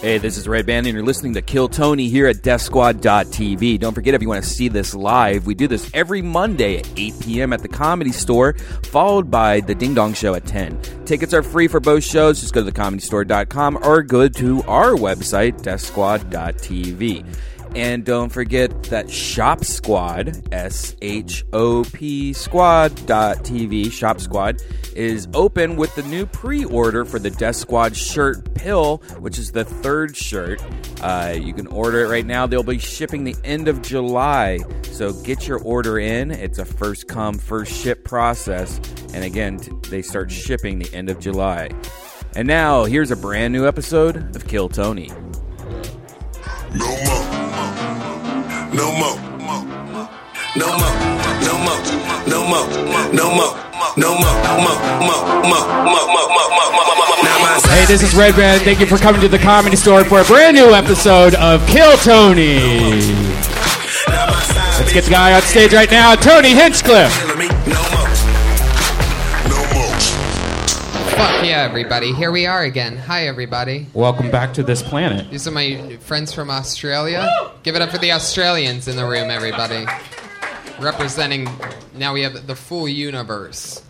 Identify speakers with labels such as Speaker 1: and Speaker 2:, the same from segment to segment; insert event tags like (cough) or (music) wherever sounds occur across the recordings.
Speaker 1: Hey, this is Red Band, and you're listening to Kill Tony here at DeathSquad.tv. Don't forget, if you want to see this live, we do this every Monday at 8 p.m. at the Comedy Store, followed by the Ding Dong Show at 10. Tickets are free for both shows. Just go to thecomedystore.com or go to our website, DeathSquad.tv. And don't forget that Shop Squad, S H O P Squad.tv, Shop Squad, is open with the new pre order for the Death Squad shirt pill, which is the third shirt. Uh, you can order it right now. They'll be shipping the end of July. So get your order in. It's a first come, first ship process. And again, t- they start shipping the end of July. And now, here's a brand new episode of Kill Tony.
Speaker 2: No more. No more. No more. No more. No more. No more. No more. No more. Mo. Mo. Mo. Mo. Mo. Mo. Mo. Mo. Mo. Now my
Speaker 3: Hey, this is Red Band. Thank you for coming to the Comedy Store for a brand new episode of Kill Tony. Let's get the guy on stage right now, Tony Hinchcliffe.
Speaker 2: side me. No more. No more.
Speaker 4: Fuck yeah, everybody. Here we are again. Hi, everybody.
Speaker 3: Welcome back to this planet.
Speaker 4: These are my friends from Australia. Give it up for the Australians in the room, everybody. Representing, now we have the full universe,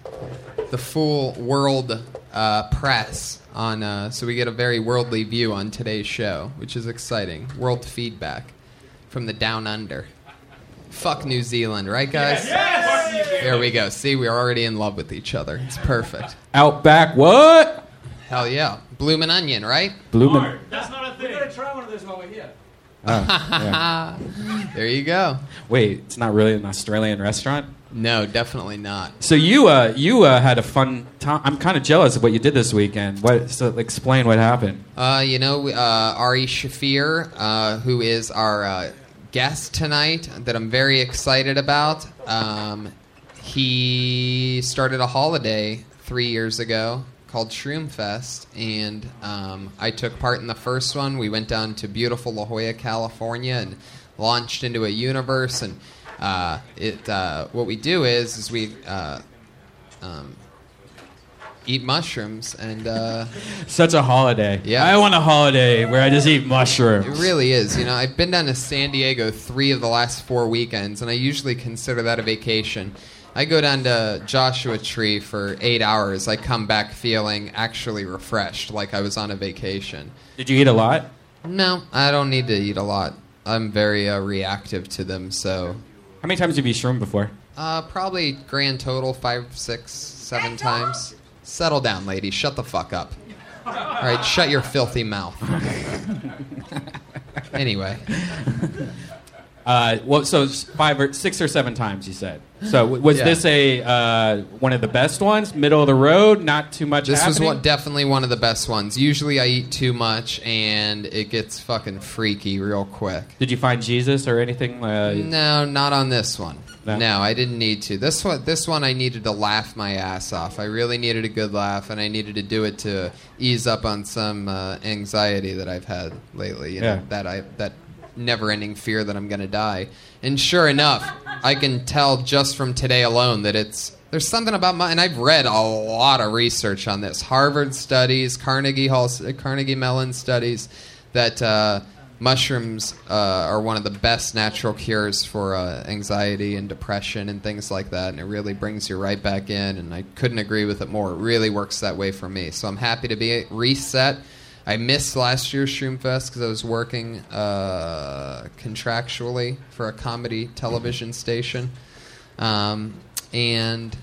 Speaker 4: the full world uh, press. On, uh, so we get a very worldly view on today's show, which is exciting. World feedback from the down under. Fuck New Zealand, right, guys? There we go. See, we're already in love with each other. It's perfect.
Speaker 3: Out back, what?
Speaker 4: Hell yeah. Bloomin' Onion, right?
Speaker 3: Bloomin'.
Speaker 5: That's not a thing. We're gonna try one of those while we're here.
Speaker 4: (laughs)
Speaker 3: Ah,
Speaker 4: (laughs) There you go.
Speaker 3: Wait, it's not really an Australian restaurant.
Speaker 4: No, Oh, definitely not.
Speaker 3: So you, uh, you uh, had a fun time. I'm kind of jealous of what you did this weekend. What? So explain what happened.
Speaker 4: Uh, you know, we- uh, Ari Shafir, uh, who is our uh, guest tonight, that I'm very excited about. Um, he started a holiday three years ago called Shroom Fest, and um, I took part in the first one. We went down to beautiful La Jolla, California, and launched into a universe. And uh, it, uh, what we do is, is we uh, um, eat mushrooms and. Uh,
Speaker 3: Such a holiday.
Speaker 4: Yeah.
Speaker 3: I want a holiday where I just eat mushrooms.
Speaker 4: It really is. You know, I've been down to San Diego three of the last four weekends, and I usually consider that a vacation. I go down to Joshua Tree for eight hours. I come back feeling actually refreshed, like I was on a vacation.
Speaker 3: Did you eat a lot?
Speaker 4: No, I don't need to eat a lot. I'm very uh, reactive to them, so
Speaker 3: How many times have you shroomed before?
Speaker 4: uh, probably grand total five, six, seven times. Settle down, lady. Shut the fuck up. All right, shut your filthy mouth. anyway,
Speaker 3: Uh, well, so s- five or six or seven times you said. So w- was
Speaker 4: Yeah.
Speaker 3: this a uh, one of the best ones? Middle of the road, not too much.
Speaker 4: This was
Speaker 3: happening?
Speaker 4: what definitely one of the best ones. Usually I eat too much and it gets fucking freaky real quick.
Speaker 3: Did you find Jesus or anything? Uh,
Speaker 4: No, not on this one.
Speaker 3: No.
Speaker 4: No. I didn't need to. This one this one I needed to laugh my ass off. I really needed a good laugh and I needed to do it to ease up on some uh, anxiety that I've had lately, you know,
Speaker 3: Yeah.
Speaker 4: that I that never-ending fear that I'm going to die. And sure enough, I can tell just from today alone that it's there's something about my and I've read a lot of research on this. Harvard studies, Carnegie Hall, uh, Carnegie Mellon studies that uh, mushrooms uh, are one of the best natural cures for uh, anxiety and depression and things like that. And it really brings you right back in. And I couldn't agree with it more. It really works that way for me. So I'm happy to be reset. I missed last year's Shroom Fest because I was working uh, contractually for a comedy television station. Um, and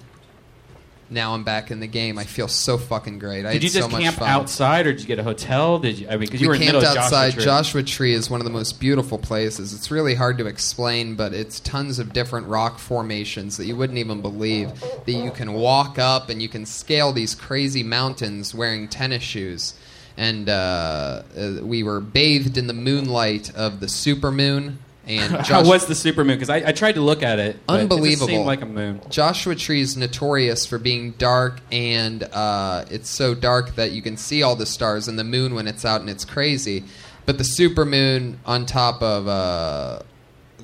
Speaker 4: now I'm back in the game. I feel so fucking great. I
Speaker 3: did
Speaker 4: had
Speaker 3: you
Speaker 4: so
Speaker 3: just
Speaker 4: much
Speaker 3: camp
Speaker 4: fun.
Speaker 3: outside, or did you get a hotel? Did you? I mean, because you
Speaker 4: we
Speaker 3: were in the
Speaker 4: camped
Speaker 3: middle of
Speaker 4: outside.
Speaker 3: Joshua Tree. (laughs)
Speaker 4: is one of the most beautiful places. It's really hard to explain, but it's tons of different rock formations that you wouldn't even believe that you can walk up and you can scale these crazy mountains wearing tennis shoes. and uh, uh, we were bathed in the moonlight of the supermoon.
Speaker 3: (laughs)
Speaker 4: And
Speaker 6: How
Speaker 4: Josh,
Speaker 6: was the supermoon? Because I, I tried to look at it. but
Speaker 4: Unbelievable.
Speaker 6: It just seemed like a moon.
Speaker 4: Joshua Tree is notorious for being dark, and uh, it's so dark that you can see all the stars and the moon when it's out, and it's crazy. But the supermoon on top of uh,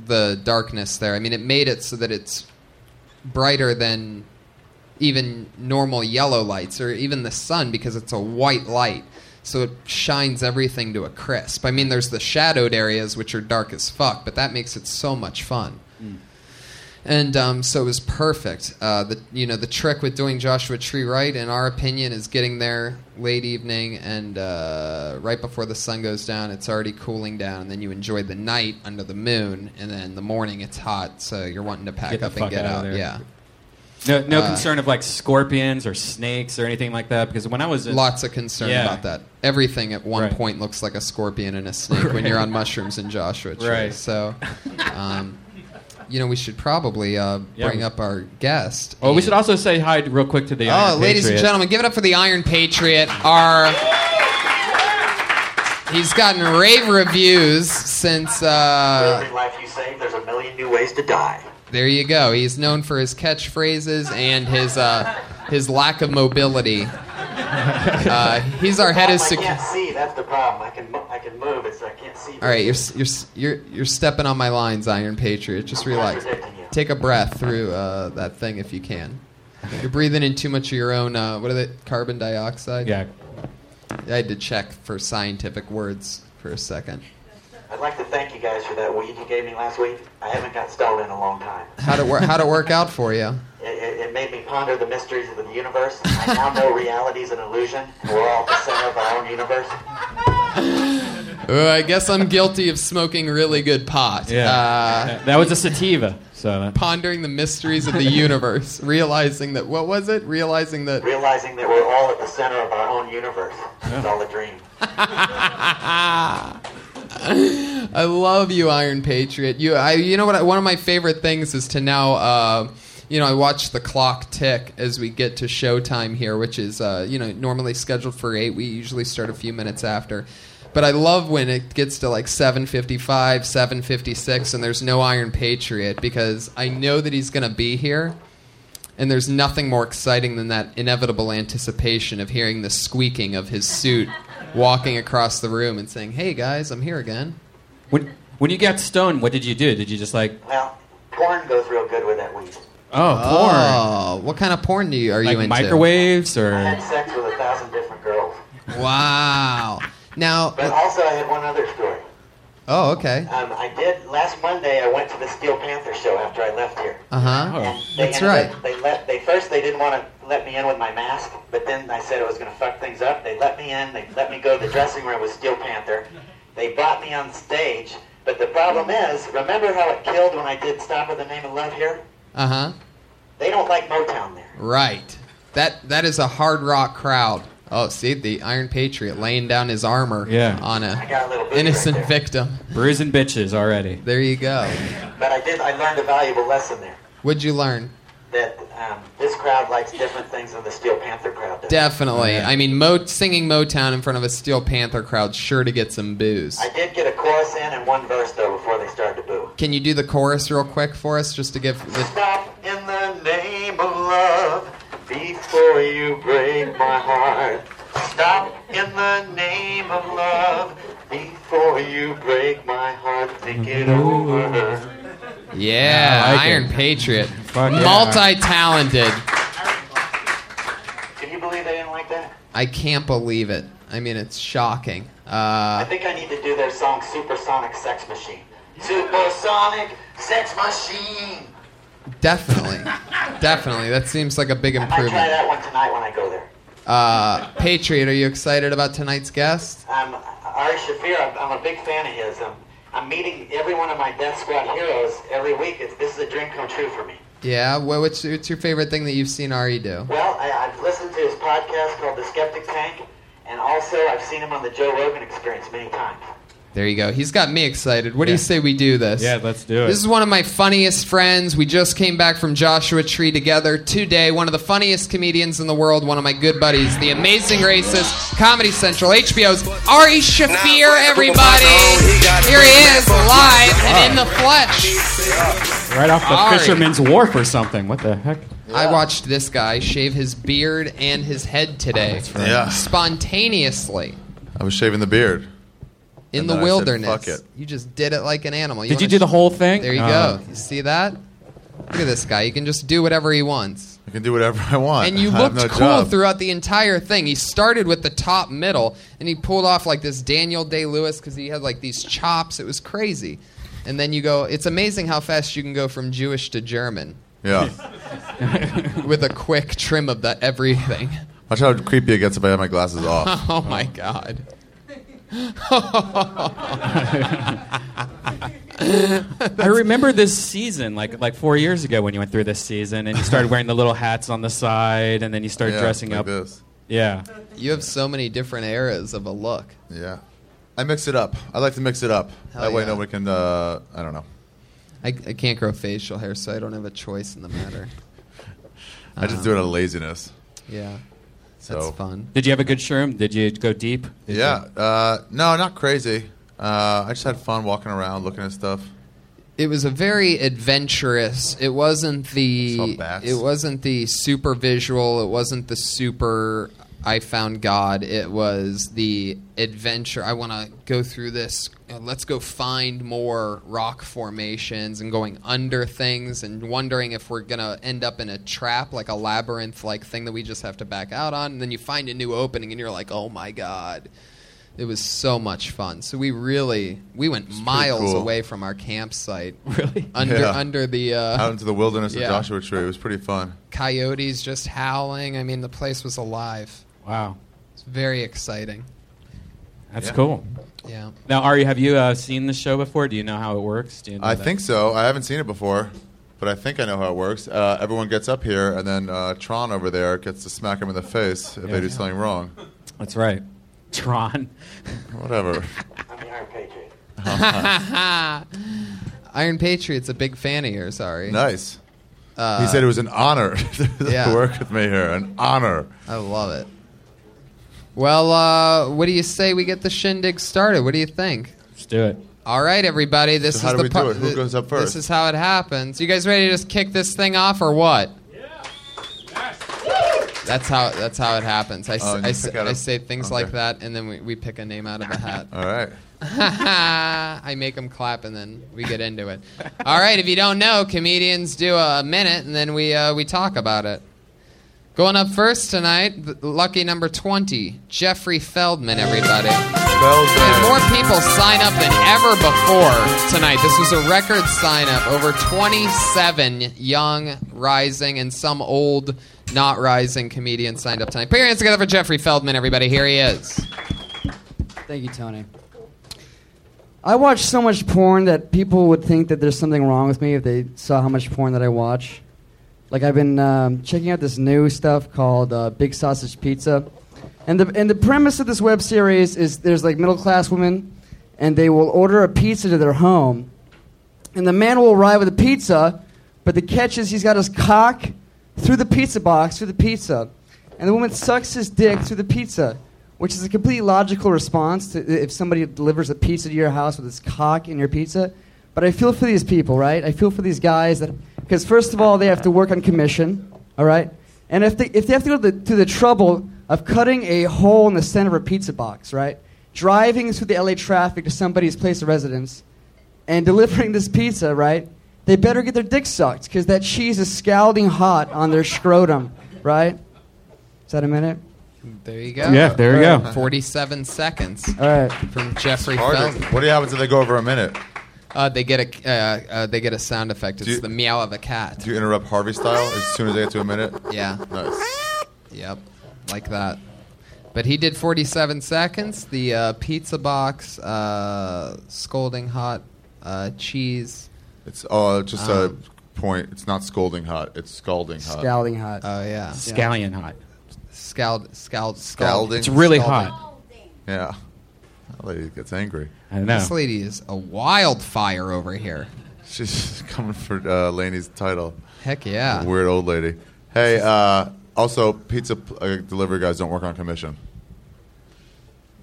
Speaker 4: the darkness there, I mean, it made it so that it's brighter than even normal yellow lights or even the sun because it's a white light. So it shines everything to a crisp. I mean, there's the shadowed areas, which are dark as fuck, but that makes it so much fun and um, so it was perfect. Uh, the you know the trick with doing Joshua Tree right, in our opinion, is getting there late evening and uh, right before the sun goes down. It's already cooling down, and then you enjoy the night under the moon, and then in the morning it's hot, so you're wanting to pack
Speaker 6: Get the
Speaker 4: up
Speaker 6: fuck
Speaker 4: and get
Speaker 6: out
Speaker 4: out.
Speaker 6: of there.
Speaker 4: Yeah,
Speaker 6: No,
Speaker 4: Uh,
Speaker 6: no concern of like scorpions or snakes or anything like that. Because when I was in,
Speaker 4: lots of concern
Speaker 6: Yeah.
Speaker 4: about that. Everything at one
Speaker 6: Right.
Speaker 4: point looks like a scorpion and a snake when you're on mushrooms in Joshua Tree.
Speaker 6: Right.
Speaker 4: So. Um, You know, we should probably uh,
Speaker 6: Yeah,
Speaker 4: bring
Speaker 6: we-
Speaker 4: up our guest.
Speaker 6: oh, we
Speaker 4: and-
Speaker 6: should also say hi real quick to the.
Speaker 4: Oh,
Speaker 6: Iron
Speaker 4: ladies and
Speaker 6: Patriot.
Speaker 4: gentlemen, give it up for the Iron Patriot. Our he's gotten rave reviews since. Uh,
Speaker 5: every life you save, there's a million new ways to die.
Speaker 4: there you go. He's known for his catchphrases and his uh, his lack of mobility. Uh, he's our head of
Speaker 5: Problem, I
Speaker 4: security.
Speaker 5: can't see. That's the problem. I can mo- I can move. It's I can't see.
Speaker 4: All right, you're, s- you're s- you're you're stepping on my lines, Iron Patriot. Just relax. Take a breath through uh, that thing if you can. You're breathing in too much of your own. Uh, what are they? Carbon dioxide.
Speaker 6: Yeah.
Speaker 4: I had to check for scientific words for a second.
Speaker 5: I'd like to thank you guys for that weed you gave me last week. I haven't got stalled in a long time.
Speaker 4: How'd it work? How'd it work out for you?
Speaker 5: It, it, it made me ponder the mysteries of the universe. I now know reality's an illusion. and We're all at the center of our own universe.
Speaker 4: Oh, I guess I'm guilty of smoking really good pot.
Speaker 6: Yeah.
Speaker 4: Uh,
Speaker 6: that was a sativa. So.
Speaker 4: pondering the mysteries of the universe, realizing that what was it? Realizing that
Speaker 5: Realizing that we're all at the center of our own universe. It's all a dream.
Speaker 4: (laughs) I love you, Iron Patriot. You, I, you know what? I, one of my favorite things is to now, uh, you know, I watch the clock tick as we get to showtime here, which is, uh, you know, normally scheduled for eight. We usually start a few minutes after, but I love when it gets to like seven fifty-five, seven fifty-six, and there's no Iron Patriot because I know that he's going to be here. And there's nothing more exciting than that inevitable anticipation of hearing the squeaking of his suit walking across the room and saying, Hey guys, I'm here again.
Speaker 6: When, when you got stoned, what did you do? Did you just like,
Speaker 5: Well, porn goes real good with that weed.
Speaker 6: oh,
Speaker 4: Oh, what kind of porn do you are
Speaker 6: porn?
Speaker 4: you
Speaker 6: Like
Speaker 4: into?
Speaker 6: microwaves
Speaker 5: I
Speaker 6: or?
Speaker 5: had sex with a thousand different girls.
Speaker 4: Wow. Now,
Speaker 5: But also, I had one other story.
Speaker 4: oh, okay.
Speaker 5: Um, I did last Monday. I went to the Steel Panther show after I left here.
Speaker 4: Uh huh.
Speaker 5: And
Speaker 6: Oh.
Speaker 5: they
Speaker 4: That's
Speaker 5: ended up-
Speaker 4: right.
Speaker 5: They let they first they didn't want to let me in with my mask, but then I said it was going to fuck things up. They let me in. They let me go to the dressing room with Steel Panther. They brought me on stage, but the problem is, remember how it killed when I did "Stop with the Name of Love" here?
Speaker 4: Uh huh.
Speaker 5: They don't like Motown there.
Speaker 4: Right. That that is a hard rock crowd. Oh, see the Iron Patriot laying down his armor
Speaker 6: Yeah.
Speaker 4: on
Speaker 5: I got a little
Speaker 4: a
Speaker 5: bit
Speaker 4: innocent
Speaker 5: right there.
Speaker 4: victim.
Speaker 6: Bruising bitches already.
Speaker 4: There you go.
Speaker 5: But I did. I learned a valuable lesson there.
Speaker 4: What'd you learn?
Speaker 5: That um, this crowd likes different things than the Steel Panther crowd does.
Speaker 4: Definitely. I mean, Mo- singing Motown in front of a Steel Panther crowd sure to get some booze.
Speaker 5: I did get a chorus in and one verse though before they started to boo.
Speaker 4: Can you do the chorus real quick for us, just to give the
Speaker 5: Stop in the name of love before you break my heart. Stop in the name of love before you break my heart. Think it over.
Speaker 4: Yeah,
Speaker 6: I like
Speaker 4: Iron
Speaker 6: it.
Speaker 4: Patriot.
Speaker 6: Fuck yeah.
Speaker 4: Multi talented.
Speaker 5: Can you believe they didn't like that?
Speaker 4: I can't believe it. I mean, it's shocking.
Speaker 5: I
Speaker 4: Uh,
Speaker 5: think I need to do their song Supersonic Sex Machine. Supersonic Sex Machine.
Speaker 4: definitely. definitely. That seems like a big
Speaker 5: I might try
Speaker 4: improvement.
Speaker 5: that one tonight when I go there.
Speaker 4: Uh, Patriot, are you excited about tonight's guest?
Speaker 5: I'm Ari Shafir. I'm, I'm a big fan of his. I'm, I'm meeting every one of my Death Squad heroes every week. It's, this is a dream come true for me.
Speaker 4: Yeah? What, what's, what's your favorite thing that you've seen Ari do?
Speaker 5: Well, I, I've listened to his podcast called The Skeptic Tank, and also I've seen him on the Joe Rogan Experience many times.
Speaker 4: There you go. He's got me excited. What do you say we do this?
Speaker 6: Yeah, let's do it.
Speaker 4: This is one of my funniest friends. We just came back from Joshua Tree together today. One of the funniest comedians in the world. One of my good buddies. The amazing racist. Comedy Central. HBO's Ari Shafir, everybody. Here he is, live and in the flesh.
Speaker 6: Right off the
Speaker 4: Ari.
Speaker 6: Fisherman's Wharf or something. What the
Speaker 4: (laughs)
Speaker 6: heck?
Speaker 4: I watched this guy shave his beard and his head today.
Speaker 7: Yeah.
Speaker 4: Spontaneously.
Speaker 7: I was shaving the beard.
Speaker 4: In
Speaker 7: And
Speaker 4: the
Speaker 7: then I said,
Speaker 4: wilderness.
Speaker 7: "Fuck it." Uh. Uh-huh.
Speaker 4: You just did it like an animal.
Speaker 6: Did you
Speaker 4: wanna
Speaker 6: do the
Speaker 4: sh-
Speaker 6: whole thing?
Speaker 4: There you
Speaker 6: Oh.
Speaker 4: go. You see that? Look at this guy. He can just do whatever he wants.
Speaker 7: I can do whatever I want. (laughs)
Speaker 4: And you
Speaker 7: I have
Speaker 4: looked
Speaker 7: no
Speaker 4: cool
Speaker 7: job.
Speaker 4: throughout the entire thing. He started with the top middle, and he pulled off like this Daniel Day Lewis because he had like these chops. It was crazy. And then you go, it's amazing how fast you can go from Jewish to German
Speaker 7: Yeah.
Speaker 4: (laughs) with a quick trim of the everything.
Speaker 7: Watch how creepy it gets if I have my glasses
Speaker 4: (laughs)
Speaker 7: off.
Speaker 4: Oh my God.
Speaker 6: I remember this season, like like four years ago when you went through this season and you
Speaker 4: (laughs)
Speaker 6: started wearing the little hats on the side and then you started
Speaker 7: Yeah,
Speaker 6: dressing
Speaker 7: like
Speaker 6: up.
Speaker 7: This.
Speaker 6: Yeah.
Speaker 4: You have so many different eras of a look.
Speaker 7: Yeah. I mix it up. I like to mix it up.
Speaker 4: Hell
Speaker 7: that way
Speaker 4: yeah.
Speaker 7: no one can, uh, I don't know.
Speaker 4: I, I can't grow facial hair, so I don't have a choice in the matter.
Speaker 7: I just do it out of laziness.
Speaker 4: Yeah.
Speaker 7: So.
Speaker 4: Uh-huh. That's fun.
Speaker 6: Did you have a good shroom? Did you go deep? Did
Speaker 7: Yeah.
Speaker 6: you-
Speaker 7: Uh, no, not crazy. Uh, I just had fun walking around, looking at stuff.
Speaker 4: it was a very adventurous. It wasn't the
Speaker 7: Saw bats.
Speaker 4: it wasn't the super visual. It wasn't the super I found God. It was the adventure. I want to go through this. uh, Let's go find more rock formations and going under things and wondering if we're going to end up in a trap like a labyrinth like thing that we just have to back out on and then you find a new opening and you're like, "Oh my god." It was so much fun. So we really we went miles
Speaker 7: cool.
Speaker 4: away from
Speaker 7: (laughs)
Speaker 4: our campsite.
Speaker 6: Really?
Speaker 4: Under
Speaker 7: Yeah.
Speaker 4: under the
Speaker 7: Out
Speaker 4: uh,
Speaker 7: into the wilderness
Speaker 4: Yeah.
Speaker 7: of Joshua Tree. It was pretty fun.
Speaker 4: coyotes just howling. I mean, the place was alive.
Speaker 6: Wow.
Speaker 4: It's very exciting.
Speaker 6: That's
Speaker 7: Yeah.
Speaker 6: cool.
Speaker 4: Yeah. (laughs)
Speaker 6: Now, Ari, have you uh, seen the show before? Do you know how it works? Do you know
Speaker 7: I
Speaker 6: that?
Speaker 7: think so. I haven't seen it before, but I think I know how it works. Uh, everyone gets up here, and then uh, Tron over there gets to smack him in the face if they do something wrong.
Speaker 6: that's right. (laughs) Tron. (laughs)
Speaker 7: Whatever.
Speaker 5: I'm the Iron Patriot.
Speaker 4: Iron Patriot's a big fan of yours, Ari. Uh,
Speaker 7: nice.
Speaker 6: Uh,
Speaker 7: he said it was an honor (laughs) to
Speaker 4: yeah.
Speaker 7: work with me here. An honor.
Speaker 4: I love it. Well, uh, what do you say we get the shindig started? What do you think?
Speaker 6: Let's do it.
Speaker 4: All right, everybody. This
Speaker 7: So how
Speaker 4: is
Speaker 7: do
Speaker 4: the
Speaker 7: we do it?
Speaker 4: part-
Speaker 7: Who goes up
Speaker 4: This
Speaker 7: first?
Speaker 4: is how it happens. You guys ready to just kick this thing off or what? That's how that's how it happens. I, s-
Speaker 7: Oh, and
Speaker 4: I
Speaker 7: you
Speaker 4: s-
Speaker 7: pick out a-
Speaker 4: I say things
Speaker 7: okay.
Speaker 4: like that, and then we, we pick a name out of a hat.
Speaker 7: All right.
Speaker 4: (laughs) I make them clap, and then we get into it. All right, if you don't know, comedians do a minute, and then we uh, we talk about it. Going up first tonight, th- lucky number twenty, Jeffrey Feldman. Everybody.
Speaker 7: Bells
Speaker 4: And
Speaker 7: ring.
Speaker 4: more people sign up than ever before tonight. This was a record sign up. Over 27 young, rising, and some old, not rising comedians signed up tonight. Put your hands together for Jeffrey Feldman, everybody. Here he is.
Speaker 8: Thank you, Tony. I watch so much porn that people would think that there's something wrong with me if they saw how much porn that I watch. Like I've been um, checking out this new stuff called uh, Big Sausage Pizza, and the and the premise of this web series is there's like middle class women, and they will order a pizza to their home, and the man will arrive with a pizza, but the catch is he's got his cock through the pizza box, through the pizza, and the woman sucks his dick through the pizza, which is a completely logical response to if somebody delivers a pizza to your house with his cock in your pizza. But I feel for these people, right? I feel for these guys that because first of all they have to work on commission, all right, and if they if they have to go to the, to the trouble of cutting a hole in the center of a pizza box, right, driving through the LA traffic to somebody's place of residence and delivering this pizza, right? They better get their dick sucked because that cheese is scalding hot on their scrotum, right? Is that a minute?
Speaker 4: There you go.
Speaker 6: Yeah, there you go.
Speaker 4: 47 seconds
Speaker 8: All right.
Speaker 4: from Jeffrey
Speaker 7: Harder.
Speaker 4: Feldman.
Speaker 7: What do you happens if they go over a minute?
Speaker 4: Uh, they get a uh, uh, they get a sound effect. It's
Speaker 7: Do you-
Speaker 4: the meow of a cat.
Speaker 7: Do you interrupt Harvey style as soon as they get to a minute?
Speaker 4: yeah.
Speaker 7: Nice.
Speaker 4: Yep, like that. But he did 47 seconds. The uh, pizza box, uh, scolding hot uh, cheese. Um,
Speaker 7: It's uh, just
Speaker 6: Um,
Speaker 7: a point. It's not scolding hot. It's scalding hot.
Speaker 8: Scalding hot.
Speaker 4: Oh yeah,
Speaker 6: Scallion hot.
Speaker 4: scald, scald, scald.
Speaker 7: Scalding.
Speaker 6: It's really
Speaker 4: Scalding.
Speaker 6: hot.
Speaker 7: Yeah. That lady gets angry.
Speaker 6: I know.
Speaker 4: This lady is a wildfire over here.
Speaker 7: She's (laughs) coming for uh, Laney's title.
Speaker 4: Heck yeah.
Speaker 7: Weird old lady. Hey, uh, also, pizza uh, delivery guys don't work on commission.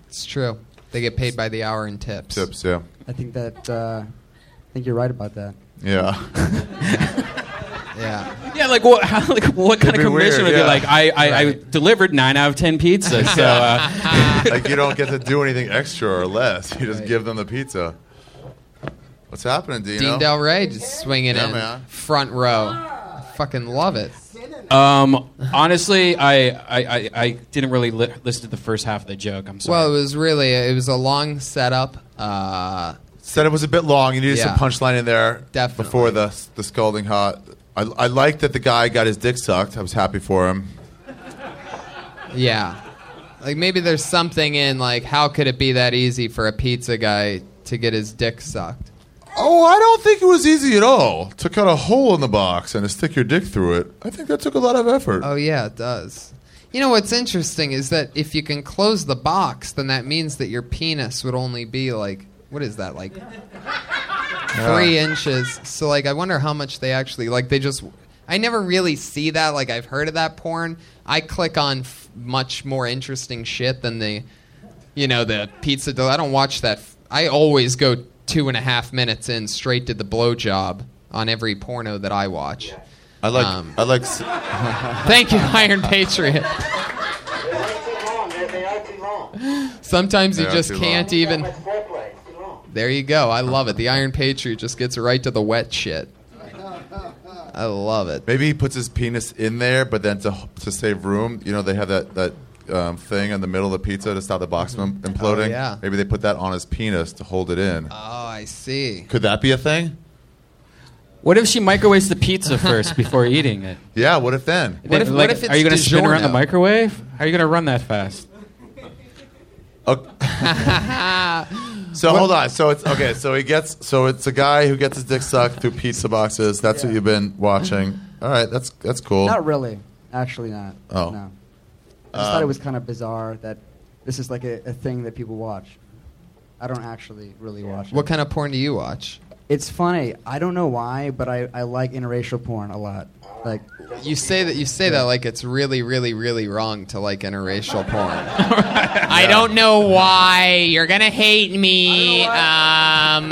Speaker 4: It's true. They get paid by the hour in tips.
Speaker 7: Tips, yeah.
Speaker 8: I think that uh, I think you're right about that. (laughs)
Speaker 7: Yeah.
Speaker 4: Yeah.
Speaker 6: Yeah, like what? (laughs) How, like what kind
Speaker 7: It'd
Speaker 6: of
Speaker 7: be
Speaker 6: commission
Speaker 7: weird,
Speaker 6: would
Speaker 7: yeah.
Speaker 6: be like? I, I, I
Speaker 4: Right.
Speaker 6: delivered nine out of ten
Speaker 7: (laughs)
Speaker 6: pizzas, so uh,
Speaker 7: like, you don't get to do anything extra or less. You just
Speaker 4: Right.
Speaker 7: give them the pizza. What's happening, Dino?
Speaker 4: Dean Del Rey just swinging
Speaker 7: Yeah,
Speaker 4: in
Speaker 7: man.
Speaker 4: front row. I fucking love it.
Speaker 6: um, honestly, I, I, I, I didn't really li- listen to the first half of the joke. I'm sorry.
Speaker 4: Well, it was really it was a long setup. Uh,
Speaker 7: Said it was a bit long. You needed
Speaker 4: Yeah.
Speaker 7: some punchline in there
Speaker 4: Definitely.
Speaker 7: before the the scalding hot. I, I liked that the guy got his dick sucked. I was happy for him.
Speaker 4: yeah. Like maybe there's something in like how could it be that easy for a pizza guy to get his dick sucked?
Speaker 7: Oh, I don't think it was easy at all to cut a hole in the box and to stick your dick through it. I think that took a lot of effort.
Speaker 4: Oh yeah, it does. You know what's interesting is that if you can close the box, then that means that your penis would only be like what is that like three inches? So like I wonder how much they actually like they just. I never really see that. Like I've heard of that porn. I click on f- much more interesting shit than the, you know, the pizza. Del- I don't watch that. F- I always go two and a half minutes in straight to the blowjob on every porno that I watch.
Speaker 7: I like
Speaker 4: um,
Speaker 7: I like s-
Speaker 4: (laughs) Thank you, Iron Patriot.
Speaker 5: They're too long. They're, they are too long.
Speaker 4: Sometimes you
Speaker 7: Yeah,
Speaker 4: just
Speaker 7: too
Speaker 4: can't
Speaker 7: long.
Speaker 4: even.
Speaker 5: Much foreplay. It's too long.
Speaker 4: There you go. I love it. The Iron Patriot just gets right to the oh, wet shit. I love it.
Speaker 7: maybe he puts his penis in there, but then to to save room, you know, they have that that um, thing in the middle of the pizza to stop the box from imploding.
Speaker 4: Oh, yeah.
Speaker 7: Maybe they put that on his penis to hold it in.
Speaker 4: Oh, I see.
Speaker 7: Could that be a thing?
Speaker 6: what if she microwaves the pizza first before eating it?
Speaker 7: (laughs) Yeah. What if then?
Speaker 4: What if-
Speaker 6: Then,
Speaker 4: what if it's
Speaker 6: are you gonna spin around the
Speaker 4: DiGiorno?
Speaker 6: microwave? How are you gonna run that fast?
Speaker 7: Okay. (laughs) so hold on. So it's okay. So he gets. So it's a guy who gets his dick sucked through pizza boxes. That's what you've been watching. All right. That's that's cool.
Speaker 8: Not really. Actually, not.
Speaker 7: Oh.
Speaker 8: No. I just thought
Speaker 4: Um,
Speaker 8: it was kind of bizarre that this is like a, a thing that people watch. I don't actually really watch it.
Speaker 4: What kind of porn do you watch?
Speaker 8: It's funny. I don't know why, but I, I like interracial porn a lot. Like,
Speaker 4: You say that you say that like it's really, really, really wrong to like interracial porn. I don't know why you're gonna hate me. Um,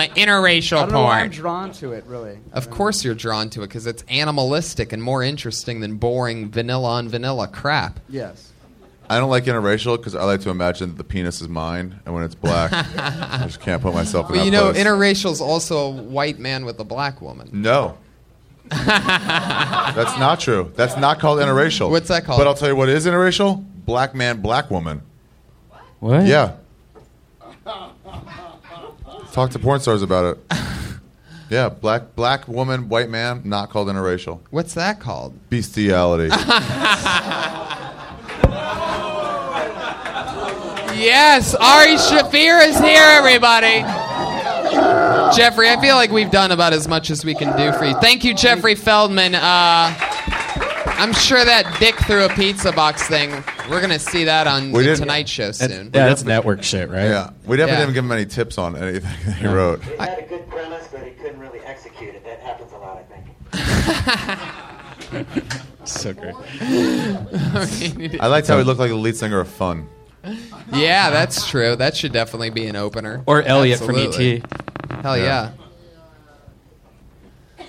Speaker 8: I
Speaker 4: interracial
Speaker 8: don't know why I'm drawn to it, really.
Speaker 4: Of course, you're drawn to it because it's animalistic and more interesting than boring vanilla on vanilla crap.
Speaker 8: Yes.
Speaker 7: I don't like interracial because I like to imagine that the penis is mine, and when it's black,
Speaker 4: (laughs)
Speaker 7: I just can't put myself in
Speaker 4: But
Speaker 7: that
Speaker 4: you know,
Speaker 7: place.
Speaker 4: interracial's also a white man with a black woman.
Speaker 7: no. That's not true. That's not called interracial.
Speaker 4: What's that called?
Speaker 7: But I'll tell you what is interracial: black man, black woman.
Speaker 6: What?
Speaker 7: Yeah. Talk to porn stars about
Speaker 4: (laughs)
Speaker 7: it. Yeah, black black woman, white man, not called interracial.
Speaker 4: What's that called? (laughs)
Speaker 7: Bestiality.
Speaker 4: Yes, Ari Shafir is here, everybody. Jeffrey, I feel like we've done about as much as we can do for you. Thank you, Jeffrey Feldman. Uh, I'm sure that dick through a pizza box thing. We're gonna see that on
Speaker 7: We
Speaker 4: the
Speaker 7: didn't-
Speaker 4: Tonight Show soon.
Speaker 6: Yeah, that's network shit, right?
Speaker 7: yeah, we definitely
Speaker 4: Yeah.
Speaker 7: didn't give him any tips on anything that he wrote.
Speaker 5: He had a good premise, but he couldn't really execute it. That happens a lot, I think.
Speaker 6: (laughs) So
Speaker 4: (laughs)
Speaker 6: good.
Speaker 7: I liked how he looked like the lead singer of Fun.
Speaker 4: yeah, that's true. That should definitely be an opener.
Speaker 6: Or Elliot
Speaker 4: Absolutely.
Speaker 6: from E ET.
Speaker 4: Hell yeah.
Speaker 7: Yeah.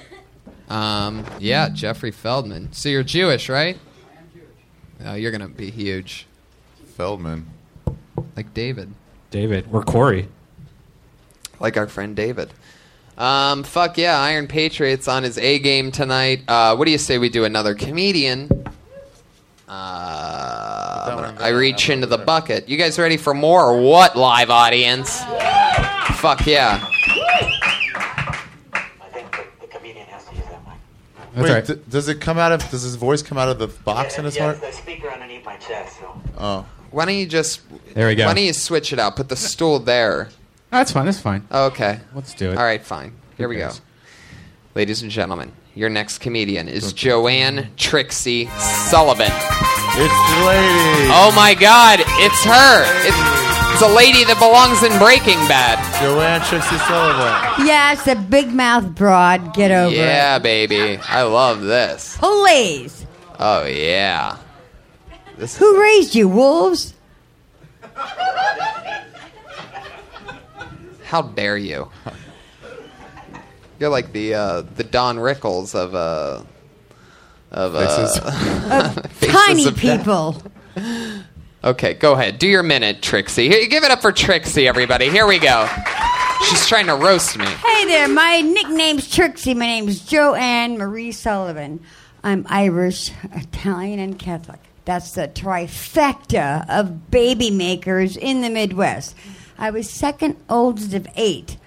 Speaker 4: Um, yeah, Jeffrey Feldman. So you're Jewish, right? Oh, you're gonna be huge,
Speaker 7: Feldman.
Speaker 4: like David,
Speaker 6: David or Corey.
Speaker 4: like our friend David. Um, fuck yeah, Iron Patriots on his A game tonight. Uh, what do you say we do another comedian? Uh, I'm gonna- I reach into the bucket. You guys ready for more or what, live audience? Fuck yeah.
Speaker 5: I think the, the comedian has to use that
Speaker 7: Wait,
Speaker 5: mic.
Speaker 7: d- does it come out of? Does his voice come out of the box
Speaker 5: Yeah,
Speaker 7: in his
Speaker 5: yeah,
Speaker 7: heart?
Speaker 5: it's the speaker underneath my chest, so.
Speaker 7: Oh,
Speaker 4: Why don't you just
Speaker 6: There we go.
Speaker 4: Why don't you switch it out? Put the stool there.
Speaker 6: That's fine. That's fine.
Speaker 4: Okay.
Speaker 6: Let's do it.
Speaker 4: All right, fine. Here we go.
Speaker 6: cares?
Speaker 4: Ladies and gentlemen, your next comedian is Joanne Trixie Sullivan.
Speaker 7: it's the lady.
Speaker 4: Oh my God, it's her. It's, It's a lady that belongs in Breaking Bad.
Speaker 7: Joanne Trixie Sullivan.
Speaker 9: Yeah, it's a big mouth broad. Get over it.
Speaker 4: Yeah, baby. I love this.
Speaker 9: Please.
Speaker 4: Oh, yeah.
Speaker 9: Who raised you, wolves?
Speaker 4: How dare you? You're like the uh, the Don Rickles of uh of uh, faces
Speaker 9: Tiny
Speaker 4: of death.
Speaker 9: people.
Speaker 4: (laughs) Okay, go ahead. Do your minute, Trixie. Here, give it up for Trixie, everybody. Here we go. She's trying to roast me.
Speaker 9: Hey there, my nickname's Trixie. My name's Joanne Marie Sullivan. I'm Irish, Italian, and Catholic. That's the trifecta of baby makers in the Midwest. I was second oldest of eight.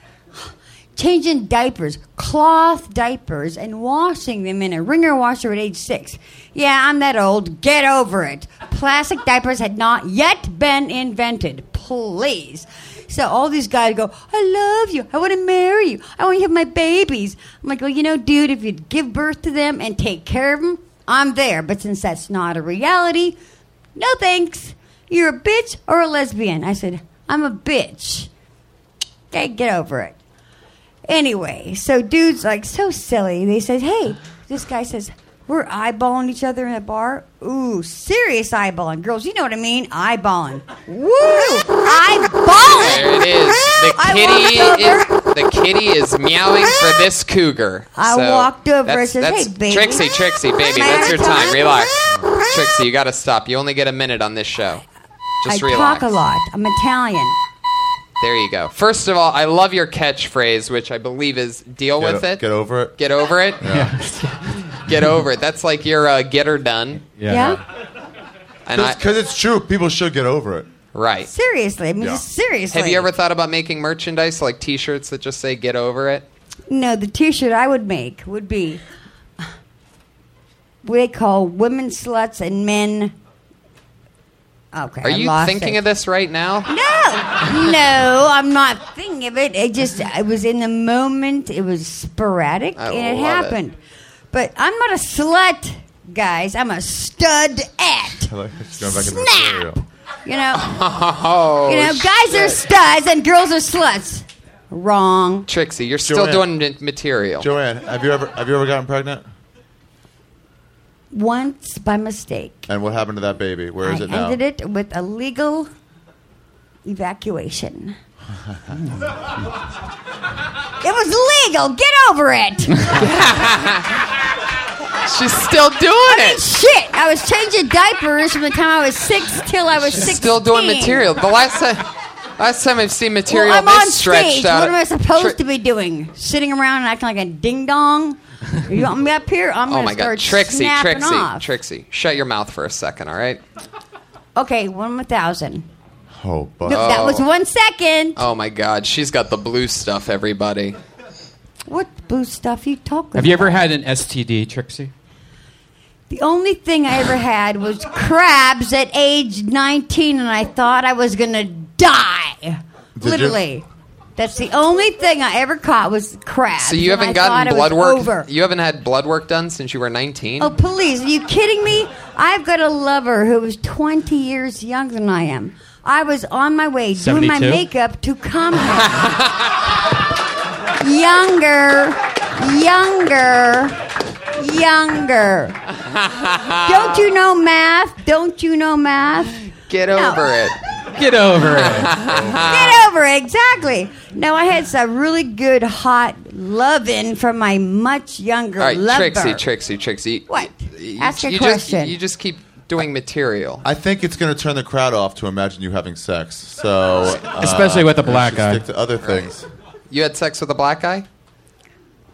Speaker 9: Changing diapers, cloth diapers, and washing them in a wringer washer at age six. Yeah, I'm that old. Get over it. Plastic diapers had not yet been invented. Please. So all these guys go, I love you. I want to marry you. I want you to have my babies. I'm like, well, you know, dude, if you'd give birth to them and take care of them, I'm there. But since that's not a reality, no thanks. You're a bitch or a lesbian. I said, I'm a bitch. Okay, get over it. Anyway, so dude's like so silly. They said, "Hey," this guy says, "We're eyeballing each other in a bar." Ooh, serious eyeballing, girls. You know what I mean? Eyeballing. Woo!
Speaker 4: There
Speaker 9: Eyeballing.
Speaker 4: it is.
Speaker 9: I
Speaker 4: The kitty is the kitty is meowing for this cougar.
Speaker 9: I walked over, I
Speaker 4: that's-
Speaker 9: says,
Speaker 4: that's-
Speaker 9: "Hey, baby."
Speaker 4: Trixie, Trixie, baby, that's your time. Relax, Trixie. You got to stop. You only get a minute on this show. Just
Speaker 9: I
Speaker 4: relax.
Speaker 9: talk a lot. I'm Italian.
Speaker 4: There you go. First of all, I love your catchphrase, which I believe is "deal
Speaker 7: Get
Speaker 4: with
Speaker 7: o-
Speaker 4: it,
Speaker 7: Get over it.
Speaker 4: Get over it, (laughs) get over it." That's like your uh, "get her done."
Speaker 9: Yeah.
Speaker 4: And I,
Speaker 7: Because it's true. People should get over it.
Speaker 4: right.
Speaker 9: Seriously, I mean,
Speaker 7: Yeah.
Speaker 9: just seriously.
Speaker 4: Have you ever thought about making merchandise like T-shirts that just say "get over it"?
Speaker 9: No, the T-shirt I would make would be what they call women sluts and men. Okay,
Speaker 4: Are
Speaker 9: I
Speaker 4: you
Speaker 9: lost
Speaker 4: thinking
Speaker 9: it.
Speaker 4: of this right now?
Speaker 9: No, no, I'm not thinking of it. It just, I was in the moment. It was sporadic,
Speaker 4: I
Speaker 9: and it
Speaker 4: love it.
Speaker 9: happened. But I'm not a slut, guys. I'm a stud at.
Speaker 7: (laughs) I like it's going back into
Speaker 9: Snap!
Speaker 7: material.
Speaker 9: You know,
Speaker 7: (laughs)
Speaker 4: Oh,
Speaker 9: you know, guys are studs and girls are sluts. Wrong.
Speaker 4: Trixie, you're still
Speaker 7: Joanne.
Speaker 4: doing ma- material.
Speaker 7: Joanne, have you ever have you ever gotten pregnant?
Speaker 9: Once by mistake.
Speaker 7: And what happened to that baby? Where is
Speaker 9: I
Speaker 7: it now? (laughs)
Speaker 9: ended it with a legal evacuation. it was legal. Get over it.
Speaker 4: (laughs) She's still doing it.
Speaker 9: Shit. I was changing diapers from the time I was six till I was six.
Speaker 4: Still doing material. The last time, last time I've seen material
Speaker 9: Well, I'm
Speaker 4: this
Speaker 9: on
Speaker 4: stretched
Speaker 9: stage.
Speaker 4: out.
Speaker 9: What am I supposed
Speaker 4: Tri-
Speaker 9: to be doing? Sitting around and acting like a ding dong? You want me up here? I'm
Speaker 4: Oh
Speaker 9: gonna
Speaker 4: my god,
Speaker 9: start
Speaker 4: Trixie,
Speaker 9: snapping
Speaker 4: Trixie,
Speaker 9: off.
Speaker 4: Trixie! Shut your mouth for a second, all right?
Speaker 9: Okay, one thousand.
Speaker 7: oh, but
Speaker 9: No, that was one second.
Speaker 4: Oh my god, she's got the blue stuff, everybody.
Speaker 9: What blue stuff you talking?
Speaker 6: Have you ever had an STD, Trixie?
Speaker 9: The only thing I ever had was crabs at age 19, and I thought I was going to die.
Speaker 7: you?
Speaker 9: Literally. That's the only thing I ever caught was crabs.
Speaker 4: So you
Speaker 9: and
Speaker 4: haven't
Speaker 9: I thought
Speaker 4: gotten
Speaker 9: it
Speaker 4: blood
Speaker 9: was
Speaker 4: work.
Speaker 9: Over.
Speaker 4: You haven't had blood work done since you were 19. (laughs)
Speaker 9: Oh, please. Are you kidding me? I've got a lover who is 20 years younger than I am. I was on my way doing my
Speaker 6: 72?
Speaker 9: makeup to come home. younger, younger, younger. Don't you know math? Don't you know math?
Speaker 4: Get
Speaker 9: no.
Speaker 4: over
Speaker 9: (laughs)
Speaker 4: it.
Speaker 6: Get over it.
Speaker 4: Uh,
Speaker 9: Get over it. Exactly. No, I had some really good, hot loving from my much younger
Speaker 4: All right,
Speaker 9: lover.
Speaker 4: Trixie, Trixie, Trixie.
Speaker 9: What?
Speaker 4: You-
Speaker 9: Ask a
Speaker 4: you
Speaker 9: question.
Speaker 4: Just, you just keep doing material.
Speaker 7: I think it's going to turn the crowd off to imagine you having sex. So uh,
Speaker 6: (laughs) Especially with a black
Speaker 7: should
Speaker 6: guy.
Speaker 7: Stick to other things.
Speaker 4: You had sex with a black guy?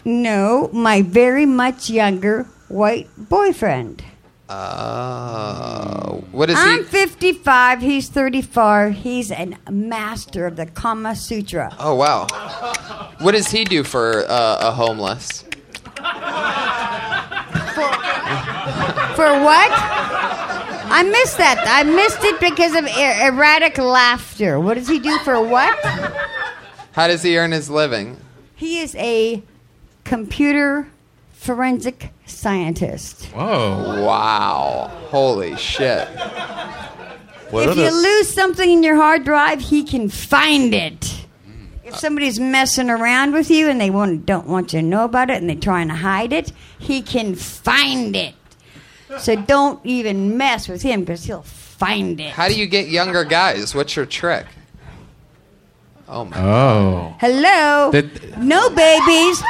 Speaker 9: No, my very much younger white boyfriend.
Speaker 4: Uh, what is
Speaker 9: I'm
Speaker 4: he?
Speaker 9: 55, he's 34, he's a master of the Kama Sutra.
Speaker 4: oh wow. What does he do for uh, a homeless?
Speaker 9: For what? I missed that. I missed it because of er- erratic laughter. What does he do for what?
Speaker 4: How does he earn his living?
Speaker 9: He is a computer forensic scientist.
Speaker 6: Whoa.
Speaker 4: Wow. Holy shit.
Speaker 7: What
Speaker 9: if
Speaker 7: are the-
Speaker 9: you lose something in your hard drive, he can find
Speaker 4: Mm.
Speaker 9: it. If somebody's messing around with you and they won't, don't want you to know about it and they're trying to hide it, he can find it. So don't even mess with him because he'll find it.
Speaker 4: How do you get younger guys? What's your trick? Oh my.
Speaker 6: Oh.
Speaker 9: Hello.
Speaker 4: That-
Speaker 9: no babies.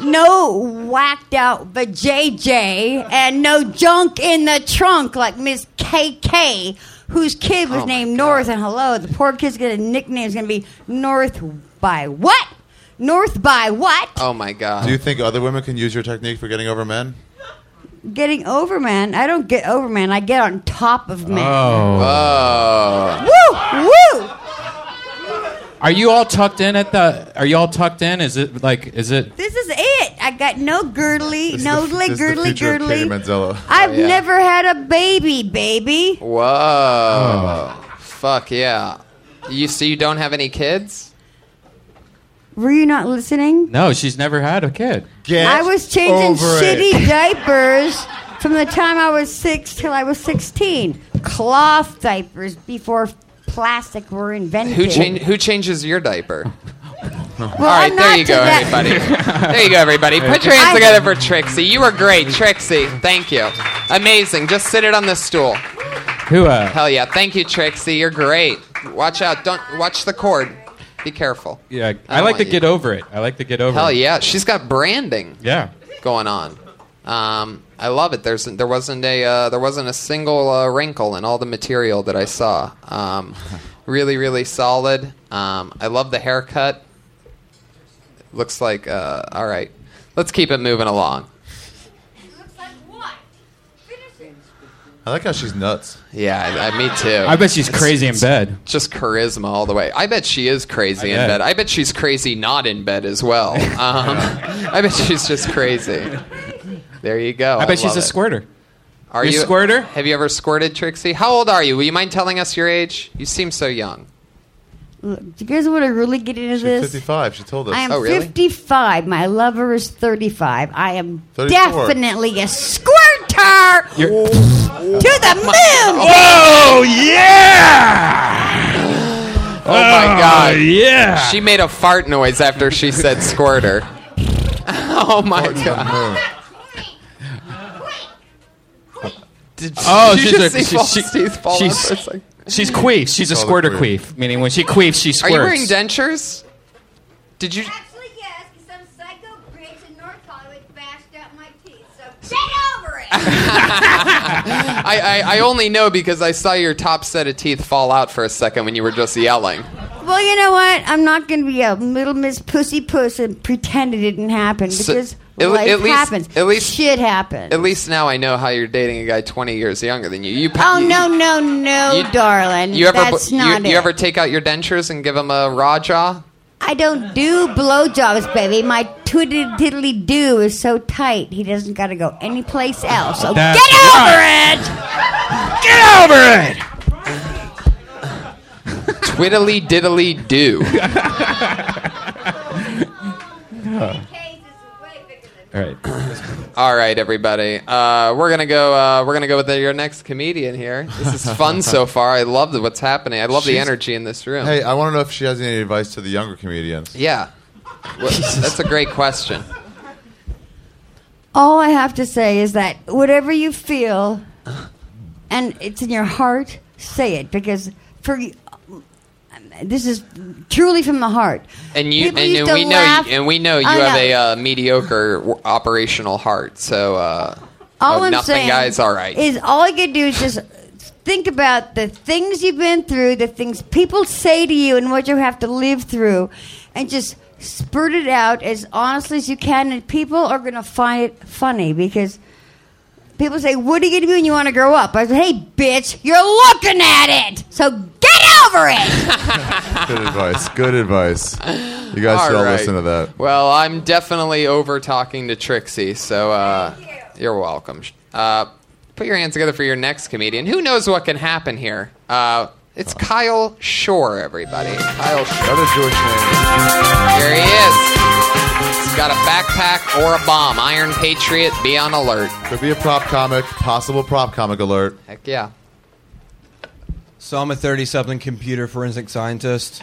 Speaker 9: No whacked out vajayjay and no junk in the trunk like Miss KK, whose kid was
Speaker 10: Oh, my
Speaker 9: named North. And hello, the poor kid's gonna nickname is gonna be North by what? North by what?
Speaker 4: Oh my god.
Speaker 7: Do you think other women can use your technique for getting over men?
Speaker 9: Getting over man. I don't get over man. I get on top of man.
Speaker 7: Oh.
Speaker 4: Uh.
Speaker 6: Oh.
Speaker 9: Woo woo.
Speaker 6: Are you all tucked in at the? Are you all tucked in? Is it like? Is it?
Speaker 9: This is it. I got no girdly, no
Speaker 7: the,
Speaker 9: like
Speaker 7: this is the
Speaker 9: girdly
Speaker 7: future of Katie
Speaker 9: girdly.
Speaker 7: Manzello.
Speaker 9: I've
Speaker 4: Oh, yeah.
Speaker 9: never had a baby, baby.
Speaker 4: Whoa. Fuck yeah. You so you don't have any kids?
Speaker 9: Were you not listening?
Speaker 6: No, she's never had a kid.
Speaker 9: I was changing
Speaker 7: (laughs)
Speaker 9: shitty diapers from the time I was six till I was 16. Cloth diapers before plastic were invented.
Speaker 4: Who change who changes your
Speaker 9: (laughs)
Speaker 4: diaper?
Speaker 9: Well,
Speaker 4: All right,
Speaker 9: I'm
Speaker 4: there
Speaker 9: not
Speaker 4: you
Speaker 9: to
Speaker 4: go,
Speaker 9: that-
Speaker 4: everybody.
Speaker 9: (laughs)
Speaker 4: there you go, everybody. Put your hands together for Trixie. You were great, Trixie. Thank you. Amazing. Just sit it on the stool.
Speaker 6: Who? Uh,
Speaker 4: Hell yeah. Thank you, Trixie. You're great. Watch out. Don't watch the cord. Be careful.
Speaker 6: yeah,
Speaker 4: I
Speaker 6: I like
Speaker 4: want
Speaker 6: to
Speaker 4: you.
Speaker 6: get over it. I like to get over.
Speaker 4: Oh Hell
Speaker 6: it.
Speaker 4: yeah, she's got branding.
Speaker 6: Yeah.
Speaker 4: going on. Um, I love it. There's there wasn't a uh, there wasn't a single uh, wrinkle in all the material that I saw.
Speaker 7: (laughs)
Speaker 4: Um, really, really solid. Um, I love the haircut. Looks like uh, all right. Let's keep it moving along.
Speaker 7: I like how she's nuts.
Speaker 4: Yeah, I, I, me too.
Speaker 6: I bet she's crazy in bed.
Speaker 4: Just charisma all the way. I bet she is crazy
Speaker 6: I
Speaker 4: in
Speaker 6: bet.
Speaker 4: bed. I bet she's crazy not in bed
Speaker 6: (laughs)
Speaker 4: as well. Um, I bet she's just crazy. There you go.
Speaker 6: I bet she's
Speaker 4: Oh, love
Speaker 6: a
Speaker 4: it.
Speaker 6: squirter.
Speaker 4: Are
Speaker 6: You
Speaker 4: you
Speaker 6: a squirter?
Speaker 4: Have you ever squirted, Trixie? How old are you? Will you mind telling us your age? You seem so young.
Speaker 9: Look, do you guys want to really get into this?
Speaker 7: 55. She told us. Oh,
Speaker 9: I am 55. My lover is 35. I am
Speaker 7: 34.
Speaker 9: definitely a squirter
Speaker 6: You're-
Speaker 9: to the moon.
Speaker 6: Oh
Speaker 7: (laughs)
Speaker 6: yeah!
Speaker 4: Oh, my god!
Speaker 6: yeah.
Speaker 4: She made a fart noise after she said squirter. (laughs) oh my god! Did
Speaker 6: Oh,
Speaker 4: you
Speaker 6: she's
Speaker 4: just
Speaker 6: a,
Speaker 4: see
Speaker 6: she-
Speaker 4: false
Speaker 6: she-
Speaker 4: teeth fall out
Speaker 6: she's,
Speaker 4: for a second?
Speaker 6: she's queef. She's a
Speaker 4: Call it
Speaker 6: squirter
Speaker 4: queef.
Speaker 6: queef, meaning when she queefs, she
Speaker 4: Are
Speaker 6: squirts.
Speaker 4: you wearing dentures? Did you? I, I, I only know because I saw your top set of teeth fall out for a second when you were just yelling.
Speaker 9: Well, you know what? I'm not going to be a little Miss Pussy Puss and pretend it didn't happen
Speaker 4: So-
Speaker 9: because
Speaker 4: at le-
Speaker 9: life
Speaker 4: at least-
Speaker 9: happens.
Speaker 4: at least-
Speaker 9: shit happens.
Speaker 4: At least now I know how you're dating a guy 20 years younger than you. You
Speaker 9: Oh no, no, no,
Speaker 4: you-
Speaker 9: darling.
Speaker 4: You ever
Speaker 9: Oh, That's
Speaker 4: bu- you-
Speaker 9: not
Speaker 4: you,
Speaker 9: it.
Speaker 4: ever take out your dentures and give him a raw jaw?
Speaker 9: I don't do blowjobs, baby. My twiddly diddly do is so tight. He doesn't got to go anyplace else. So
Speaker 6: That's
Speaker 9: get over it. Get
Speaker 6: over it.
Speaker 4: Twiddly diddly do.
Speaker 6: All right.
Speaker 4: All right, everybody. Uh, we're gonna go. Uh, we're gonna go with your next comedian here. This is fun
Speaker 7: (laughs)
Speaker 4: so far. I love the, what's happening. I love the
Speaker 7: She's-
Speaker 4: energy in this room.
Speaker 7: Hey, I want to know if she has any advice to the younger comedians.
Speaker 4: Yeah,
Speaker 9: (laughs)
Speaker 4: Well, that's a great question.
Speaker 9: All I have to say is that whatever you feel, and it's in your heart, say it because for this is truly from the heart.
Speaker 4: And you and,
Speaker 9: People used
Speaker 4: and
Speaker 9: to
Speaker 4: we know
Speaker 9: laugh-
Speaker 4: you, and we know you
Speaker 9: I
Speaker 4: have
Speaker 9: know.
Speaker 4: a uh, mediocre w- operational heart. So uh,
Speaker 9: All
Speaker 4: oh,
Speaker 9: I'm
Speaker 4: nothing,
Speaker 9: saying
Speaker 4: guys. All right.
Speaker 9: is all you can do is just think about the things you've been through, the things people say to you, and what you have to live through, and just spurt it out as honestly as you can. And people are going to find it funny because people say, "What are you going to do when you want to grow up?" I said, "Hey, bitch, you're looking at it, so get over it."
Speaker 7: Good advice. Good advice. You guys should all
Speaker 4: right.
Speaker 7: listen to that.
Speaker 4: Well, I'm definitely over talking to Trixie, so uh, you. are welcome. Uh, put your hands together for your next comedian. Who knows what can happen here? Uh, it's Kyle Shore, everybody. Kyle Shore. Here he is. He's got a backpack or a bomb. Iron Patriot, be on alert.
Speaker 7: (laughs) Could be a prop comic, possible prop comic alert.
Speaker 4: Heck yeah.
Speaker 10: So I'm a 30 something computer forensic scientist.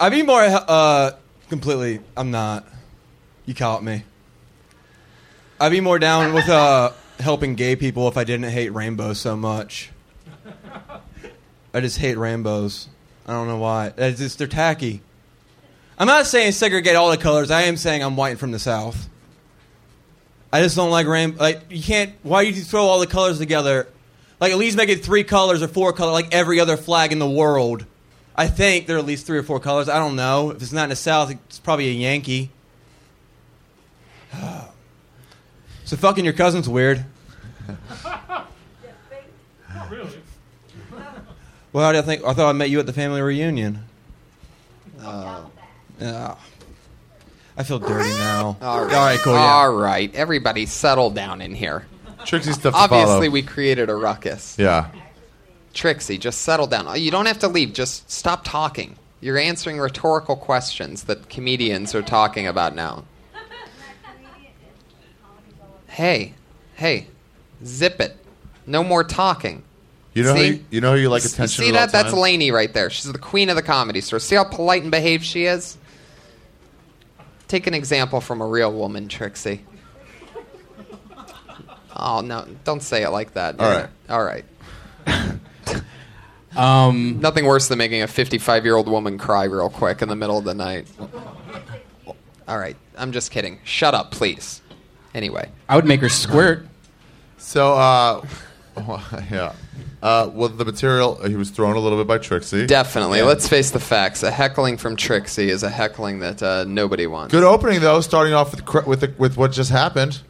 Speaker 10: I'd be more uh, completely. I'm not. You caught me. I'd be more down with uh, helping gay people if I didn't hate Rambo so much. I just hate Rambo's. I don't know why. It's just they're tacky. I'm not saying segregate all the colors. I am saying I'm white and from the south. I just don't like Ram. Like you can't. Why do you throw all the colors together? Like at least make it three colors or four colors, like every other flag in the world. I think there are at least three or four colors. I don't know. If it's not in the South, it's probably a Yankee. so fucking your cousin's weird.
Speaker 11: Not really.
Speaker 10: Well, how do I think? I thought I met you at the family reunion.
Speaker 4: Uh,
Speaker 10: Yeah. I feel dirty now.
Speaker 4: All right,
Speaker 10: All right, cool. Yeah.
Speaker 4: All right, everybody, settle down in here.
Speaker 7: Trixie stuff to
Speaker 4: Obviously,
Speaker 7: follow.
Speaker 4: we created a ruckus.
Speaker 7: Yeah.
Speaker 4: Trixie, just settle down. Oh, You don't have to leave. Just stop talking. You're answering rhetorical questions that comedians are talking about now. Hey, hey, zip it. No more talking.
Speaker 7: You know, who
Speaker 4: See?
Speaker 7: you, you know who you like
Speaker 4: S-
Speaker 7: attention.
Speaker 4: See
Speaker 7: at
Speaker 4: that?
Speaker 7: all
Speaker 4: That's
Speaker 7: times?
Speaker 4: Lainey right there. She's the queen of the comedy store. See how polite and behaved she is. Take an example from a real woman, Trixie. Oh no! Don't say it like that.
Speaker 7: All right. (laughs)
Speaker 4: All right.
Speaker 6: Um,
Speaker 4: Nothing worse than making a 55-year-old woman cry real quick in the middle of the night. All right. I'm just kidding. Shut up, please. Anyway.
Speaker 6: I would make her squirt.
Speaker 7: So, uh, (laughs) yeah. Uh, well, the material he was thrown a little bit by Trixie.
Speaker 4: Definitely.
Speaker 7: Yeah.
Speaker 4: Let's face the facts. A heckling from Trixie is a heckling that uh, nobody wants.
Speaker 7: Good opening though, starting off with cr- with the, with what just happened.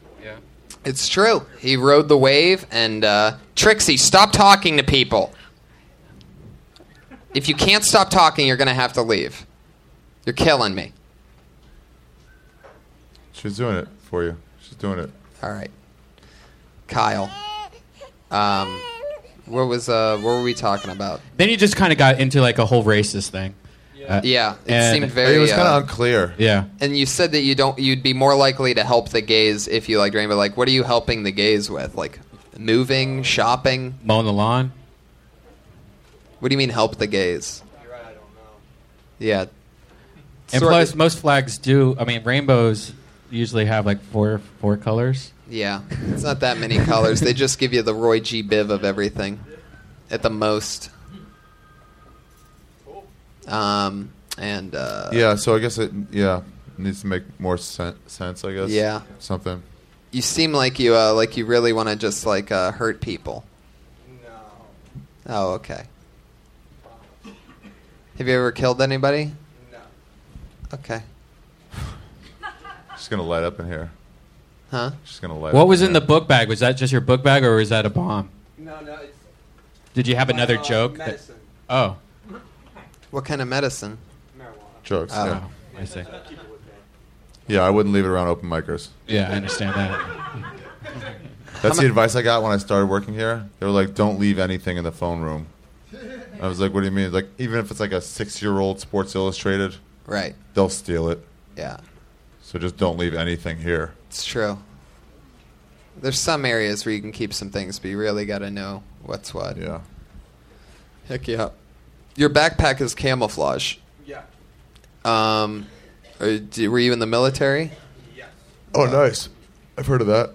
Speaker 4: It's true. He rode the wave, and uh, Trixie, stop talking to people. If you can't stop talking, you're going to have to leave. You're killing me.
Speaker 7: She's doing it for you. She's doing it.
Speaker 4: All right, Kyle. Um, what was uh, what were we talking about?
Speaker 6: Then you just kind of got into like a whole racist thing. Uh,
Speaker 4: Yeah, it
Speaker 6: and-
Speaker 4: seemed very. uh,
Speaker 7: unclear.
Speaker 6: Yeah.
Speaker 4: and you said that you don't. You'd be more likely to help the gays if you liked rainbow. Like, what are you helping the gays with? Like, moving, shopping.
Speaker 6: Mowing the lawn.
Speaker 4: What do you mean help the gays? Yeah.
Speaker 6: And
Speaker 4: Sort-
Speaker 6: plus, most flags do. I mean, rainbows usually have like four four colors.
Speaker 4: Yeah, it's not that many colors. They just give you the Roy G. Biv of everything, at the most. Um, and uh,
Speaker 7: yeah. So I guess it. Yeah, needs to make more sen- sense. I guess.
Speaker 4: Yeah.
Speaker 7: Something.
Speaker 4: you seem like you uh, like you really want to just like uh, hurt people. No. Oh, okay. Have you ever killed anybody? No. Okay.
Speaker 7: She's gonna light up in here.
Speaker 4: Huh?
Speaker 7: She's gonna light.
Speaker 6: What
Speaker 7: up
Speaker 6: was in
Speaker 7: here.
Speaker 6: the book bag? Was that just your book bag, or was that a bomb?
Speaker 10: No, no. It's,
Speaker 6: Did you have another
Speaker 10: Uh,
Speaker 6: joke? that-
Speaker 10: medicine.
Speaker 6: oh,
Speaker 4: What kind of medicine?
Speaker 7: jokes?
Speaker 4: Oh.
Speaker 7: Yeah.
Speaker 6: I see.
Speaker 7: yeah, I wouldn't leave it around open micers.
Speaker 6: Yeah, I understand that.
Speaker 7: That's the advice I got when I started working here. They were like, "Don't leave anything in the phone room." I was like, "What do you mean? Like, even if it's like a six-year-old Sports Illustrated,
Speaker 4: Right.
Speaker 7: they'll steal it.
Speaker 4: Yeah.
Speaker 7: So just don't leave anything here."
Speaker 4: It's true. There's some areas where you can keep some things, but you really got to know what's what.
Speaker 7: Yeah.
Speaker 4: Heck yeah. Your backpack is camouflage.
Speaker 10: yeah.
Speaker 4: Um, uh, d- were you in the military?
Speaker 7: Oh, nice. I've heard of that.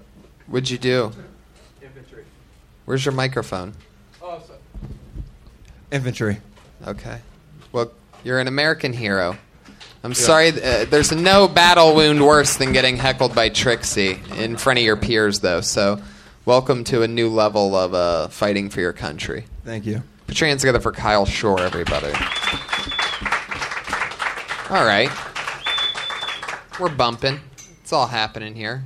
Speaker 4: What'd you do?
Speaker 10: Infantry.
Speaker 4: Where's your microphone?
Speaker 10: Oh, so. Infantry.
Speaker 4: Okay. Well, you're an American hero. I'm sorry. th- Uh, there's no battle wound worse than getting heckled by Trixie in front of your peers, though. So, welcome to a new level of uh, fighting for your country.
Speaker 10: Thank
Speaker 4: (laughs)
Speaker 10: you.
Speaker 4: Put your hands together for Kyle Shore, everybody. All right. We're bumping. It's all happening here.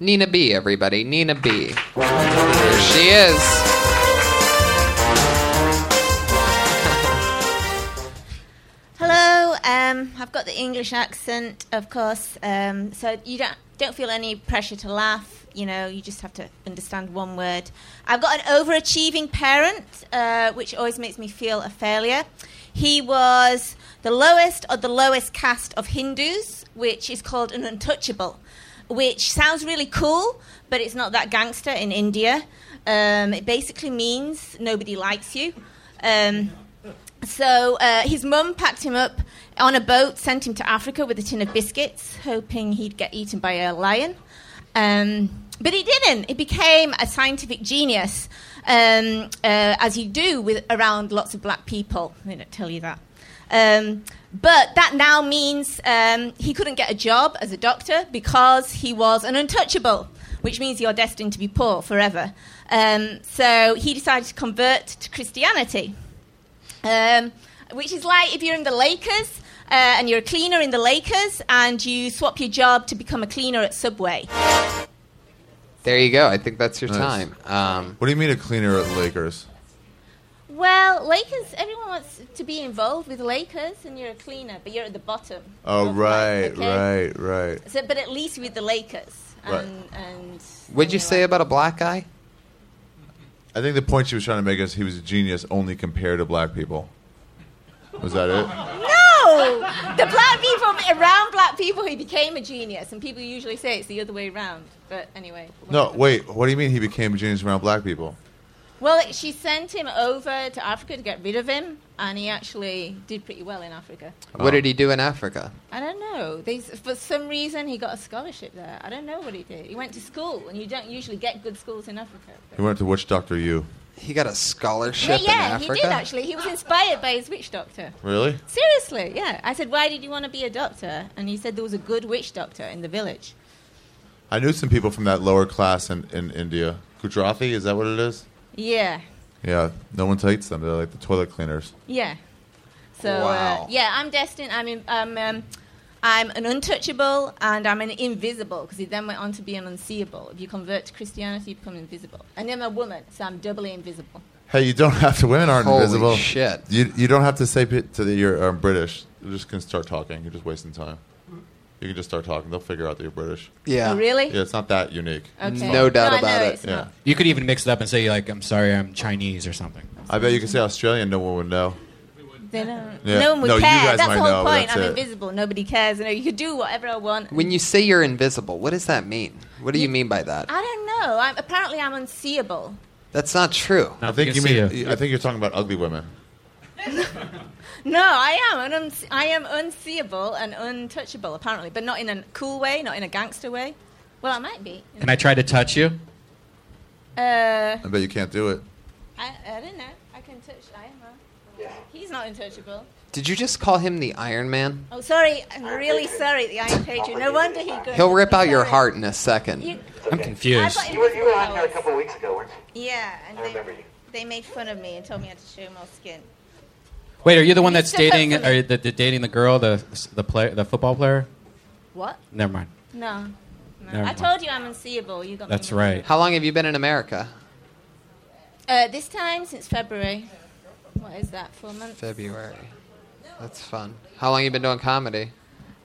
Speaker 4: Nina B, everybody. Nina B. Here she is.
Speaker 12: Hello. Um, I've got the English accent, of course. Um, so you don't don't feel any pressure to laugh. you know, you just have to understand one word. I've got an overachieving parent, uh, which always makes me feel a failure. He was the lowest or the lowest caste of Hindus, which is called an untouchable, which sounds really cool, but it's not that gangster in India. Um, it basically means nobody likes you. Um, so uh, his mum packed him up on a boat, sent him to Africa with a tin of biscuits, hoping he'd get eaten by a lion. Um, but he didn't. He became a scientific genius, um, uh, as you do with around lots of black people. They don't tell you that. Um, but that now means um, he couldn't get a job as a doctor because he was an untouchable, which means you're destined to be poor forever. Um, so he decided to convert to Christianity, um, which is like if you're in the Lakers uh, and you're a cleaner in the Lakers and you swap your job to become a cleaner at Subway.
Speaker 4: There you go. I think that's your
Speaker 7: Nice.
Speaker 4: time. Um,
Speaker 7: what do you mean a cleaner at Lakers?
Speaker 12: Well, Lakers, everyone wants to be involved with Lakers and you're a cleaner, but you're at the bottom.
Speaker 7: Oh, right,
Speaker 12: okay.
Speaker 7: right, right.
Speaker 12: So, but at least with the Lakers.
Speaker 7: Right.
Speaker 12: And, and
Speaker 4: What'd you say about a black guy?
Speaker 7: I think the point she was trying to make is he was a genius only compared to black people. Was that it?
Speaker 4: (laughs)
Speaker 12: No! The black people, around black people, he became a genius. And people usually say it's the other way around. But anyway.
Speaker 7: No, wait. What do you mean he became a genius around black people?
Speaker 12: Well, she sent him over to Africa to get rid of him. And he actually did pretty well in Africa.
Speaker 4: What did he do in Africa?
Speaker 12: I don't know. They, for some reason, he got a scholarship there. I don't know what he did. He went to school, and you don't usually get good schools in Africa.
Speaker 7: He went to which doctor you?
Speaker 4: He got a scholarship
Speaker 12: yeah, yeah
Speaker 4: in
Speaker 12: he
Speaker 4: Africa.
Speaker 12: did actually. He was inspired by his witch doctor.
Speaker 7: Really?
Speaker 12: Seriously, yeah. I said, why did you want to be a doctor? And he said there was a good witch doctor in the village.
Speaker 7: I knew some people from that lower class in, in India. Gujarati, is that what it is?
Speaker 12: Yeah,
Speaker 7: Yeah, no one takes them. They're like the toilet cleaners.
Speaker 12: yeah. So uh,
Speaker 7: Wow.
Speaker 12: yeah, I'm destined. I'm in, um, um, I'm an untouchable and I'm an invisible because he then went on to be an unseeable. If you convert to Christianity, you become invisible. And I'm a woman, so I'm doubly invisible.
Speaker 7: Hey, you don't have to. Women aren't
Speaker 4: Holy
Speaker 7: invisible.
Speaker 4: shit.
Speaker 7: You, you don't have to say p- to that you're um, British. You're just going to start talking. You're just wasting time. You can just start talking. They'll figure out that you're British.
Speaker 4: Yeah.
Speaker 12: Oh, really?
Speaker 7: Yeah, it's not that unique.
Speaker 12: Okay. No doubt No, I about know it. it's
Speaker 7: Yeah.
Speaker 12: not.
Speaker 6: You could even mix it up and say like, "I'm sorry, I'm Chinese" or something.
Speaker 7: I bet you could say Australian. No one would know.
Speaker 12: They don't.
Speaker 7: Yeah.
Speaker 12: uh, No one would
Speaker 7: No, you
Speaker 12: care.
Speaker 7: guys
Speaker 12: that's
Speaker 7: might
Speaker 12: the whole
Speaker 7: know, but
Speaker 12: point.
Speaker 7: that's
Speaker 12: I'm
Speaker 7: it.
Speaker 12: invisible. Nobody cares. You know, you can do whatever I want.
Speaker 4: When you say you're invisible, what does that mean? What do you mean by that?
Speaker 12: I don't know. I'm, apparently, I'm unseeable.
Speaker 4: That's not true.
Speaker 7: I think you mean. I think you're talking about ugly women.
Speaker 12: No, I am. An unse- I am unseeable and untouchable, apparently, but not in a cool way, not in a gangster way. Well, I might be.
Speaker 6: Can I try to touch you?
Speaker 12: Uh,
Speaker 7: I bet you can't do it.
Speaker 12: I, I don't know. I can touch. I am. Yeah. He's not untouchable.
Speaker 4: Did you just call him the Iron Man?
Speaker 12: Oh, sorry. I'm really sorry. The Iron Pager. No wonder he. Goes.
Speaker 4: He'll rip out your heart in a second.
Speaker 12: You-
Speaker 4: I'm confused.
Speaker 12: I got
Speaker 5: You were, you were on
Speaker 12: invisible
Speaker 5: here a couple of weeks ago, weren't you?
Speaker 12: Yeah, and
Speaker 5: I remember
Speaker 12: they,
Speaker 5: you.
Speaker 12: they made fun of me and told me I had to show more skin.
Speaker 6: Wait, are you the one that's
Speaker 12: He's so
Speaker 6: dating?
Speaker 12: handsome.
Speaker 6: Are you the, the dating the girl, the the player, the football player?
Speaker 12: What?
Speaker 6: Never mind.
Speaker 12: No. no.
Speaker 6: Never
Speaker 12: I
Speaker 6: mind.
Speaker 12: told you I'm unseeable. You got me.
Speaker 6: That's right.
Speaker 4: How long have you been in America?
Speaker 12: Uh, this time since February. What is that? Four months.
Speaker 4: February. That's fun. How long you been doing comedy?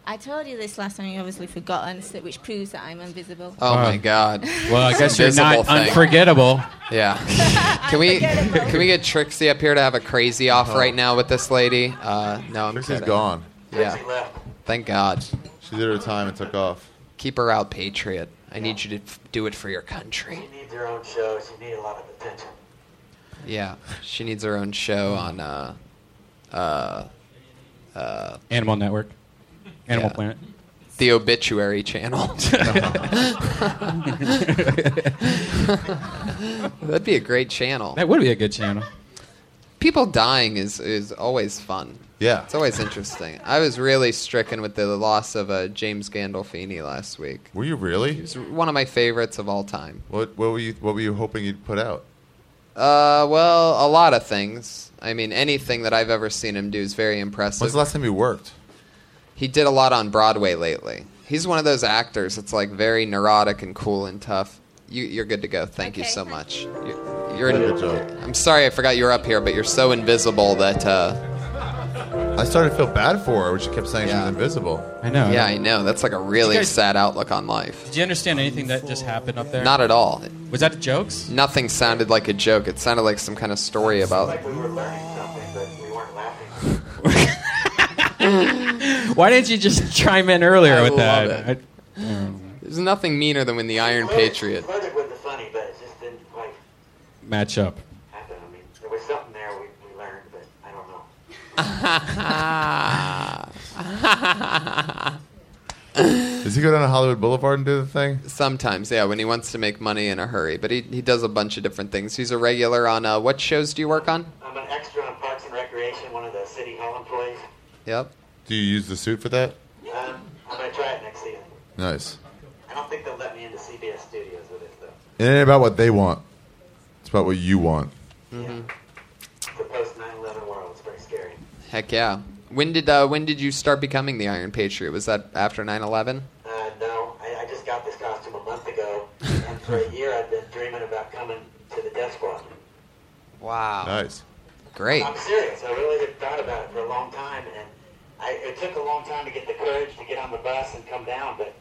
Speaker 12: I told you this last time. You obviously forgotten, so, which proves that I'm invisible.
Speaker 4: Oh my God.
Speaker 6: Well, I
Speaker 4: This
Speaker 6: guess you're
Speaker 4: invisible
Speaker 6: not
Speaker 4: thing.
Speaker 6: unforgettable.
Speaker 4: Yeah. (laughs) Can (laughs) we can we get Trixie up here to have a crazy off
Speaker 7: Oh.
Speaker 4: right now with this lady? Uh, no, I'm
Speaker 7: Trixie's
Speaker 4: kidding.
Speaker 7: gone.
Speaker 4: Yeah.
Speaker 5: Trixie left.
Speaker 4: Thank God.
Speaker 7: She did her time and took off.
Speaker 4: Keep her out, Patriot. I need you to f- do it for your country.
Speaker 5: She needs her own show. She needs a lot of attention.
Speaker 4: Yeah, she needs her own show on uh, uh, uh,
Speaker 6: Animal Network, Animal
Speaker 4: Yeah.
Speaker 6: Planet.
Speaker 4: the
Speaker 6: (laughs)
Speaker 4: obituary channel. (laughs) That'd be a great channel.
Speaker 6: That would be a good channel.
Speaker 4: People dying is is always fun.
Speaker 7: Yeah,
Speaker 4: it's always interesting. I was really stricken with the loss of uh, James Gandolfini last week.
Speaker 7: Were you really?
Speaker 4: He was one of my favorites of all time.
Speaker 7: What what were you what were you hoping you'd put out?
Speaker 4: Uh, well, a lot of things. I mean, anything that I've ever seen him do is very impressive.
Speaker 7: When's the last time you worked?
Speaker 4: He did a lot on Broadway lately. He's one of those actors that's like very neurotic and cool and tough. You, you're good to go. Thank you so much. You're, you're
Speaker 7: Good job.
Speaker 4: I'm sorry I forgot you were up here, but you're so invisible that uh,
Speaker 7: I started to feel bad for her when she kept saying she was invisible.
Speaker 6: I know.
Speaker 4: Yeah, I know. That's like a really
Speaker 3: You guys-
Speaker 4: sad outlook on life.
Speaker 3: Did you understand anything that just happened up there?
Speaker 4: Not at all.
Speaker 3: Was that jokes?
Speaker 4: Nothing sounded like a joke. It sounded like some kind of story about.
Speaker 3: Why didn't you just (laughs) chime in earlier
Speaker 4: I
Speaker 3: with
Speaker 4: love
Speaker 3: that?
Speaker 4: it.
Speaker 3: I- mm,
Speaker 4: There's nothing meaner than when the Iron Patriot.
Speaker 6: Match up.
Speaker 5: There was something there we, we learned, but I don't know.
Speaker 4: (laughs)
Speaker 7: Does he go down to Hollywood Boulevard and do the thing?
Speaker 4: Sometimes, yeah, when he wants to make money in a hurry. But he, he does a bunch of different things. He's a regular on uh, what shows do you work on?
Speaker 5: I'm an extra on Parks and Recreation, one of the city hall employees.
Speaker 4: Yep.
Speaker 7: Do you use the suit for that?
Speaker 5: Um, I'm gonna try it next season.
Speaker 7: Nice.
Speaker 5: I don't think they'll let me into CBS Studios with it though.
Speaker 7: It ain't about what they want. It's about what you want.
Speaker 5: It's a post 9/11 world. It's very scary.
Speaker 4: Heck yeah. When did uh, when did you start becoming the Iron Patriot? Was that after 9/11?
Speaker 5: Uh, no, I, I just got this costume a month ago, and for a year I've been dreaming about coming to the Death Squad.
Speaker 4: Wow.
Speaker 7: Nice.
Speaker 4: Great.
Speaker 5: I'm serious. I really had thought about it for a long time, and I, it took a long time to get the courage to get on the bus and come down. But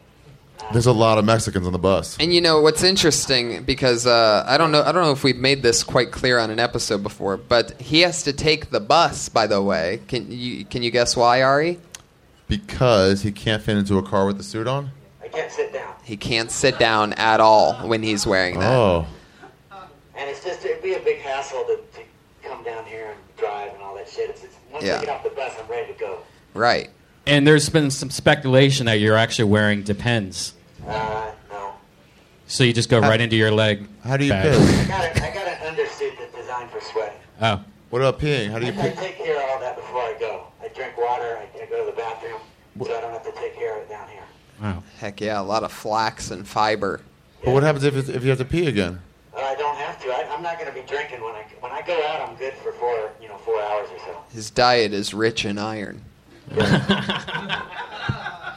Speaker 5: Uh,
Speaker 7: There's a lot of Mexicans on the bus.
Speaker 4: And you know what's interesting because uh, I don't know I don't know if we've made this quite clear on an episode before, but he has to take the bus. By the way, can you can you guess why, Ari?
Speaker 7: Because he can't fit into a car with the suit on?
Speaker 5: I can't sit down,
Speaker 4: He can't sit down at all when he's wearing that.
Speaker 7: Oh.
Speaker 5: and it's just it'd be a big hassle to, to come down here and drive and all that shit. It's, it's once
Speaker 3: Yeah.
Speaker 5: I get off the bus, I'm ready to go.
Speaker 4: Right.
Speaker 3: And there's been some speculation that you're actually wearing depends.
Speaker 5: Uh, no.
Speaker 3: So you just go right into your leg.
Speaker 7: How do you
Speaker 5: I got, a, I got an undersuit that's designed for sweating.
Speaker 3: (laughs) Oh.
Speaker 7: What about peeing? How do you
Speaker 5: I, I
Speaker 7: pee?
Speaker 5: take care of all that before I go. I drink water. I, I go to the bathroom, so I don't have to take care of it down here.
Speaker 3: Wow.
Speaker 4: Heck yeah, a lot of flax and fiber.
Speaker 7: But what happens if, it's, if you have to pee again?
Speaker 5: Uh, I don't have to. I, I'm not going to be drinking when I when I go out. I'm good for four you know four hours or so.
Speaker 4: His diet is rich in iron.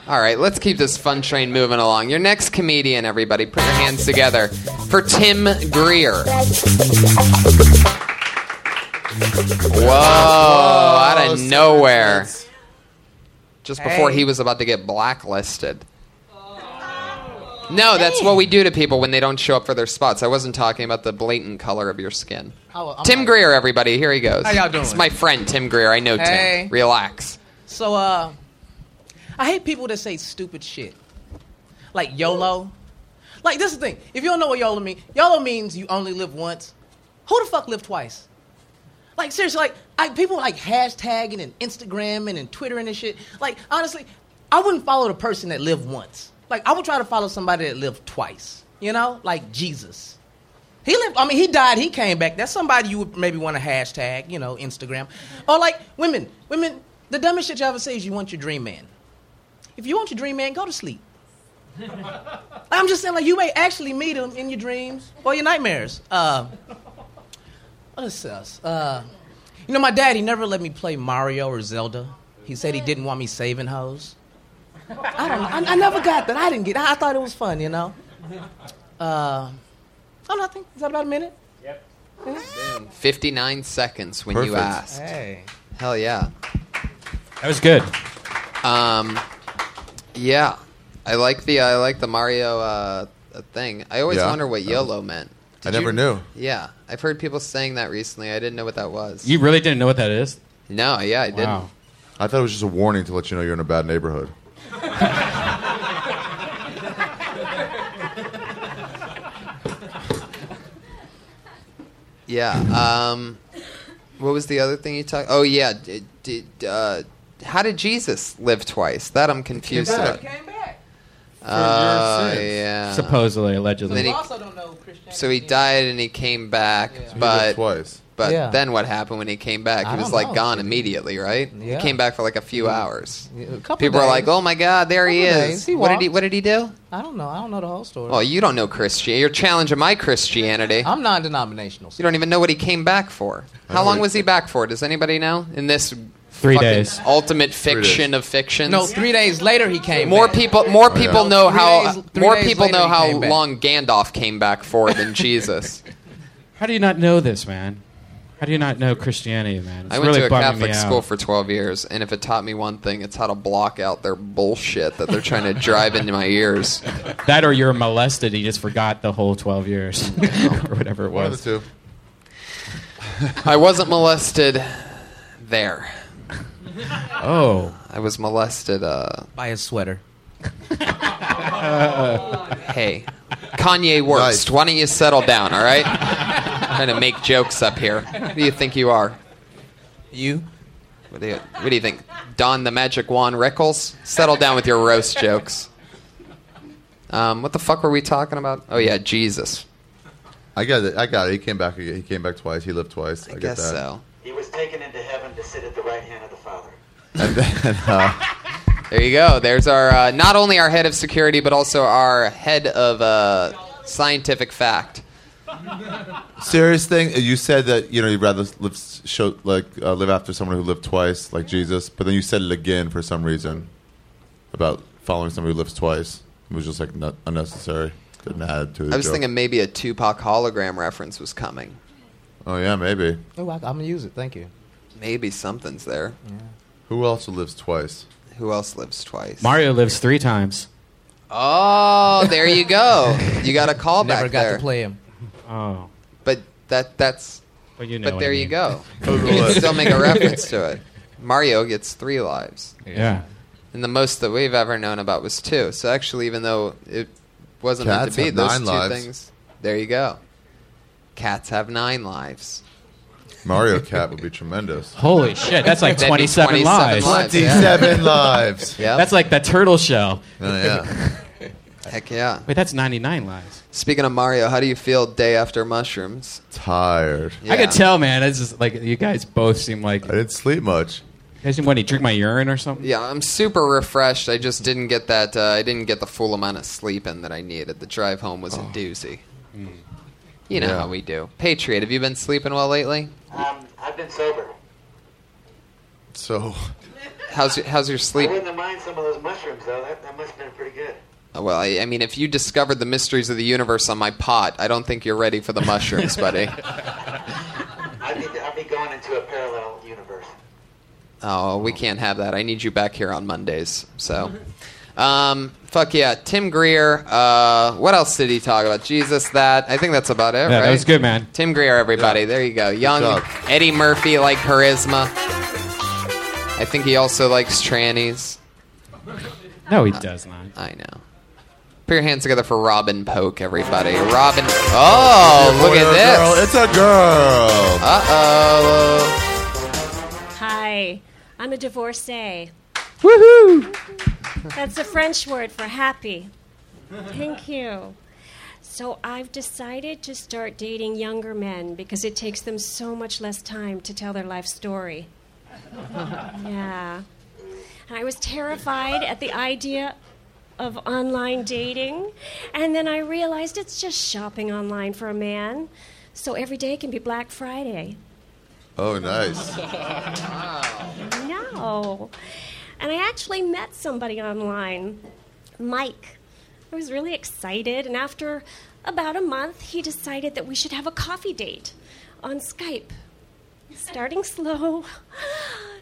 Speaker 4: All right, let's keep this fun train moving along. Your next comedian, everybody, put your hands together for Tim Greer. Whoa, out of nowhere. Just before
Speaker 3: Hey.
Speaker 4: he was about to get blacklisted. No, that's what we do to people when they don't show up for their spots. I wasn't talking about the blatant color of your skin.
Speaker 13: How- I'm
Speaker 4: Tim
Speaker 13: like-
Speaker 4: Greer, everybody, here he goes.
Speaker 13: How y'all doing?
Speaker 4: It's my friend Tim Greer. I know
Speaker 13: Hey.
Speaker 4: Tim. Relax.
Speaker 13: So, uh, I hate people that say stupid shit, like YOLO. Like this is the thing. If you don't know what YOLO means, YOLO means you only live once. Who the fuck lived twice? Like seriously, like I, people like hashtagging and Instagramming and Twittering and shit. Like honestly, I wouldn't follow the person that lived once. Like I would try to follow somebody that lived twice. You know, like Jesus. He lived. I mean, he died. He came back. That's somebody you would maybe want to hashtag. You know, Instagram. Or like women. Women. The dumbest shit you ever say is you want your dream man. If you want your dream man, go to sleep. I'm just saying, like you may actually meet him in your dreams or your nightmares. Uh, what is this? Uh, you know, my dad. He never let me play Mario or Zelda. He said he didn't want me saving hoes. I don't. know. I, I never got that. I didn't get. I, I thought it was fun. You know. Uh, I don't know. I think is that about a minute. Mm-hmm.
Speaker 4: 59 seconds when you
Speaker 3: Perfect.
Speaker 4: asked.
Speaker 13: Hey.
Speaker 4: Hell yeah.
Speaker 3: That was good.
Speaker 4: Um, yeah, I like the I like the Mario uh, thing. I always
Speaker 7: Yeah.
Speaker 4: wonder what
Speaker 7: That
Speaker 4: YOLO meant.
Speaker 7: I never knew.
Speaker 4: Yeah, I've heard people saying that recently. I didn't know what that was.
Speaker 3: You really didn't know what that is?
Speaker 4: No, yeah, I didn't.
Speaker 7: I thought it was just a warning to let you know you're in a bad neighborhood.
Speaker 4: Yeah. Um, what was the other thing you talked? Oh yeah. Did, did, uh, how did Jesus live twice? That I'm confused
Speaker 3: back.
Speaker 4: about.
Speaker 3: He
Speaker 13: came back.
Speaker 4: Oh yeah.
Speaker 3: Supposedly, allegedly.
Speaker 4: Then he- So he died and he came back,
Speaker 3: lived
Speaker 4: but
Speaker 7: twice.
Speaker 4: But
Speaker 13: Yeah.
Speaker 4: then what happened when he came back?
Speaker 13: I
Speaker 4: He was
Speaker 13: don't
Speaker 4: like
Speaker 13: know.
Speaker 4: gone immediately, right?
Speaker 13: Yeah.
Speaker 4: He came back for like a few hours.
Speaker 13: a couple
Speaker 4: People are like,
Speaker 13: days.
Speaker 4: "Oh my God, there he
Speaker 13: Couple
Speaker 4: is!"
Speaker 13: days. He
Speaker 4: what did he
Speaker 13: walked.
Speaker 4: What did he do?
Speaker 13: I don't know. I don't know the whole story.
Speaker 4: Well, Oh, you don't know Christian. You're challenging my Christianity.
Speaker 13: I'm non-denominational.
Speaker 4: You don't even know what he came back for.
Speaker 13: I
Speaker 4: How
Speaker 13: know
Speaker 4: long
Speaker 13: he-
Speaker 4: was he back for? Does anybody know? In this
Speaker 3: Three
Speaker 4: fucking
Speaker 3: days.
Speaker 4: ultimate fiction of fictions.
Speaker 13: No, three days later he came.
Speaker 4: More
Speaker 13: back.
Speaker 4: people, more
Speaker 13: Oh, yeah.
Speaker 4: people know
Speaker 13: Three
Speaker 4: how
Speaker 13: days- three
Speaker 4: more
Speaker 13: days
Speaker 4: people
Speaker 13: later
Speaker 4: know
Speaker 13: he
Speaker 4: how
Speaker 13: came
Speaker 3: (laughs)
Speaker 13: back.
Speaker 4: long Gandalf came back for than Jesus.
Speaker 3: How do you not know this, man? How do you not know Christianity, man? It's
Speaker 4: I went
Speaker 3: really
Speaker 4: to a
Speaker 3: bumming
Speaker 4: Catholic
Speaker 3: me out.
Speaker 4: school for 12 years, and if it taught me one thing, it's how to block out their bullshit that they're trying to drive into my ears.
Speaker 3: That or you're molested and you just forgot the whole 12 years (laughs) or whatever it
Speaker 4: One of
Speaker 3: was.
Speaker 4: (laughs) the I wasn't molested there.
Speaker 3: Oh.
Speaker 4: I was molested uh,
Speaker 13: by a sweater.
Speaker 4: hey, Kanye worst. Why don't you settle down, all right? trying to make jokes up here. Who do you think you are? You? What do you, what do you think? Don the Magic Wand Rickles? Settle down with your roast jokes. Um, what the fuck were we talking about? Oh, yeah, Jesus.
Speaker 7: I got it. I got it. He came back. again. He came back twice. He lived twice. I,
Speaker 4: guess
Speaker 7: get that.
Speaker 4: so.
Speaker 5: He was taken into heaven to sit at the right hand of the Father.
Speaker 7: And then, uh,
Speaker 4: (laughs) There you go. There's our uh, not only our head of security, but also our head of uh, scientific fact.
Speaker 7: serious thing. You said that you know you'd rather live show like uh, live after someone who lived twice, like Jesus. But then you said it again for some reason about following somebody who lives twice. It was just like not unnecessary. Didn't add to the
Speaker 4: I was
Speaker 7: joke.
Speaker 4: thinking maybe a Tupac hologram reference was coming.
Speaker 7: Oh yeah, maybe.
Speaker 4: Oh, I'm gonna use it. Thank you. Maybe something's there.
Speaker 7: Who else lives twice?
Speaker 4: Who else lives twice?
Speaker 3: Mario lives three times.
Speaker 4: Oh, there you go. You got a call back
Speaker 13: Never got
Speaker 4: there.
Speaker 13: to play him.
Speaker 3: Oh.
Speaker 4: But that that's.
Speaker 3: But
Speaker 13: you know
Speaker 4: But
Speaker 13: what
Speaker 4: there
Speaker 13: I
Speaker 4: you
Speaker 13: mean. (laughs)
Speaker 4: go. you
Speaker 13: Google
Speaker 4: can
Speaker 13: it.
Speaker 4: still make
Speaker 13: (laughs)
Speaker 4: a reference to it. Mario gets three lives.
Speaker 3: Yeah.
Speaker 4: And the most that we've ever known about was two. So actually, even though it wasn't meant
Speaker 7: Cats
Speaker 4: to be,
Speaker 7: have
Speaker 4: those
Speaker 7: nine
Speaker 4: two
Speaker 7: lives.
Speaker 4: things. There you go. Cats have nine lives.
Speaker 7: Mario Cat would be tremendous.
Speaker 3: Holy shit, that's like
Speaker 4: That'd be
Speaker 3: 27,
Speaker 4: 27
Speaker 3: lives.
Speaker 4: lives, yeah.
Speaker 7: 27 lives.
Speaker 4: Yep.
Speaker 3: That's like that turtle shell.
Speaker 4: Oh, yeah. (laughs) Heck yeah.
Speaker 3: Wait, that's 99 lives.
Speaker 4: Speaking of Mario, how do you feel day after mushrooms?
Speaker 7: Tired.
Speaker 3: I
Speaker 4: Yeah.
Speaker 3: could tell, man. It's just like you guys both seem like. I
Speaker 7: didn't sleep much.
Speaker 3: You guys didn't want to drink my urine or something?
Speaker 4: Yeah, I'm super refreshed. I just didn't get that. Uh, I didn't get the full amount of sleep in that I needed. The drive home was a doozy. You know
Speaker 5: Yeah.
Speaker 4: how we do. Patriot, have you been sleeping well lately?
Speaker 5: Um, I've been sober.
Speaker 7: So,
Speaker 4: how's your, how's your sleep?
Speaker 5: I wouldn't have minded some of those mushrooms, though. That, that must have been pretty
Speaker 7: (laughs)
Speaker 5: good.
Speaker 4: Well, I, I mean, if you discovered the mysteries of the universe on my pot, I don't think you're ready for the mushrooms, buddy.
Speaker 5: I'd be, I'd be going into a parallel universe.
Speaker 4: Oh, we can't have that. I need you back here on Mondays.
Speaker 7: (laughs)
Speaker 4: So, um, fuck yeah, Tim Greer. Uh, what else did he talk about? Jesus, that. I think that's about it.
Speaker 3: Yeah, that
Speaker 4: right?
Speaker 3: was good, man.
Speaker 4: Tim Greer, everybody. There you go. Young
Speaker 3: job.
Speaker 4: Eddie Murphy, like charisma. I think he also likes trannies.
Speaker 3: No, he does not.
Speaker 4: I know. Put your hands together for Robin Poke, everybody. Robin. Oh, look at this.
Speaker 7: Girl, it's a girl.
Speaker 4: Uh oh.
Speaker 14: Hi, I'm a divorcee.
Speaker 8: Woohoo!
Speaker 14: That's the French word for happy. Thank you. So I've decided to start dating younger men because it takes them so much less time to tell their
Speaker 4: (laughs)
Speaker 14: life story. Yeah. And I was terrified at the idea of online dating, and then I realized it's just shopping online for a man. So every day can be Black Friday.
Speaker 7: Oh, nice.
Speaker 14: No. And I actually met somebody online, Mike. I was really excited, and after about a month, he decided that we should have a coffee date on Skype, starting slow.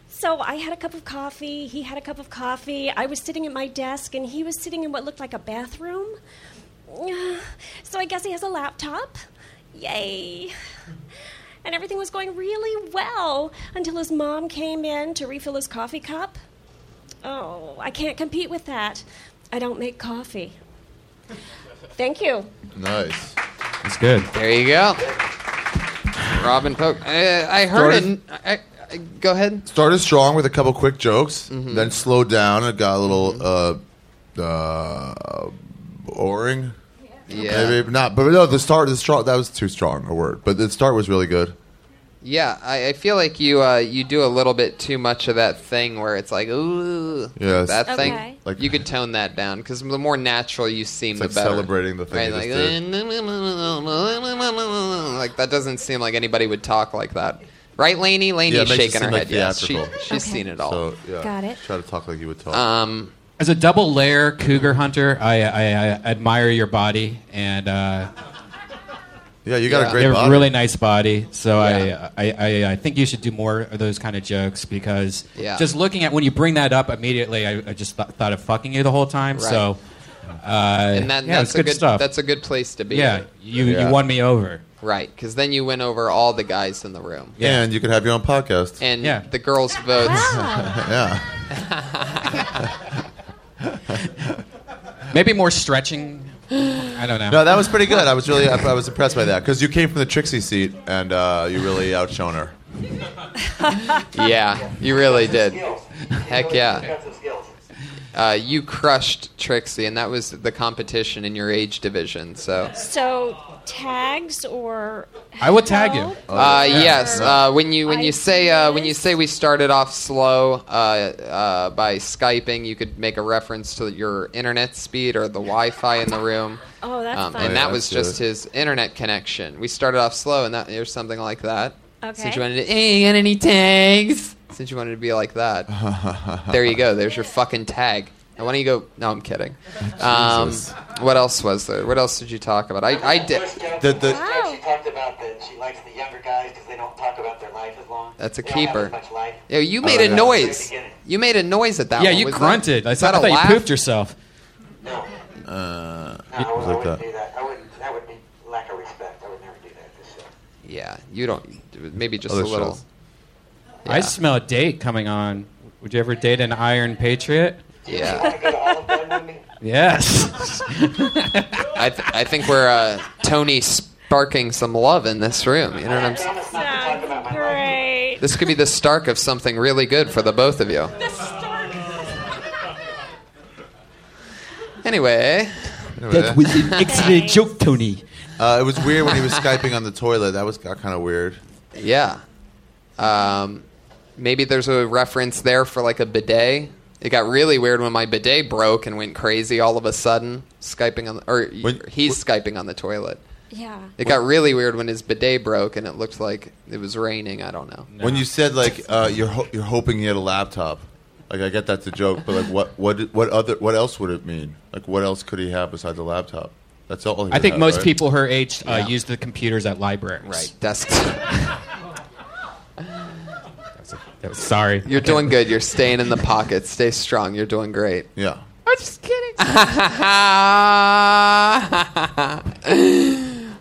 Speaker 14: So I had a cup of coffee, he had a cup of coffee. I was sitting at my desk, and he was sitting in what looked like a bathroom. (sighs) So I guess he has a laptop. Yay! and everything was going really well until his mom came in to refill his coffee cup. Oh, I can't compete with that. I don't make coffee. Thank you. (laughs)
Speaker 7: Nice.
Speaker 3: That's good.
Speaker 4: There you go. Robin Pope. I, I heard
Speaker 7: Jordan?
Speaker 4: it. I, I, go ahead.
Speaker 7: Started strong with a couple quick jokes,
Speaker 4: Mhm.
Speaker 7: then slowed down. It got a little
Speaker 4: Mm-hmm.
Speaker 7: uh, uh, boring.
Speaker 4: Yeah.
Speaker 7: Maybe not, but no. The start, the strong. That was too strong a word, but the start was really good.
Speaker 4: Yeah, I, I feel like you uh, you do a little bit too much of that thing where it's like ooh,
Speaker 7: Yes.
Speaker 4: that
Speaker 7: Okay.
Speaker 4: thing.
Speaker 7: Like-
Speaker 4: Like you could tone that down because the more natural you seem,
Speaker 7: It's like
Speaker 4: the better.
Speaker 7: celebrating the thing
Speaker 4: Right,
Speaker 7: you
Speaker 4: like, (laughs) like that doesn't seem like anybody would talk like that, right, Lainey?
Speaker 7: Yeah,
Speaker 4: Laney's
Speaker 7: it makes it
Speaker 4: shaking her
Speaker 7: seem,
Speaker 4: head.
Speaker 7: like,
Speaker 4: Yes, she,
Speaker 7: theatrical.
Speaker 4: she's seen it all.
Speaker 7: So yeah,
Speaker 14: Got it.
Speaker 7: Try to talk like you would talk.
Speaker 4: Um,
Speaker 3: As a double layer cougar hunter, I, I, I admire your body and uh,
Speaker 7: Yeah, you got a great
Speaker 3: You have
Speaker 7: body.
Speaker 3: really nice body. So
Speaker 7: Yeah.
Speaker 3: I, I, I, I think you should do more of those kind of jokes because
Speaker 4: Yeah.
Speaker 3: just looking at when you bring that up immediately, I, I just th- thought of fucking you the whole time.
Speaker 4: Right.
Speaker 3: So uh,
Speaker 4: and that,
Speaker 3: yeah,
Speaker 4: that's
Speaker 3: it's
Speaker 4: a
Speaker 3: good,
Speaker 4: good
Speaker 3: stuff.
Speaker 4: That's a (gasps) good place to be.
Speaker 3: Yeah, you- you Yeah. won me over.
Speaker 4: Right, because then you win over all the guys in the room.
Speaker 7: And you could have your own podcast. (laughs)
Speaker 4: And the girls' votes. (laughs)
Speaker 7: yeah.
Speaker 3: Maybe more stretching. I don't know.
Speaker 7: No, that was pretty good. I was really I, I was impressed by that because you came from the Trixie seat and uh, you really outshone her.
Speaker 4: yeah, you really did. Heck yeah. Uh, you crushed Trixie, and that was the competition in your age division. So.
Speaker 14: So tags or
Speaker 3: I would tag you.
Speaker 4: Uh, yes. Uh, when you when you say uh, when you say we started off slow uh, uh, by skyping, you could make a reference to your internet speed or the Wi-Fi in the room.
Speaker 14: (laughs)
Speaker 4: Um,
Speaker 14: Oh, that's fun.
Speaker 4: And
Speaker 14: Oh, yeah,
Speaker 4: that was
Speaker 14: that's
Speaker 4: just his internet connection. We started off slow, and that or something like that. Since
Speaker 14: Okay.
Speaker 4: you wanted to, hey, you got any tags? Since you wanted to be like that, there you go. There's your fucking tag. And why don't you go? No, I'm kidding. Um,
Speaker 7: Jesus.
Speaker 4: what else was there? What else did you talk about? I, I did.
Speaker 7: The- the-
Speaker 5: She talked about that she likes the younger guys because they don't talk about their life as long.
Speaker 4: That's a
Speaker 5: They don't have
Speaker 4: keeper.
Speaker 5: as much life.
Speaker 4: Yeah, you
Speaker 3: I
Speaker 4: made
Speaker 3: like
Speaker 4: a
Speaker 3: that.
Speaker 4: noise. You made a noise at that.
Speaker 3: Oh, yeah,
Speaker 4: one.
Speaker 3: you
Speaker 4: Was that-
Speaker 3: grunted. I
Speaker 4: was
Speaker 3: thought,
Speaker 4: that
Speaker 3: I
Speaker 4: a
Speaker 3: thought
Speaker 4: laugh?
Speaker 3: you pooped yourself.
Speaker 7: Uh,
Speaker 5: No,
Speaker 3: like
Speaker 5: I would, I wouldn't
Speaker 3: that.
Speaker 5: do that. I wouldn't. That would be lack of respect. I would never do that. This show.
Speaker 4: Yeah, you don't. Maybe just
Speaker 3: Other
Speaker 4: a little.
Speaker 3: shows. I smell a date coming on. Would you ever date an Iron Patriot?
Speaker 7: (laughs)
Speaker 3: yes.
Speaker 4: I, th- I think we're uh, Tony sparking some love in this room. You know what I'm saying?
Speaker 14: Sounds great.
Speaker 4: This could be the stark of something really good for the both of you.
Speaker 5: (laughs)
Speaker 4: Anyway.
Speaker 7: That was (laughs) an
Speaker 4: excellent
Speaker 7: joke, Tony. Uh, it was weird when he was skyping
Speaker 4: (laughs)
Speaker 7: on the toilet. That was got kind of weird.
Speaker 4: Yeah. Um, maybe there's a reference there for like a bidet. It got really weird when my bidet broke and went crazy all of a sudden. Skyping on, the, or he's skyping on the toilet.
Speaker 8: Ah.
Speaker 14: Yeah.
Speaker 4: It got really weird when his bidet broke and it looked like it was raining. I don't know.
Speaker 7: When you said like uh, you're ho- you're hoping you had a laptop, like I get that's a joke, but like what what what other what else would it mean? Like what else could he have besides a laptop? That's all. He
Speaker 3: I
Speaker 7: would
Speaker 3: think
Speaker 7: have,
Speaker 3: most
Speaker 7: right?
Speaker 3: people her age uh,
Speaker 7: Yeah.
Speaker 3: use the computers at libraries.
Speaker 4: Right.
Speaker 7: (laughs)
Speaker 4: Desks.
Speaker 3: Sorry.
Speaker 4: You're doing good. You're staying in the pocket. Stay strong. You're doing great.
Speaker 7: Yeah.
Speaker 4: I'm
Speaker 7: (laughs)
Speaker 4: just kidding.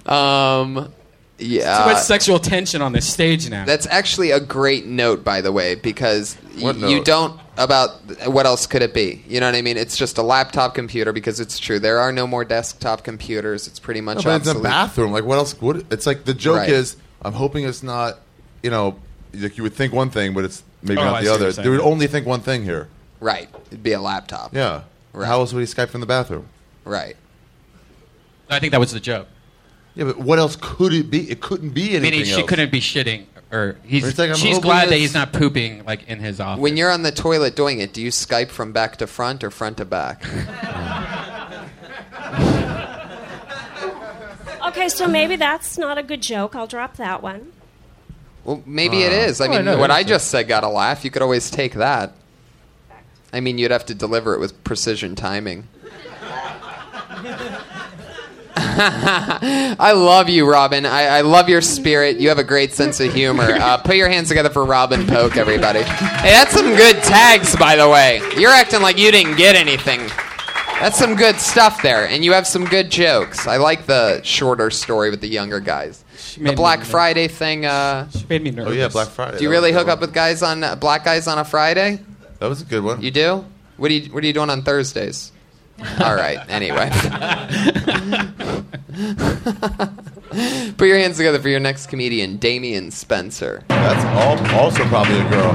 Speaker 4: um, yeah.
Speaker 7: uh,
Speaker 3: Too much sexual tension on this stage now.
Speaker 4: That's actually a great note, by the way, because y-
Speaker 3: What
Speaker 4: you
Speaker 3: note?
Speaker 4: don't about what else could it be? You know what I mean? It's just a laptop computer because it's true. There are no more desktop computers. It's pretty much
Speaker 7: No, but it's a
Speaker 4: obsolete.
Speaker 7: bathroom. Like what else would? It's like the joke
Speaker 4: Right.
Speaker 7: is. I'm hoping it's not. You know, like you would think one thing, but it's maybe
Speaker 4: Oh,
Speaker 7: not
Speaker 4: I see
Speaker 7: the
Speaker 4: what you're
Speaker 7: other.
Speaker 4: saying.
Speaker 7: They would only think one thing here.
Speaker 4: Right. It'd be a laptop.
Speaker 7: Yeah. How else would he Skype from the bathroom?
Speaker 4: Right.
Speaker 3: I think that was the joke.
Speaker 7: Yeah, but what else could it be? It couldn't be anything
Speaker 3: Meaning she
Speaker 7: else.
Speaker 3: couldn't be shitting, or he's,
Speaker 7: It's like I'm
Speaker 3: she's
Speaker 7: hoping
Speaker 3: glad that
Speaker 7: it's-
Speaker 3: he's not pooping like in his office.
Speaker 4: When you're on the toilet doing it, do you Skype from back to front or front to back?
Speaker 14: Okay, so maybe that's not a good joke. I'll drop that one.
Speaker 4: Well, maybe it
Speaker 14: Uh,
Speaker 4: is. I
Speaker 14: well, I
Speaker 4: mean,
Speaker 14: know
Speaker 4: what
Speaker 14: it
Speaker 4: I
Speaker 14: is.
Speaker 4: just said got a laugh. You could always take that. I mean, you'd have to deliver it with precision timing. (laughs) I love you, Robin. I, I love your spirit. You have a great sense of humor. Uh, put your hands together for Robin Poke, everybody. Hey, that's some good tags, by the way. You're acting like you didn't get anything. That's some good stuff there, and you have some good jokes. I like the shorter story with the younger guys. The
Speaker 3: made
Speaker 4: Black
Speaker 3: me-
Speaker 4: Friday thing. Uh,
Speaker 3: she made me nervous.
Speaker 7: Oh, yeah, Black Friday.
Speaker 4: Do you
Speaker 7: That was
Speaker 4: really
Speaker 7: a good
Speaker 4: hook up with guys on uh, black guys on a Friday?
Speaker 7: That was a good one.
Speaker 4: You do? What do you What are you doing on Thursdays? All right. Anyway, put your hands together for your next comedian, Damian Spencer.
Speaker 7: That's all, also probably a girl.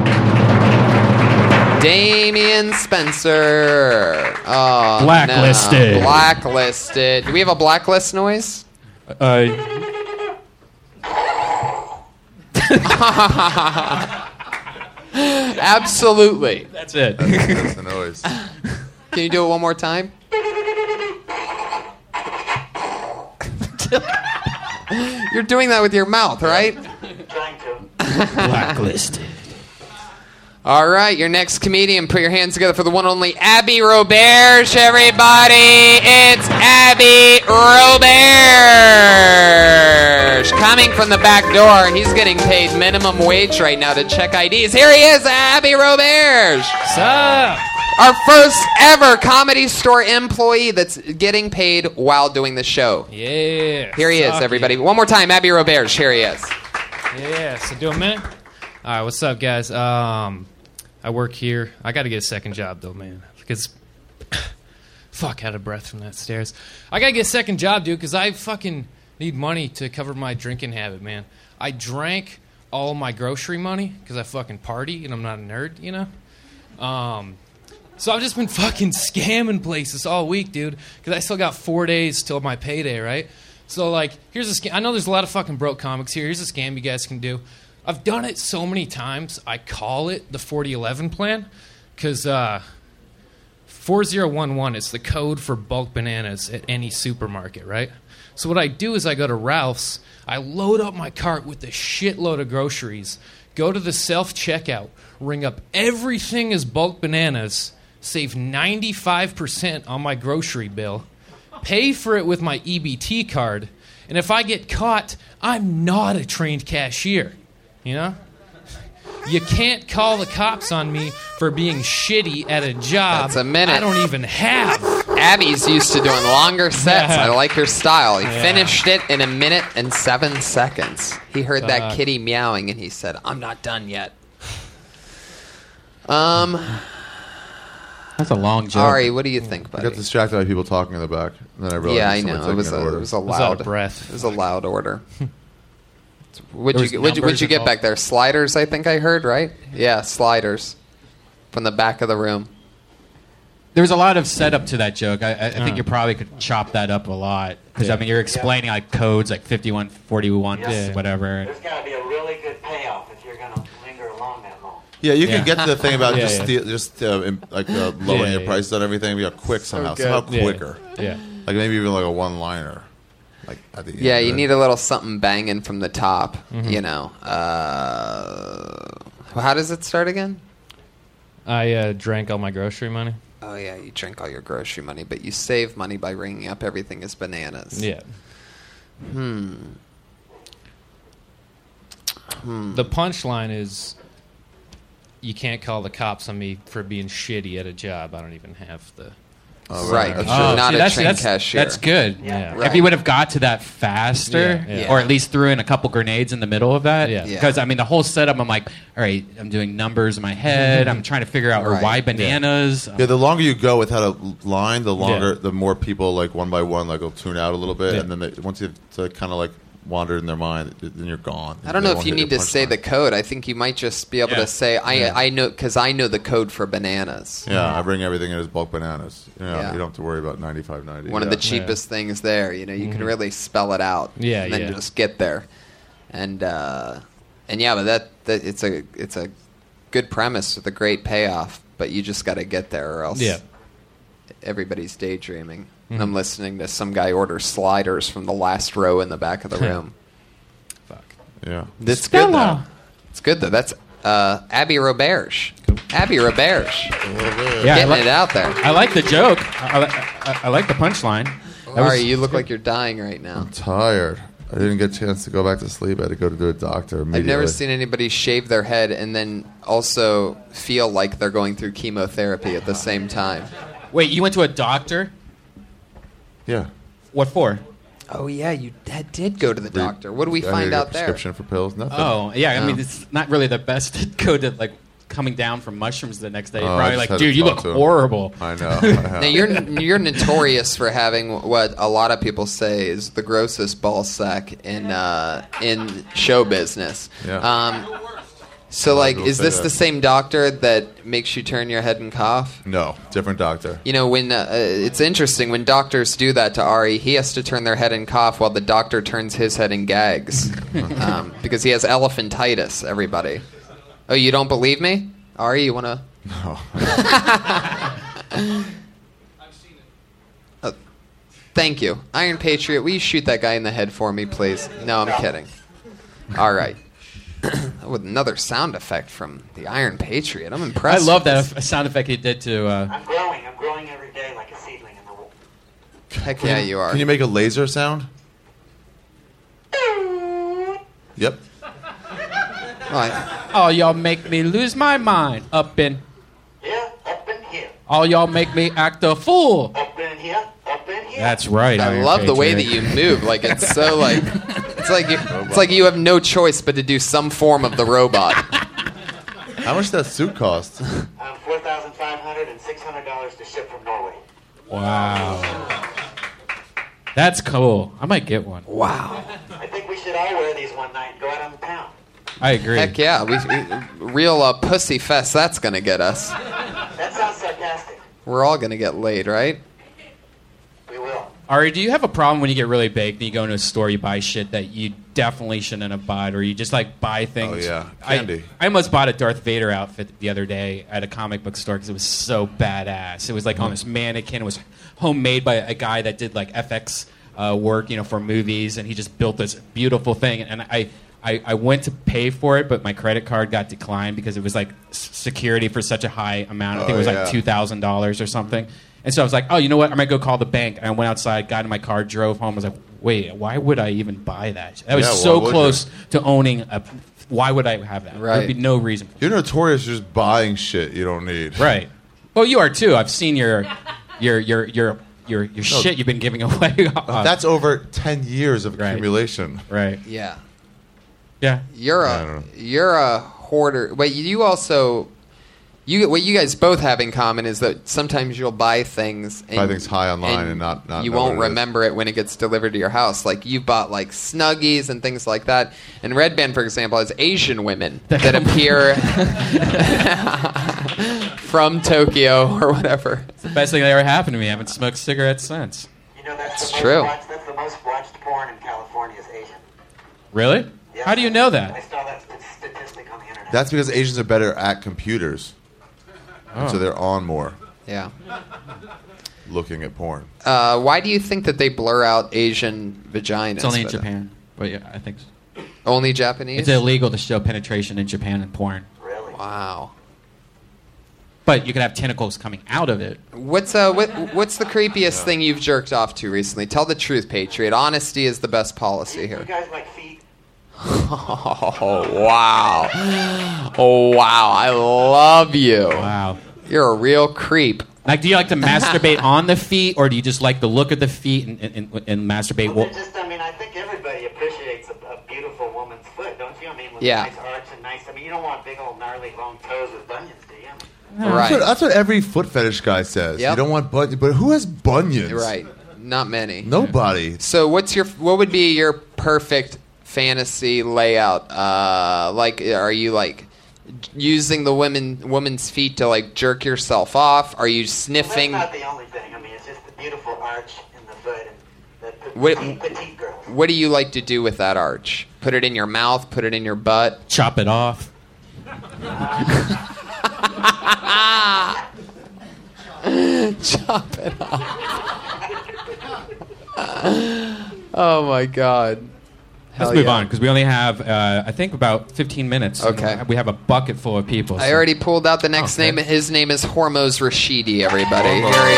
Speaker 4: Damian Spencer. Oh, no.
Speaker 3: Blacklisted.
Speaker 4: Blacklisted. Do we have a blacklist noise?
Speaker 3: Uh,
Speaker 4: Absolutely.
Speaker 3: That's it.
Speaker 7: That's the noise.
Speaker 4: Can you do it one more time? (laughs) You're doing that with your mouth, right?
Speaker 3: Blacklisted.
Speaker 4: All right, your next comedian, put your hands together for the one and only Abby Roberge, everybody. It's Abby Roberge. the back door. He's getting paid minimum wage right now to check IDs. Here he is, Abby Roberge. Sup? Our first ever comedy store employee that's getting paid while doing the show.
Speaker 15: Yeah.
Speaker 4: Here he is,
Speaker 15: suck it.
Speaker 4: everybody. One more time, Abby Roberge. Here he is.
Speaker 15: Yeah, so do a minute. All right, what's up, guys? Um, I work here. I got to get a second job though, man, because (coughs) fuck, out of breath from that stairs. I got to get a second job, dude, because I fucking need money to cover my drinking habit, man. I drank all my grocery money because I fucking party and I'm not a nerd, you know. Um, so I've just been fucking scamming places all week, dude, because I still got four days till my payday, right? So like, here's a scam. I know there's a lot of fucking broke comics here. Here's a scam you guys can do. I've done it so many times. I call it the 4011 plan because uh, 4011 is the code for bulk bananas at any supermarket, right? So what I do is I go to Ralph's, I load up my cart with a shitload of groceries, go to the self checkout, ring up everything as bulk bananas, save 95% on my grocery bill, pay for it with my EBT card, and if I get caught, I'm not a trained cashier, you know? You can't call the cops on me for being shitty at a job
Speaker 4: That's a minute.
Speaker 15: I don't even have.
Speaker 4: Abby's used to doing longer sets.
Speaker 15: Yeah.
Speaker 4: I like your style. He
Speaker 15: Yeah.
Speaker 4: finished it in a minute and seven seconds. He heard that
Speaker 15: Fuck.
Speaker 4: kitty meowing and he said, I'm not done yet. Um,
Speaker 7: That's a long
Speaker 4: joke. Ari, what do you think,
Speaker 7: I got distracted by people talking in the back. And then I realized
Speaker 4: yeah, I
Speaker 7: there's someone
Speaker 4: know. It
Speaker 7: taking
Speaker 4: was,
Speaker 7: an
Speaker 4: a,
Speaker 7: order.
Speaker 4: it was a
Speaker 3: (laughs)
Speaker 4: loud breath. It was a loud order.
Speaker 7: There
Speaker 4: What'd
Speaker 7: was
Speaker 4: you, what'd you, what'd
Speaker 7: numbers
Speaker 4: you get
Speaker 7: involved.
Speaker 4: back there? Sliders, I think I heard, right? Yeah, sliders from the back of the room.
Speaker 3: There was a lot of setup to that joke. I, I, I
Speaker 4: Uh.
Speaker 3: think you probably could chop that up a lot because
Speaker 4: Yeah.
Speaker 3: I mean you're explaining like codes like 51, 41,
Speaker 4: Yeah.
Speaker 3: whatever.
Speaker 5: There's got to be a really good payoff if you're going to linger along that long.
Speaker 7: Yeah, you can get to the thing about
Speaker 3: Yeah,
Speaker 7: just
Speaker 3: yeah.
Speaker 7: steal- just uh, im- like uh, lowering
Speaker 3: (laughs) Yeah,
Speaker 7: your
Speaker 3: yeah.
Speaker 7: prices on everything. We got quick somehow,
Speaker 4: good.
Speaker 7: somehow
Speaker 4: Yeah.
Speaker 7: quicker.
Speaker 4: Yeah.
Speaker 7: like maybe even like a one liner. Like at the end
Speaker 4: Yeah,
Speaker 7: of
Speaker 4: you
Speaker 7: it.
Speaker 4: need a little something banging from the top,
Speaker 7: Mhm.
Speaker 4: you know. Uh, how does it start again?
Speaker 15: I uh, drank all my grocery money.
Speaker 4: Oh yeah, you drink all your grocery money, but you save money by ringing up everything as bananas.
Speaker 15: Yeah.
Speaker 4: Hmm.
Speaker 15: The punchline is you can't call the cops on me for being shitty at a job. I don't even have the.
Speaker 4: Oh, right. That's true. Not
Speaker 3: see,
Speaker 4: a
Speaker 3: that's,
Speaker 4: trained
Speaker 3: that's,
Speaker 4: cashier.
Speaker 3: That's good.
Speaker 4: Yeah. Yeah.
Speaker 3: If you would have got to that faster,
Speaker 4: Yeah, yeah.
Speaker 3: or at least threw in a couple grenades in the middle of that,
Speaker 4: Yeah.
Speaker 3: because I mean the whole setup. I'm like, all right, I'm doing numbers in my head. I'm trying to figure out or
Speaker 7: Right.
Speaker 3: why bananas.
Speaker 7: Yeah, the longer you go without a line, the
Speaker 3: Yeah.
Speaker 7: longer, the more people like one by one like will tune out a little bit,
Speaker 3: Yeah.
Speaker 7: and then they, once you've kind of like wandered in their mind, then you're gone.
Speaker 4: I don't
Speaker 7: They
Speaker 4: know if
Speaker 7: won't
Speaker 4: you
Speaker 7: hit
Speaker 4: need
Speaker 7: your
Speaker 4: to say the code. I think you might just be able
Speaker 7: Yeah.
Speaker 4: to say, "I
Speaker 7: Yeah.
Speaker 4: I know," because I know the code for bananas.
Speaker 7: punch- Yeah, I bring everything in as bulk bananas. You know,
Speaker 4: Yeah.
Speaker 7: you don't have to worry about ninety five ninety.
Speaker 4: one of the cheapest things there. You know, you
Speaker 3: Mm-hmm.
Speaker 4: can
Speaker 7: Mhm.
Speaker 4: really spell it out.
Speaker 7: Yeah,
Speaker 4: and then
Speaker 7: yeah.
Speaker 4: just get there, and uh, and yeah, but that, that it's a it's a good premise with a great payoff. But you just got to get there, or else
Speaker 15: Yeah.
Speaker 4: everybody's daydreaming.
Speaker 15: Mhm.
Speaker 4: And
Speaker 3: Mm-hmm.
Speaker 4: I'm listening to some guy order sliders from the last row in the back
Speaker 3: (laughs)
Speaker 4: of the room.
Speaker 7: Yeah,
Speaker 4: That's good though. It's good though. That's uh, Abby Roberge. Abby Roberge.
Speaker 3: Yeah, I
Speaker 4: getting
Speaker 3: li-
Speaker 4: it out there.
Speaker 3: I like the joke. I, I, I, I like the punchline. That
Speaker 4: Ari,
Speaker 3: was-
Speaker 4: you look like you're dying right now.
Speaker 7: I'm tired. I didn't get a chance to go back to sleep. I had to go to the doctor
Speaker 4: I've
Speaker 7: immediately.
Speaker 4: never seen anybody shave their head and then also feel like they're going through chemotherapy at the same time.
Speaker 3: Wait, you went to a doctor?
Speaker 7: Yeah.
Speaker 3: What for?
Speaker 4: Oh yeah, you that did go to the
Speaker 7: Re-
Speaker 4: doctor. What do we
Speaker 7: I
Speaker 4: find
Speaker 7: needed a (laughs)
Speaker 4: out there?
Speaker 7: Prescription for pills? Nothing.
Speaker 3: Oh, yeah. I mean,
Speaker 4: Oh.
Speaker 3: it's not really the best to go to like coming down from mushrooms the next day.
Speaker 7: Oh, I
Speaker 3: Probably
Speaker 7: just
Speaker 3: like,
Speaker 7: had to
Speaker 3: dude, you
Speaker 7: talk
Speaker 3: look
Speaker 7: to him."
Speaker 3: horrible.
Speaker 7: I
Speaker 3: (laughs)
Speaker 7: know. I have.
Speaker 4: (laughs) Now you're you're notorious for having what a lot of people say is the grossest ball sack in uh, in show business.
Speaker 7: Yeah.
Speaker 4: Um, so
Speaker 7: A lot of
Speaker 4: like,
Speaker 7: people
Speaker 4: is
Speaker 7: say
Speaker 4: this
Speaker 7: that.
Speaker 4: the same doctor that makes you turn your head and cough?
Speaker 7: No, different doctor.
Speaker 4: You know, when uh, uh, it's interesting when doctors do that to Ari, he has to turn their head and cough while the doctor turns his head and gags um, because he has elephantitis. Everybody. Oh, you don't believe me, Ari? You wanna? (laughs)
Speaker 7: No.
Speaker 4: Oh, thank you, Iron Patriot. Will you shoot that guy in the head for me, please? No, I'm kidding. All right. (clears throat) With another sound effect from the Iron Patriot, I'm
Speaker 3: I
Speaker 4: impressed.
Speaker 3: love
Speaker 4: with
Speaker 3: that
Speaker 4: this.
Speaker 3: f- sound effect he did to. Uh,
Speaker 5: Growing, I'm growing every day like a seedling in the wall.
Speaker 4: Heck yeah, you are.
Speaker 7: Can you make a laser sound? Yep.
Speaker 16: Oh, y'all make me lose my mind up in. Yeah, up in here. Oh, y'all make me act a fool.
Speaker 3: That's right.
Speaker 4: I
Speaker 3: Iron
Speaker 4: love the way that
Speaker 3: Patriot.
Speaker 4: you move. Like it's
Speaker 3: (laughs)
Speaker 4: so like it's like you, it's like you have no choice but to do some form of the robot.
Speaker 7: How much does that suit cost?
Speaker 5: Um, Four thousand five hundred and six hundred dollars to ship from Norway.
Speaker 3: Wow. That's cool. I might get one. Wow.
Speaker 5: I think we should all wear these one night and go out on the town.
Speaker 3: I agree.
Speaker 4: Heck yeah, we, we real uh, pussy fest. That's gonna get us.
Speaker 5: That sounds sarcastic.
Speaker 4: We're all gonna get laid, right?
Speaker 3: Ari, do you have a problem when you get really baked and you go into a store, you buy shit that you definitely shouldn't have bought, or you just like buy things?
Speaker 7: Oh, yeah.
Speaker 3: I-
Speaker 7: Candy.
Speaker 3: I, almost bought a Darth Vader outfit the other day at a comic book store because it was so badass. It was like on
Speaker 7: Mm-hmm.
Speaker 3: this mannequin. It was homemade by a guy that did like FX uh, work, you know, for movies, and he just built this beautiful thing. And I. I, I went to pay for it, but my credit card got declined because it was like s- security for such a high amount. I think it
Speaker 16: Oh,
Speaker 3: was
Speaker 16: yeah.
Speaker 3: like two thousand dollars or something. And so I was like, oh, you know what? I might go call the bank. And I went outside, got in my car, drove home. I was like, wait, why would I even buy that? That was
Speaker 7: Yeah, why
Speaker 3: so
Speaker 7: would you?
Speaker 3: close to owning a. Why would I have that? There'd be no reason.
Speaker 7: You're notorious for just buying shit you don't need.
Speaker 3: (laughs) Right. Well, you are too. I've seen your, your, your, your, your, your shit you've been giving away. (laughs)
Speaker 7: That's over 10 years of accumulation.
Speaker 3: Right.
Speaker 4: Yeah.
Speaker 3: Yeah.
Speaker 4: You're a you're a hoarder. Wait, you also you what you guys both have in common is that sometimes you'll buy things and
Speaker 7: Buy things high online and not- not
Speaker 4: you
Speaker 7: know
Speaker 4: won't
Speaker 7: what it is.
Speaker 4: remember it when it gets delivered to your house. Like you bought like Snuggies and things like that. And Red Band, for example, has Asian
Speaker 3: (laughs)
Speaker 4: women that appear (laughs) from Tokyo or whatever. It's
Speaker 3: the best thing that ever happened to me. I haven't smoked cigarettes since.
Speaker 5: You know that's
Speaker 4: It's
Speaker 5: the most
Speaker 4: true.
Speaker 5: Watched, that's the most watched porn in California is Asian.
Speaker 3: Really?
Speaker 5: Yeah.
Speaker 3: How do you know that?
Speaker 5: I saw that st- statistic on the internet.
Speaker 7: That's because Asians are better at computers. And
Speaker 4: Oh.
Speaker 7: So they're on more
Speaker 4: Yeah.
Speaker 7: looking at porn.
Speaker 4: Uh, why do you think that they blur out Asian vaginas?
Speaker 3: It's only in
Speaker 4: for them?
Speaker 3: Japan, but yeah, I think so.
Speaker 4: Only Japanese.
Speaker 3: it's illegal to show penetration in Japan in porn.
Speaker 5: Really?
Speaker 4: Wow.
Speaker 3: But you could have tentacles coming out of it.
Speaker 4: What's uh what what's the creepiest thing you've jerked off to recently? Tell the truth, Patriot. Honesty is the best policy here.
Speaker 5: You guys like feet?
Speaker 4: Oh (laughs) wow. Oh wow. I love you.
Speaker 3: Wow.
Speaker 4: You're a real creep.
Speaker 3: Like, do you like
Speaker 4: (laughs)
Speaker 3: to masturbate on the feet, or do you just like the look of the feet and, and, and, and masturbate? Well,
Speaker 5: Just I mean I think everybody appreciates a, a beautiful woman's foot, don't you? I mean with
Speaker 3: Yeah.
Speaker 5: nice arch and nice. I mean you don't want big old gnarly long toes with bunions, do you?
Speaker 7: That's what, that's what every foot fetish guy says.
Speaker 4: Yep.
Speaker 7: You don't want bunions, but who has bunions?
Speaker 4: Right. Not many.
Speaker 7: Nobody.
Speaker 4: So what's your what would be your perfect fantasy layout? Uh, like are you like using the women woman's feet to like jerk yourself off? Are you sniffing?
Speaker 5: That's not the only thing. I mean it's just the beautiful arch in the foot and the pe-
Speaker 4: What,
Speaker 5: petite, petite girls.
Speaker 4: what do you like to do with that arch? Put it in your mouth, put it in your butt.
Speaker 3: Chop it off.
Speaker 4: (laughs) Chop it off. (laughs) oh my god.
Speaker 3: let's
Speaker 4: Hell
Speaker 3: move
Speaker 4: yeah.
Speaker 3: on because we only have, uh, I think, about 15 minutes. and
Speaker 4: Okay.
Speaker 3: We have a bucket full of people.
Speaker 4: I
Speaker 3: so-
Speaker 4: already pulled out the next name. His name is Hormoz Rashidi, everybody. Here he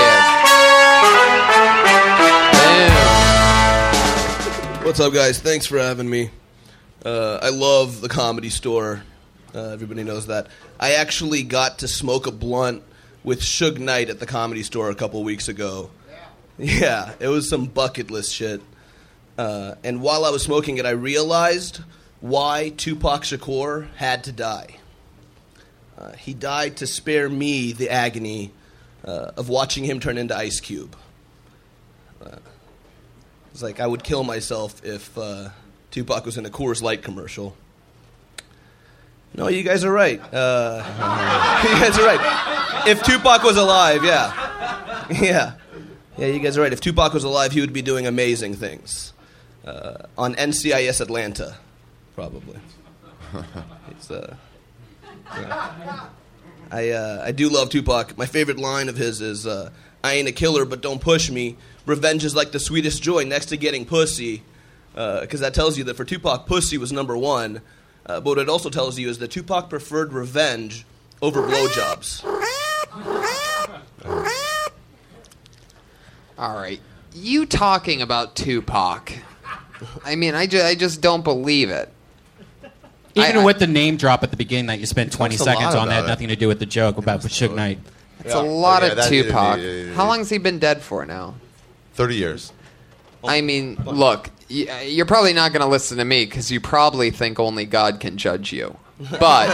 Speaker 4: is.
Speaker 17: What's up, guys? Thanks for having me. Uh, I love the comedy store. Uh, everybody knows that. I actually got to smoke a blunt with Suge Knight at the comedy store a couple weeks ago. Yeah, it was some bucket list shit. Uh, and while I was smoking it, I realized why Tupac Shakur had to die. Uh, he died to spare me the agony uh, of watching him turn into Ice Cube. Uh, it's like I would kill myself if uh, Tupac was in a Coors Light commercial. No, you guys are right. Uh, (laughs) you guys are right. If Tupac was alive, yeah, (laughs) yeah, yeah, you guys are right. If Tupac was alive, he would be doing amazing things uh, on NCIS Atlanta, probably. (laughs) it's uh, yeah. I uh, I do love Tupac. My favorite line of his is, uh, "I ain't a killer, but don't push me. Revenge is like the sweetest joy next to getting pussy," because that tells you that for Tupac, pussy was number one. Uh, but what it also tells you is that Tupac preferred revenge over blowjobs.
Speaker 4: All right. You talking about Tupac? I mean, I, ju- I just don't believe it.
Speaker 3: Even with the name drop at the beginning that you spent 20
Speaker 4: talks a lot
Speaker 3: seconds on, that had
Speaker 4: about it.
Speaker 3: nothing to do with the joke about Suge Knight.
Speaker 4: It's a
Speaker 7: Oh,
Speaker 4: lot of Tupac. How long's he been dead for now?
Speaker 7: 30 years.
Speaker 4: I mean, look, y- you're probably not going to listen to me because you probably think only God can judge you. But,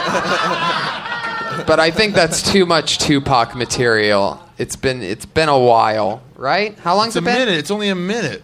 Speaker 4: but I think that's too much Tupac material. It's been it's been a while, right? How
Speaker 7: It's
Speaker 4: long's it
Speaker 7: a
Speaker 4: been?
Speaker 7: minute. It's only a minute.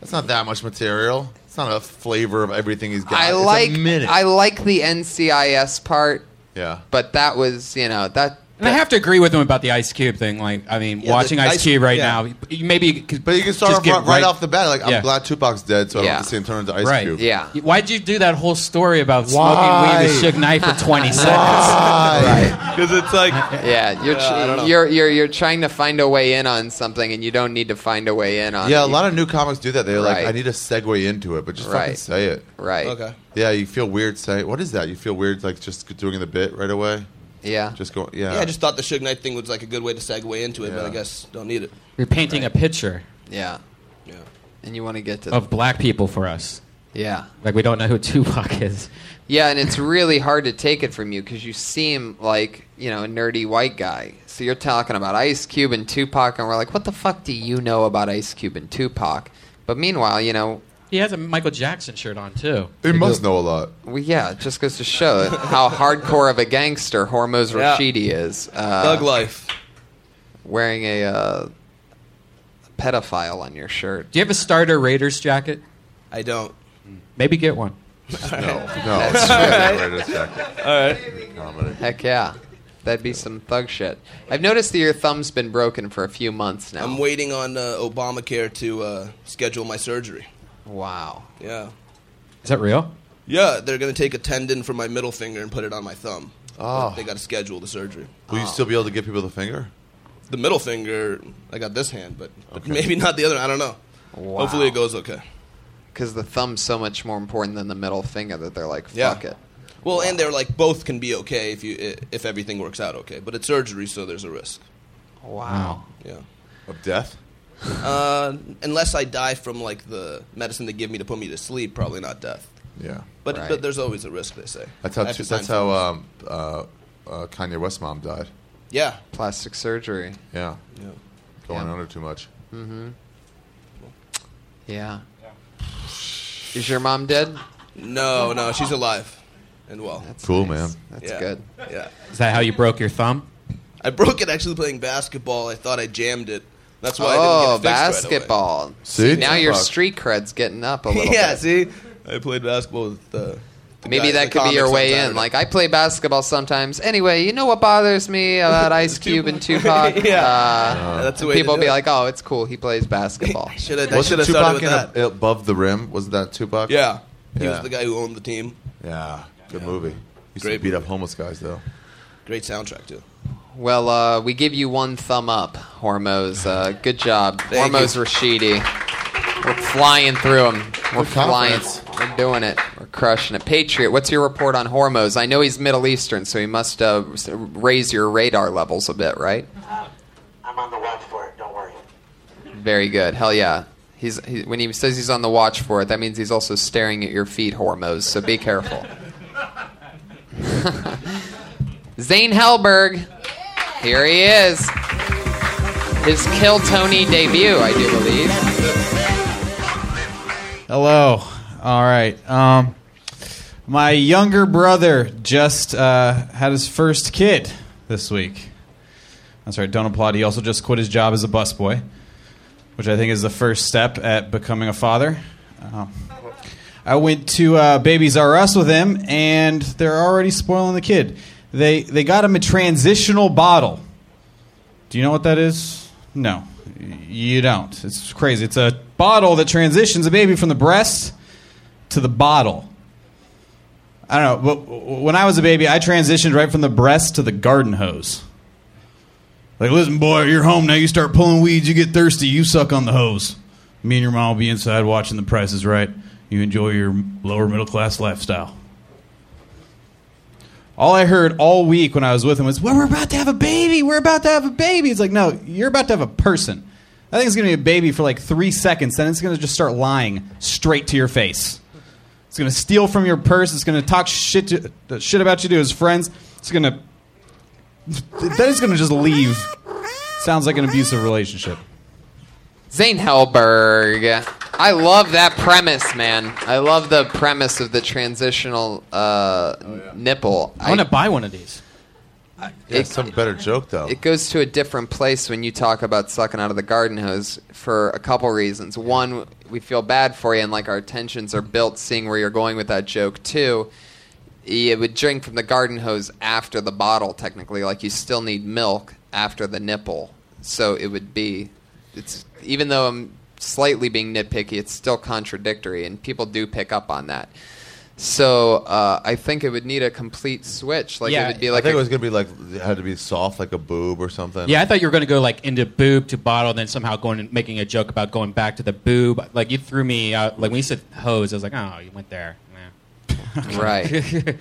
Speaker 7: That's not that much material. It's not a flavor of everything he's got.
Speaker 4: I
Speaker 7: It's a
Speaker 4: like
Speaker 7: minute.
Speaker 4: I like the NCIS part,
Speaker 7: yeah.
Speaker 4: but that was you know that
Speaker 3: And I have to agree with him about the Ice Cube thing. Like, I mean,
Speaker 4: Yeah,
Speaker 3: watching
Speaker 4: the
Speaker 3: Ice
Speaker 4: Ice-
Speaker 3: Cube right
Speaker 4: yeah.
Speaker 3: now, you maybe you could,
Speaker 7: But you can start
Speaker 3: just
Speaker 7: off
Speaker 3: get
Speaker 7: right, right off the bat. Like,
Speaker 3: Yeah.
Speaker 7: I'm glad Tupac's dead, so I
Speaker 3: Yeah.
Speaker 7: don't have to see him turn into Ice
Speaker 3: right.
Speaker 7: Cube.
Speaker 3: Yeah. Why'd you do that whole story about smoking weed with Suge Knight for
Speaker 4: (laughs)
Speaker 3: 20 seconds? (laughs)
Speaker 4: Because it's like, yeah, you're
Speaker 3: Yeah, I don't know.
Speaker 4: you're you're you're trying to find a way in on something, and you don't need to find a way in on.
Speaker 7: Yeah,
Speaker 4: it.
Speaker 7: a lot of new comics do that. They're
Speaker 4: Right.
Speaker 7: like, I need a segue into it, but just fucking
Speaker 4: Right.
Speaker 7: say it.
Speaker 4: Right. Okay.
Speaker 7: Yeah, you feel weird saying. What is that? You feel weird like just doing the bit right away.
Speaker 4: Yeah.
Speaker 7: Just going.
Speaker 17: Yeah.
Speaker 7: Yeah.
Speaker 17: I just thought the Suge Knight thing was like a good way to segue into it, but I guess don't need it.
Speaker 3: You're painting a picture
Speaker 4: Yeah.
Speaker 17: Yeah.
Speaker 4: And you want to get to
Speaker 3: of black people for us.
Speaker 4: Yeah.
Speaker 3: Like, we don't know who Tupac is.
Speaker 4: Yeah, and it's really hard to take it from you because you seem like you know a nerdy white guy. So you're talking about Ice Cube and Tupac, and we're like, what the fuck do you know about Ice Cube and Tupac? But meanwhile, you know,
Speaker 3: He has a Michael Jackson shirt on, too.
Speaker 7: He must know a lot.
Speaker 4: well, yeah, it just goes to show how hardcore of a gangster Hormoz
Speaker 17: Yeah.
Speaker 4: Rashidi is. Uh,
Speaker 17: Thug life.
Speaker 4: Wearing a uh, pedophile on your shirt.
Speaker 3: Do you have a starter Raiders jacket?
Speaker 17: I don't.
Speaker 3: Maybe get (laughs) one.
Speaker 17: (laughs)
Speaker 3: (laughs)
Speaker 4: That's true.
Speaker 7: All right.
Speaker 4: Heck yeah. That'd be some thug shit. I've noticed that your thumb's been broken for a few months now.
Speaker 17: I'm waiting on uh, Obamacare to uh, schedule my surgery.
Speaker 4: Wow.
Speaker 17: Yeah.
Speaker 3: Is that real?
Speaker 17: Yeah, they're going to take a tendon from my middle finger and put it on my thumb.
Speaker 7: Oh.
Speaker 17: They got to schedule the surgery. Oh.
Speaker 7: Will
Speaker 4: Oh.
Speaker 7: you still be able to give people the finger?
Speaker 17: The middle finger, I got this hand, but but
Speaker 7: Okay.
Speaker 17: maybe not the other. I don't know. Hopefully it goes okay.
Speaker 4: Because the thumb's so much more important than the middle finger that they're like,
Speaker 17: Yeah.
Speaker 4: fuck it.
Speaker 17: Well, and they're like both can be okay if you i- if everything works out okay, but it's surgery, so there's a risk.
Speaker 4: Wow.
Speaker 17: Yeah.
Speaker 7: Of death?
Speaker 17: Uh, unless I die from like the medicine they give me to put me to sleep, probably not death.
Speaker 7: Yeah.
Speaker 17: But
Speaker 7: Right.
Speaker 17: but there's always a risk. They say.
Speaker 7: That's how.
Speaker 17: I have to
Speaker 7: That's
Speaker 17: sign
Speaker 7: how.
Speaker 17: forms.
Speaker 7: Um, uh, uh, Kanye West mom died.
Speaker 17: Yeah.
Speaker 4: Plastic surgery.
Speaker 7: Yeah.
Speaker 17: Yeah.
Speaker 7: Going under too much.
Speaker 4: Mm-hmm. Yeah. Is your mom dead?
Speaker 17: No, no, she's alive and well. That's
Speaker 7: Cool, nice. man.
Speaker 4: That's
Speaker 17: yeah.
Speaker 4: good.
Speaker 17: Yeah.
Speaker 3: Is that how you broke your thumb?
Speaker 17: I broke it actually playing basketball. I thought I jammed it. That's why
Speaker 4: oh,
Speaker 17: I didn't get it fixed right away.
Speaker 4: basketball.
Speaker 17: See?
Speaker 4: now your
Speaker 17: Fuck.
Speaker 4: street cred's getting up a little
Speaker 17: (laughs) yeah,
Speaker 4: bit.
Speaker 17: see, I played basketball with uh, the
Speaker 4: Maybe
Speaker 17: guy-
Speaker 4: that
Speaker 17: the
Speaker 4: could be
Speaker 17: comics
Speaker 4: your
Speaker 17: on
Speaker 4: way
Speaker 17: Saturday.
Speaker 4: in. Like I play basketball sometimes. Anyway, you know what bothers me
Speaker 17: (laughs)
Speaker 4: about Ice Cube and Tupac?
Speaker 17: Yeah.
Speaker 4: uh,
Speaker 17: That's the
Speaker 4: and
Speaker 17: way to
Speaker 4: people
Speaker 17: do
Speaker 4: be
Speaker 17: it.
Speaker 4: like, "Oh, it's cool. He plays
Speaker 17: (laughs)
Speaker 4: basketball."
Speaker 17: should have. I
Speaker 7: Wasn't
Speaker 17: should have started
Speaker 7: Tupac
Speaker 17: with
Speaker 7: in
Speaker 17: that.
Speaker 7: a, above the rim? Wasn't that Tupac?
Speaker 17: Yeah. He was
Speaker 7: Yeah.
Speaker 17: the guy who owned the team.
Speaker 7: yeah. Good movie. Used to
Speaker 17: Great
Speaker 7: beat up homeless guys though.
Speaker 17: Great soundtrack too.
Speaker 4: Well, uh, we give you one thumb up, Hormoz. Uh, good job,
Speaker 17: Thank
Speaker 4: Hormoz
Speaker 17: you.
Speaker 4: Rashidi. We're flying through them. We're
Speaker 17: Good
Speaker 4: flying.
Speaker 17: confidence.
Speaker 4: We're doing it. We're crushing it. Patriot, what's your report on Hormoz? I know he's Middle Eastern, so he must uh, s- raise your radar levels a bit, right?
Speaker 5: I'm on the watch for it. Don't worry.
Speaker 4: Very good. Hell yeah. He's he, when he says he's on the watch for it, that means he's also staring at your feet, Hormoz. So be careful. (laughs) Zane Hellberg. Here he is. His Kill Tony debut, I do believe.
Speaker 18: Hello. All right. Um, my younger brother just uh, had his first kid this week. That's right. Don't applaud. He also just quit his job as a busboy, which I think is the first step at becoming a father. Um, I went to uh, Babies R Us with him, and they're already spoiling the kid. They they got him a transitional bottle. Do you know what that is? No, you don't. It's crazy. It's a bottle that transitions a baby from the breast to the bottle. I don't know. But when I was a baby, I transitioned right from the breast to the garden hose. Like, listen, boy, you're home now. You start pulling weeds. You get thirsty. You suck on the hose. Me and your mom will be inside watching The Price is Right. You enjoy your lower middle class lifestyle. All I heard all week when I was with him was, well, we're about to have a baby. We're about to have a baby. It's like, no, you're about to have a person. I think it's going to be a baby for like three seconds. Then it's going to just start lying straight to your face. It's gonna steal from your purse. It's gonna talk shit to, uh, shit about you to his friends. It's gonna then it's gonna just leave. Sounds like an abusive relationship.
Speaker 4: Zane Helberg. I love that premise, man. I love the premise of the transitional uh, nipple.
Speaker 3: I want to buy one of these.
Speaker 4: It-
Speaker 7: some better joke though.
Speaker 4: It goes to a different place when you talk about sucking out of the garden hose for a couple reasons. One, we feel bad for you, and like our tensions are built seeing where you're going with that joke. Two, you would drink from the garden hose after the bottle, technically. Like you still need milk after the nipple, so it would be. It's even though I'm slightly being nitpicky, it's still contradictory, and people do pick up on that. So uh, I think it would need a complete switch. Like it would be like
Speaker 7: I think
Speaker 4: a-
Speaker 7: it was gonna be like it had to be soft like a boob or something.
Speaker 3: Yeah, I thought you were going to go like into boob to bottle, then somehow going and making a joke about going back to the boob. Like you threw me out. Like when you said hose, I was like, oh, you went there. Nah.
Speaker 4: (laughs) Right.
Speaker 3: (laughs)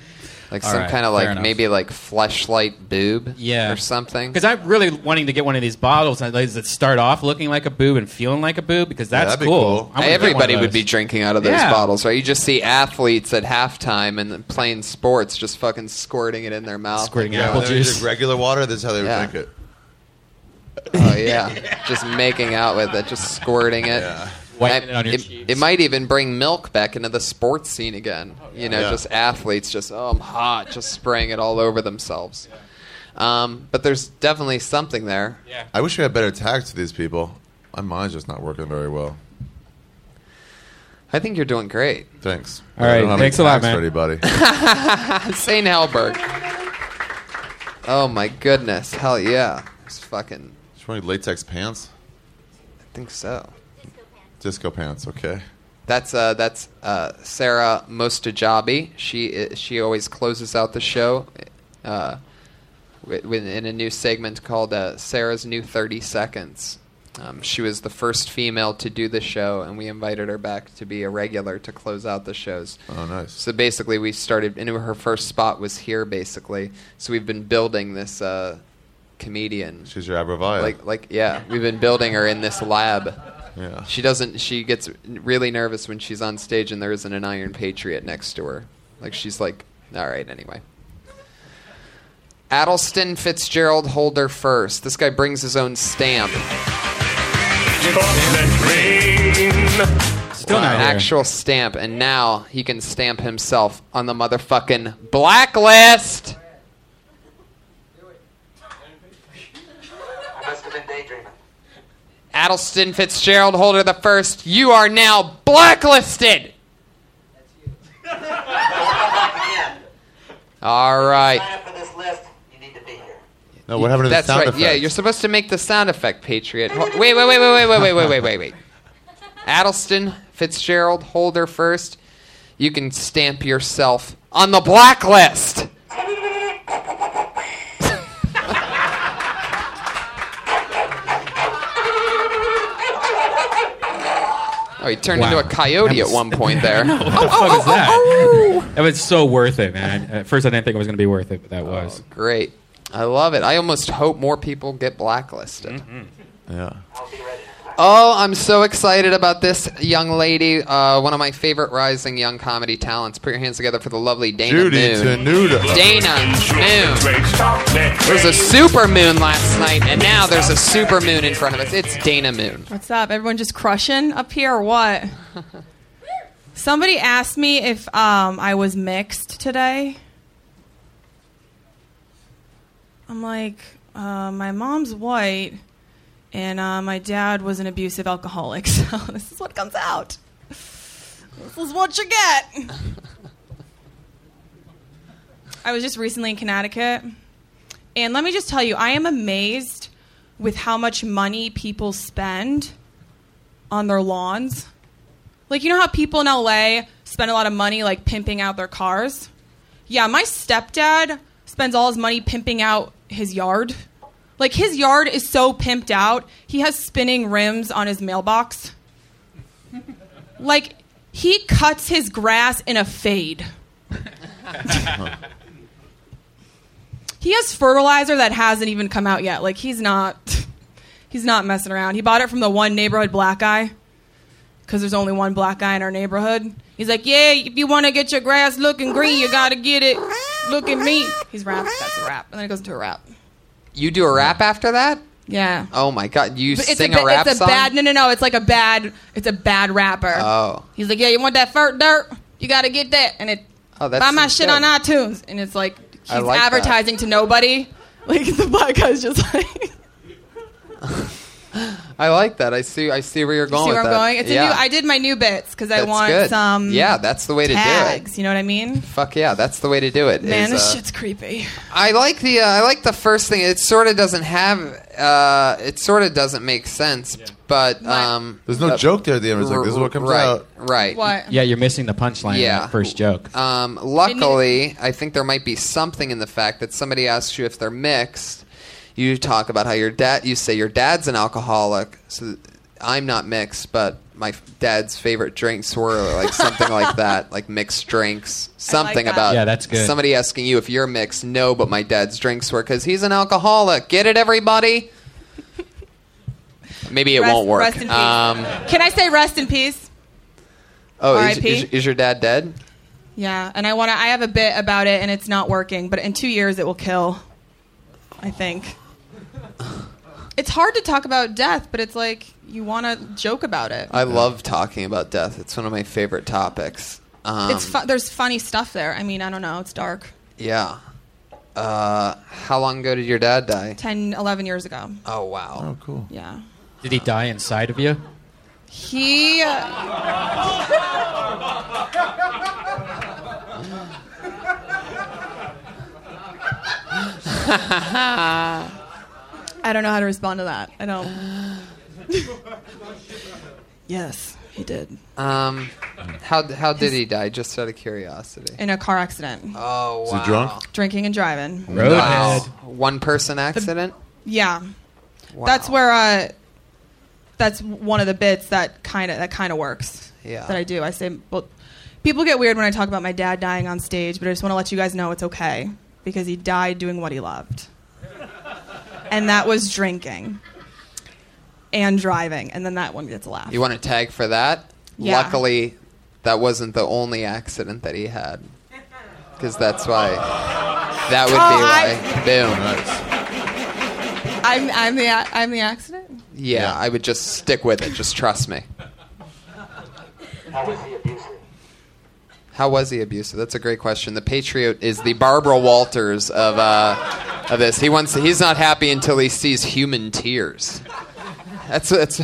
Speaker 4: like
Speaker 3: All
Speaker 4: some
Speaker 3: right,
Speaker 4: kind
Speaker 3: fair
Speaker 4: of like
Speaker 3: enough.
Speaker 4: maybe like fleshlight boob
Speaker 3: Yeah.
Speaker 4: or something.
Speaker 3: Because I'm really wanting to get one of these bottles and like, that start off looking like a boob and feeling like a boob because
Speaker 4: Yeah,
Speaker 3: that's
Speaker 4: that'd be
Speaker 3: cool. I'm gonna get
Speaker 4: Everybody
Speaker 3: one of
Speaker 4: would be
Speaker 3: those.
Speaker 4: drinking out of those
Speaker 3: Yeah.
Speaker 4: bottles, right? You just see athletes at halftime and then playing sports just fucking squirting it in their mouth.
Speaker 3: Squirting
Speaker 4: Like,
Speaker 7: Yeah, when they would drink regular water. This is how they would
Speaker 4: Yeah.
Speaker 7: drink it.
Speaker 4: Oh yeah, just making out with it, just squirting it.
Speaker 3: Wiping it on your
Speaker 4: it, it might even bring milk back into the sports scene again. You know,
Speaker 3: Oh, Yeah.
Speaker 4: just athletes, just oh, I'm hot, just spraying it all over themselves. Um, but there's definitely something there.
Speaker 3: Yeah.
Speaker 7: I wish we had better tags for these people. My mind's just not working very well.
Speaker 4: I think you're doing great.
Speaker 7: Thanks.
Speaker 4: All
Speaker 7: I
Speaker 4: right,
Speaker 7: don't have any
Speaker 4: thanks a lot,
Speaker 7: tags For
Speaker 4: man.
Speaker 7: anybody.
Speaker 4: (laughs) St. Halberg. Oh my goodness. Hell yeah. It's fucking.
Speaker 7: Just wearing latex pants.
Speaker 4: I think so.
Speaker 7: Disco pants. Okay.
Speaker 4: That's uh, that's uh, Sarah Mostajabi. She i- she always closes out the show, uh, wi- with, in a new segment called uh, Sarah's New Thirty Seconds. Um, she was the first female to do the show, and we invited her back to be a regular to close out the shows.
Speaker 7: Oh, nice.
Speaker 4: So basically, we started, and her first spot was here, basically. So we've been building this uh, comedian.
Speaker 7: She's your Abravaya.
Speaker 4: Like, like, yeah, we've been building her in this lab.
Speaker 7: Yeah.
Speaker 4: She doesn't. She gets really nervous when she's on stage and there isn't an Iron Patriot next to her. Like she's like, all right, anyway. Addleston Fitzgerald Holder first. This guy brings his own stamp. Still
Speaker 3: not
Speaker 4: an
Speaker 3: here.
Speaker 4: actual stamp, and now he can stamp himself on the motherfucking blacklist.
Speaker 5: I must have been daydreaming.
Speaker 4: Addleston Fitzgerald Holder the first, you are now blacklisted. All right.
Speaker 5: Sign up for this list. You need to be here.
Speaker 7: No, what happened to the
Speaker 4: That's
Speaker 7: sound
Speaker 4: right. Yeah,
Speaker 7: effects?
Speaker 4: you're supposed to make the sound effect, Patriot. Ho- Wait, wait, wait, wait, wait, wait, wait, wait, wait, wait,
Speaker 5: (laughs)
Speaker 4: wait. Addleston Fitzgerald Holder first. You can stamp yourself on the
Speaker 5: (laughs)
Speaker 4: blacklist. Oh, he turned into a coyote at one
Speaker 7: (laughs)
Speaker 4: point there.
Speaker 3: No,
Speaker 5: Oh,
Speaker 3: what the fuck is that? That was so worth it, man. At first, I didn't think it was going to be worth it, but that was.
Speaker 4: Great. I love it. I almost hope more people get blacklisted.
Speaker 7: Yeah.
Speaker 4: Oh, I'm so excited about this young lady, uh, one of my favorite rising young comedy talents. Put your hands together for the lovely Dana
Speaker 7: Judy
Speaker 4: Moon.
Speaker 7: Tenuta.
Speaker 4: Dana Moon. There's a super moon last night, and now there's a super moon in front of us. It's Dana Moon.
Speaker 19: What's up? Everyone just crushing up here or what? Somebody asked me if um, I was mixed today. I'm like, uh, my mom's white, and uh, my dad was an abusive alcoholic, (laughs) so this is what comes out. This is what you get. I was just recently in Connecticut, and let me just tell you, I am amazed with how much money people spend on their lawns. Like, you know how people in LA spend a lot of money, like, pimping out their cars? Yeah, my stepdad spends all his money pimping out his yard. Like, his yard is so pimped out, he has spinning rims on his mailbox. (laughs) Like, he cuts his grass in a fade. he has fertilizer that hasn't even come out yet. (laughs) Like he's not he's not messing around. He bought it from the one neighborhood black guy because there's only one black guy in our neighborhood. He's like, yeah, if you want to get your grass looking green, you got to get it looking meat. He's rap. That's a rap. And then it goes into a rap.
Speaker 4: You do a rap after that?
Speaker 19: Yeah.
Speaker 4: Oh my god, you
Speaker 19: But
Speaker 4: sing
Speaker 19: it's
Speaker 4: a,
Speaker 19: ba-
Speaker 4: rap
Speaker 19: it's a
Speaker 4: song?
Speaker 19: bad no no no it's like a bad it's a bad rapper
Speaker 4: Oh.
Speaker 19: he's like yeah you want that fur dirt you got to get that and it
Speaker 4: Oh, that's
Speaker 19: buy my shit
Speaker 4: good.
Speaker 19: on itunes and it's like he's
Speaker 4: I like that.
Speaker 19: advertising to nobody (laughs) like the black guy's just like
Speaker 4: I like that. I see. I see where you're going.
Speaker 19: see where i'm
Speaker 4: with that.
Speaker 19: going it's
Speaker 4: yeah.
Speaker 19: a new i did my new bits because i
Speaker 4: That's
Speaker 19: want
Speaker 4: good.
Speaker 19: some
Speaker 4: Yeah, that's the way to do it.
Speaker 19: tags, you know what i mean
Speaker 4: Fuck yeah, that's the way to do it.
Speaker 19: man
Speaker 4: is,
Speaker 19: this
Speaker 4: uh,
Speaker 19: shit's creepy
Speaker 4: I like the uh, I like the first thing. It sort of doesn't have uh, it sort of doesn't make sense, but um,
Speaker 7: There's no
Speaker 4: uh,
Speaker 7: joke there at the end. It's like,
Speaker 4: r-
Speaker 7: this is what comes
Speaker 4: right,
Speaker 7: out.
Speaker 4: Right.
Speaker 19: What?
Speaker 3: Yeah, you're missing the punchline. in
Speaker 4: Yeah.
Speaker 3: that first joke.
Speaker 4: Um, luckily, I think there might be something in the fact that somebody asks you if they're mixed. You talk about how your dad. You say your dad's an alcoholic. So th- I'm not mixed, but my f- dad's favorite drinks were
Speaker 19: (laughs)
Speaker 4: like something like that, like mixed drinks. Something
Speaker 3: that.
Speaker 4: about
Speaker 3: Yeah, that's good.
Speaker 4: Somebody asking you if you're mixed. No, but my dad's drinks were because he's an alcoholic. Get it,
Speaker 19: (laughs)
Speaker 4: everybody. Maybe it
Speaker 19: Rest-
Speaker 4: won't work.
Speaker 19: rest in peace.
Speaker 4: Um,
Speaker 19: can i say rest in peace
Speaker 4: oh, is,
Speaker 19: R.I.P.?
Speaker 4: is- is your dad dead?
Speaker 19: yeah and i want to i have a bit about it and it's not working but in two years it will kill i think it's hard to talk about death but it's like you want to joke about it
Speaker 4: I love talking about death. It's one of my favorite topics. Um,
Speaker 19: it's fu- there's funny stuff there. I mean, I don't know. It's dark.
Speaker 4: Yeah. Uh, how long ago did your dad die?
Speaker 19: 10, 11 years ago.
Speaker 4: Oh wow. Oh
Speaker 7: cool.
Speaker 19: Yeah.
Speaker 3: Did he die inside of you?
Speaker 19: He. (laughs) I don't know how to respond to that. I don't. yes, he did.
Speaker 4: Um, how how did he die? Just out of curiosity.
Speaker 19: In a car accident.
Speaker 4: Oh wow. Was he drunk?
Speaker 19: Drinking and driving.
Speaker 4: Wow. One person accident.
Speaker 19: Yeah.
Speaker 4: Wow.
Speaker 19: That's where uh that's one of the bits that kind of that kind of works.
Speaker 4: Yeah.
Speaker 19: That I do. I say well people get weird when I talk about my dad dying on stage, but I just want to let you guys know it's okay because he died doing what he
Speaker 4: (laughs)
Speaker 19: loved. and that was drinking and driving, and then that one gets a laugh.
Speaker 4: You want a tag for that?
Speaker 19: Yeah.
Speaker 4: Luckily, that wasn't the only accident that he had. Because that's why. That would
Speaker 19: Oh,
Speaker 4: be why. Boom.
Speaker 19: I'm I'm the a- I'm the accident.
Speaker 4: Yeah, I would just stick with it. Just trust me.
Speaker 5: How was he abusive?
Speaker 4: How was he abusive? That's a great question. The Patriot is the Barbara Walters of uh, of this. He wants. He's not happy until he sees human tears. That's that's.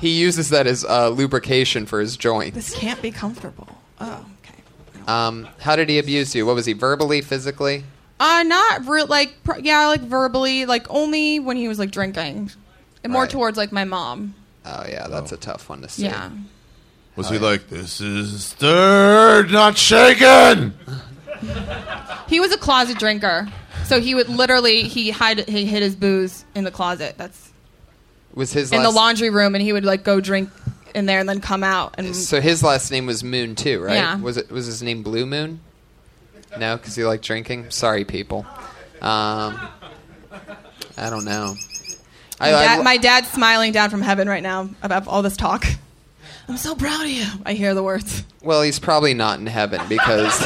Speaker 4: He uses that as uh, lubrication for his joints.
Speaker 19: This can't be comfortable. Oh.
Speaker 4: Um, how did he abuse you? What was he verbally, physically?
Speaker 19: Uh, not real. Like, pr- yeah, like verbally, like only when he was like drinking, and more
Speaker 4: Right.
Speaker 19: towards like my mom.
Speaker 4: Oh yeah, that's a tough one to see.
Speaker 19: Yeah.
Speaker 7: Was he like, this is stirred, not shaken?
Speaker 19: He was a closet drinker, so he would literally he hide he hid his booze in the closet. That's
Speaker 4: Was his
Speaker 19: in
Speaker 4: last,
Speaker 19: the laundry room, and he would like go drink in there and then come out and
Speaker 4: So his last name was Moon too, right?
Speaker 19: Yeah.
Speaker 4: Was it was his name Blue Moon? No, because he liked drinking. Sorry, people. Um, I don't know.
Speaker 19: my, dad, my dad's smiling down from heaven right now about all this talk. I'm so proud of you. I hear the words.
Speaker 4: Well, he's probably not in heaven because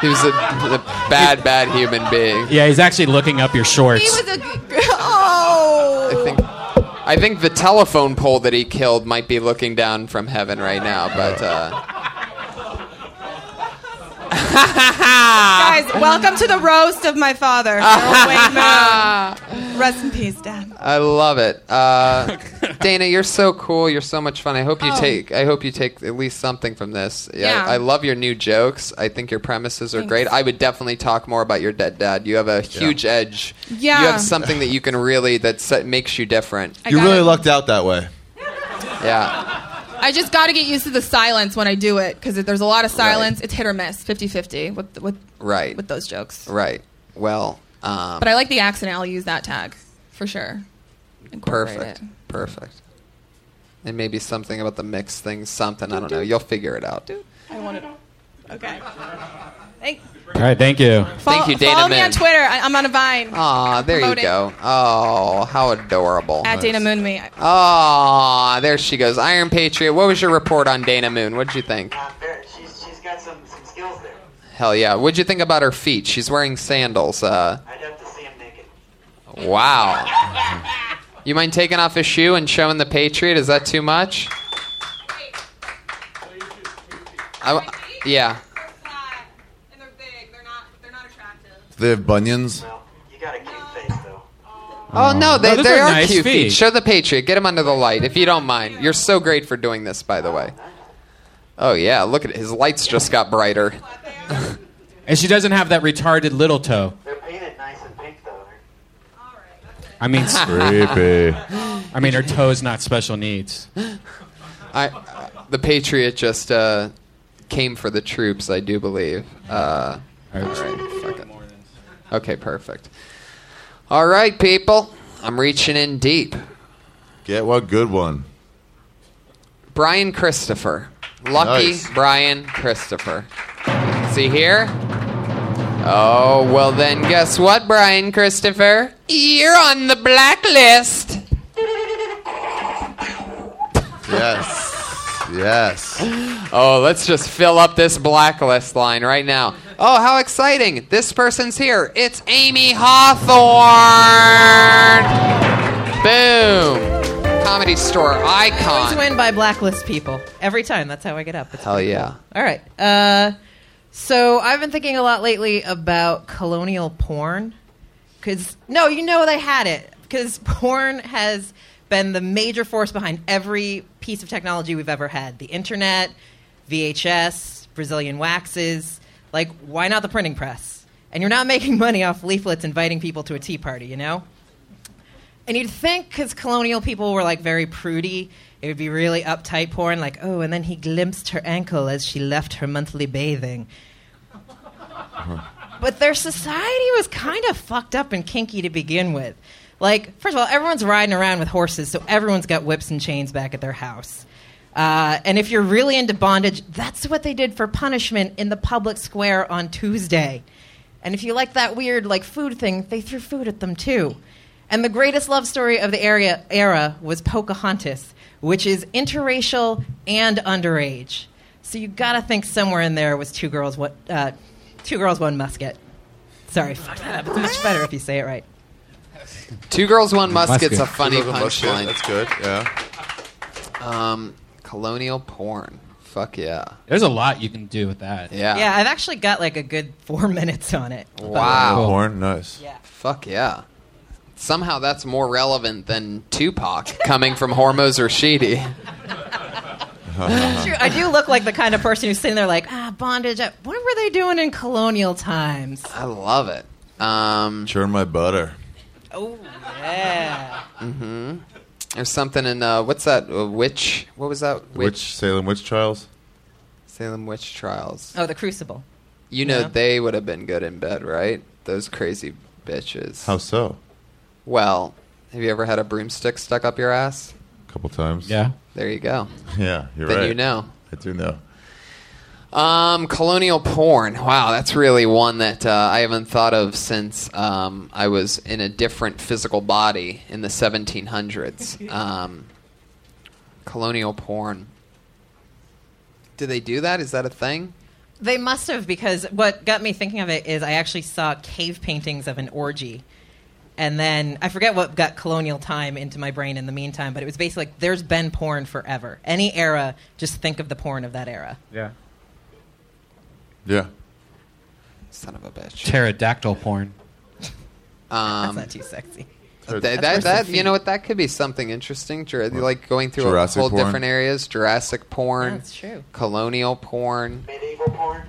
Speaker 4: he was a, a bad, bad human being.
Speaker 3: Yeah, he's actually looking up your shorts.
Speaker 19: a oh.
Speaker 4: I think I think the telephone pole that he killed might be looking down from heaven right now, but uh, Ah.
Speaker 19: Guys, welcome to the roast of my
Speaker 4: (laughs)
Speaker 19: father. Harold Wayne Moon. Rest in peace, Dad.
Speaker 4: I love it. (laughs) Uh, Dana, you're so cool. You're so much fun. I hope you
Speaker 19: Oh.
Speaker 4: take I hope you take at least something from this.
Speaker 19: Yeah.
Speaker 4: I, I love your new jokes. I think your premises are
Speaker 19: Thanks.
Speaker 4: great. I would definitely talk more about your dead dad. You have a huge edge. You
Speaker 19: Yeah.
Speaker 4: have something that you can really that set, makes you different.
Speaker 19: I You got really it.
Speaker 4: lucked out that way. Yeah.
Speaker 19: I just got to get used to the silence when I do it because there's a lot of silence. It's hit or miss, 50-50 with with.
Speaker 4: right
Speaker 19: with those jokes
Speaker 4: right well um,
Speaker 19: But I like the accident. I'll use that tag for sure. Incorporate
Speaker 4: perfect
Speaker 19: it.
Speaker 4: perfect and maybe something about the mix thing something i don't know you'll figure it out
Speaker 19: I want it. Okay. Thank,
Speaker 3: All right, thank you.
Speaker 19: follow,
Speaker 4: Thank you, Dana
Speaker 19: Follow me
Speaker 4: Moon.
Speaker 19: on Twitter. I, I'm on a Vine.
Speaker 4: Aw, there you
Speaker 19: Promoting.
Speaker 4: go. Oh, how adorable.
Speaker 19: At Dana Moon me.
Speaker 4: Aw, there she goes. Iron Patriot, what was your report on Dana Moon? What'd you think?
Speaker 5: She's, she's got some, some skills there.
Speaker 4: Hell yeah. What'd you think about her feet? She's wearing sandals. Uh,
Speaker 5: I'd have to see him naked.
Speaker 19: (laughs)
Speaker 4: wow. You mind taking off his shoe and showing the Patriot? Is that too much? I, yeah.
Speaker 7: They have bunions.
Speaker 4: Oh no, they,
Speaker 7: No, those
Speaker 4: they
Speaker 7: are
Speaker 4: are
Speaker 7: nice
Speaker 4: cute feet.
Speaker 7: feet.
Speaker 4: Show the Patriot. Get him under the light if you don't mind. You're so great for doing this, by the way. Oh yeah, look at it. His lights just got brighter.
Speaker 3: And she doesn't have that retarded little toe. I mean, s-
Speaker 4: Creepy.
Speaker 3: I mean, her toe's not special needs.
Speaker 4: I, uh, the Patriot just uh, came for the troops, I do believe. Uh, all right, fuck it. Okay, perfect. All right, people, I'm reaching in deep.
Speaker 7: Get what good one.
Speaker 4: Brian Christopher. Lucky
Speaker 7: Nice.
Speaker 4: Brian Christopher. See here? Oh, well then, guess what, Brian Christopher? You're on the blacklist.
Speaker 7: Yes. yes.
Speaker 4: Oh, let's just fill up this blacklist line right now. Oh, how exciting! This person's here. It's Amy (laughs) Hawthorne! Boom! Comedy store
Speaker 20: I always
Speaker 4: icon.
Speaker 20: win by blacklist people every time. That's how I get up. It's
Speaker 4: Hell yeah.
Speaker 20: All right. Uh, so I've been thinking a lot lately about colonial porn. Because, no, you know they had it. Because (laughs) porn has been the major force behind every piece of technology we've ever had the internet, VHS, Brazilian waxes. Like, why not the printing press? And you're not (laughs) making money off leaflets inviting people to a tea party, you know? And you'd think because colonial people were like very prudy, it would be really uptight porn, like, oh, and then he glimpsed her ankle as she left her monthly bathing. but their society was kind of fucked up and kinky to begin with. Like, first of all, everyone's riding around with horses, so everyone's got whips and chains back at their house. Uh, and if you're really into bondage, that's what they did for punishment in the public square on Tuesday. And if you like that weird like food thing, they threw food at them too. And the greatest love story of the area era was Pocahontas, which is interracial and underage. So you got to think somewhere in there was two girls what uh, two girls one musket. Sorry, (laughs) fuck that up. It's much better if you say it right.
Speaker 4: Two girls, one musket's a
Speaker 7: Musket.
Speaker 4: funny
Speaker 7: Two Girls, One Musket,
Speaker 4: punchline.
Speaker 7: that's good. Yeah.
Speaker 4: Um, colonial porn. Fuck yeah.
Speaker 3: There's a lot you can do with that.
Speaker 4: Yeah.
Speaker 20: Yeah, I've actually got like a good 4 (laughs) minutes on it.
Speaker 4: Wow.
Speaker 7: Cool. Porn, nice.
Speaker 20: Yeah.
Speaker 4: Fuck yeah. Somehow that's more relevant than Tupac coming from Hormoz Rashidi.
Speaker 20: It's
Speaker 7: Uh-huh.
Speaker 20: (laughs) true. I do look like the kind of person who's sitting there like, ah, bondage. uh, What were they doing in colonial times?
Speaker 4: I love it. Um,
Speaker 7: Churn my butter.
Speaker 20: Oh, yeah.
Speaker 4: hmm There's something in uh, what's that? Uh, witch? What was that?
Speaker 7: Witch, Salem witch trials.
Speaker 4: Salem Witch Trials.
Speaker 20: Oh, the Crucible.
Speaker 4: You know
Speaker 20: Yeah.
Speaker 4: they would have been good in bed, right? Those crazy bitches.
Speaker 7: How so?
Speaker 4: Well, have you ever had a broomstick stuck up your ass?
Speaker 7: A couple times.
Speaker 4: Yeah. There you go.
Speaker 7: (laughs) Yeah, you're
Speaker 4: Then
Speaker 7: right.
Speaker 4: you know.
Speaker 7: I do know.
Speaker 4: Um, colonial porn. Wow, that's really one that uh, I haven't thought of since um, I was in a different physical body in the
Speaker 20: (laughs)
Speaker 4: 1700s. Um, colonial porn. Do they do that? Is that a thing?
Speaker 20: They must have because what got me thinking of it is I actually saw cave paintings of an orgy. And then I forget what got colonial time into my brain in the meantime, but it was basically like there's been porn forever. Any era, just think of the porn of that era.
Speaker 3: Yeah.
Speaker 7: Yeah.
Speaker 4: Son of a bitch.
Speaker 3: Pterodactyl porn.
Speaker 4: Um,
Speaker 20: That's not too sexy.
Speaker 4: That,
Speaker 20: That's
Speaker 4: that,
Speaker 20: worse
Speaker 4: that-
Speaker 20: than
Speaker 4: you know what? That could be something interesting. Jura- like going through
Speaker 7: Jurassic
Speaker 4: a whole
Speaker 7: porn?
Speaker 4: different areas. Jurassic porn.
Speaker 20: That's true.
Speaker 4: Colonial porn.
Speaker 5: Medieval porn.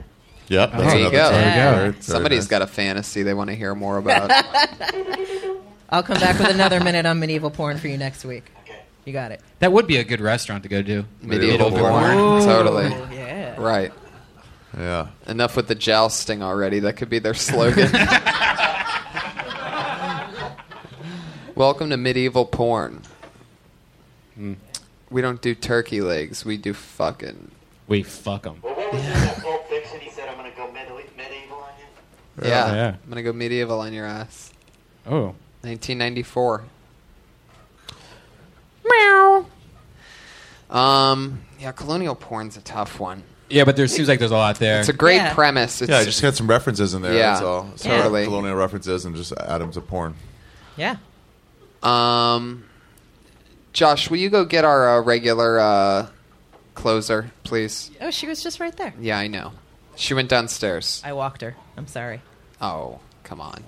Speaker 7: Yep.
Speaker 4: There you
Speaker 7: another
Speaker 4: go.
Speaker 7: term. Very- very
Speaker 4: Somebody's
Speaker 7: nice.
Speaker 4: got a fantasy they want to hear more about.
Speaker 20: (laughs) I'll come back with another minute on medieval porn for you next week. You got it.
Speaker 3: That would be a good restaurant to go to.
Speaker 4: Medieval porn. Totally.
Speaker 20: yeah.
Speaker 4: Right.
Speaker 7: Yeah.
Speaker 4: Enough with the jousting already. That could be their slogan. Welcome to medieval porn. We don't do turkey legs. We do fucking.
Speaker 3: We fuck them.
Speaker 5: What was in that Pulp Fiction he
Speaker 4: Yeah.
Speaker 21: Yeah.
Speaker 4: I'm going to go medieval on your ass.
Speaker 21: Oh.
Speaker 4: 1994.
Speaker 21: Meow.
Speaker 4: Um, yeah, colonial porn's a tough one.
Speaker 21: Yeah, but there seems like there's a lot there.
Speaker 4: It's a great premise. It's
Speaker 7: yeah, I just got some references in there.
Speaker 4: Yeah.
Speaker 7: That's all. So
Speaker 4: Yeah.
Speaker 7: totally. Colonial references and just add them to porn.
Speaker 4: Yeah. Um, Josh, will you go get our uh, regular uh, closer, please?
Speaker 20: Oh, she was just right there.
Speaker 4: Yeah, I know. She went downstairs.
Speaker 20: I walked her. I'm sorry.
Speaker 4: Oh, come on.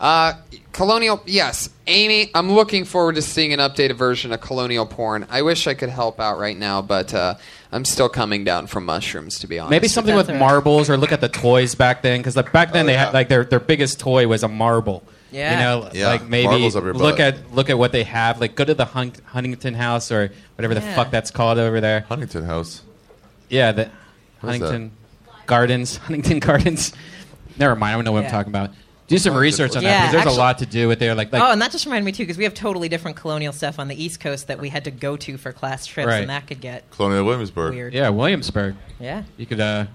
Speaker 4: Uh, colonial, yes. Amy, I'm looking forward to seeing an updated version of colonial porn. I wish I could help out right now, but uh, I'm still coming down from mushrooms, to be honest.
Speaker 3: Maybe something with marbles or look at the toys back then because like back
Speaker 4: Oh,
Speaker 3: then they
Speaker 4: yeah.
Speaker 3: had like their, their biggest toy was a marble.
Speaker 4: Yeah.
Speaker 3: You know,
Speaker 4: Yeah,
Speaker 3: like maybe
Speaker 4: marbles up your
Speaker 3: look
Speaker 4: butt.
Speaker 3: at look at what they have. Like go to the Hun- Huntington House or whatever the
Speaker 4: Yeah.
Speaker 3: fuck that's called over there.
Speaker 7: Huntington House.
Speaker 3: Yeah, the
Speaker 7: What is that?
Speaker 3: Huntington Gardens. (laughs) Huntington Gardens. Never mind. I don't know what
Speaker 20: Yeah.
Speaker 3: I'm talking about. Do some research on
Speaker 20: Yeah,
Speaker 3: that because there's
Speaker 20: actually-
Speaker 3: a lot to do with there. Like, like
Speaker 20: oh, and that just reminded me too, because we have totally different colonial stuff on the East Coast that we had to go to for class trips,
Speaker 3: Right.
Speaker 20: and that could get
Speaker 7: Colonial Williamsburg.
Speaker 20: Weird.
Speaker 3: Yeah, Williamsburg.
Speaker 20: Yeah.
Speaker 3: You could, uh,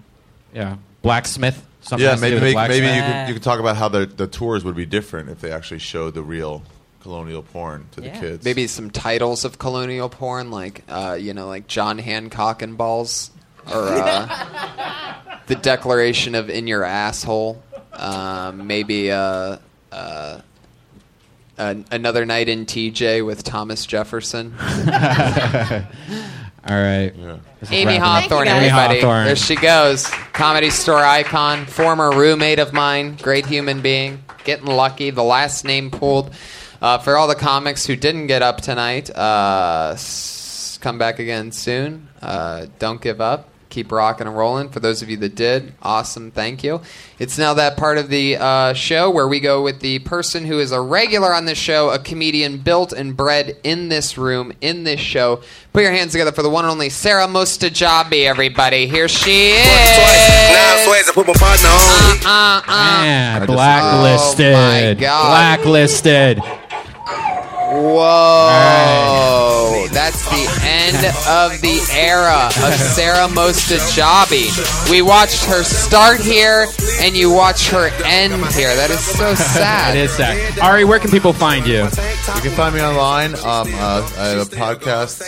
Speaker 3: yeah, blacksmith. Something
Speaker 7: yeah,
Speaker 3: has to do
Speaker 7: maybe
Speaker 3: with
Speaker 7: maybe,
Speaker 3: blacksmith.
Speaker 7: maybe you could you could talk about how the the tours would be different if they actually showed the real colonial porn to the kids.
Speaker 4: Maybe some titles of colonial porn, like uh, you know, like John Hancock and balls, or uh, the Declaration of in your asshole. Um, maybe uh, uh, an, another night in TJ with
Speaker 7: (laughs)
Speaker 4: Thomas Jefferson.
Speaker 3: All right. This is
Speaker 4: Amy
Speaker 3: wrapping up.
Speaker 4: Hawthorne,
Speaker 3: Amy
Speaker 4: everybody.
Speaker 3: Hawthorne.
Speaker 4: There she goes. Comedy store icon, former roommate of mine, great human being, getting lucky, the last name pulled. Uh, for all the comics who didn't get up tonight, uh, s- come back again soon. Uh, don't give up. Keep rocking and rolling. For those of you that did, awesome. Thank you. It's now that part of the uh, show where we go with the person who is a regular on this show, a comedian built and bred in this room, in this show. Put your hands together for the one and only Sarah Mostajabi, everybody. Here she is.
Speaker 2: Nine sweats, I put my partner on.
Speaker 4: Uh, uh.
Speaker 3: Yeah, blacklisted.
Speaker 4: Oh, my God.
Speaker 3: Blacklisted.
Speaker 4: Whoa. That's the end of the era of Sarah Mostajabi. We watched her start here, and you watch her end here. That is so sad.
Speaker 3: That is sad. Ari, where can people find you?
Speaker 7: You can find me online. Um, uh, I have a podcast.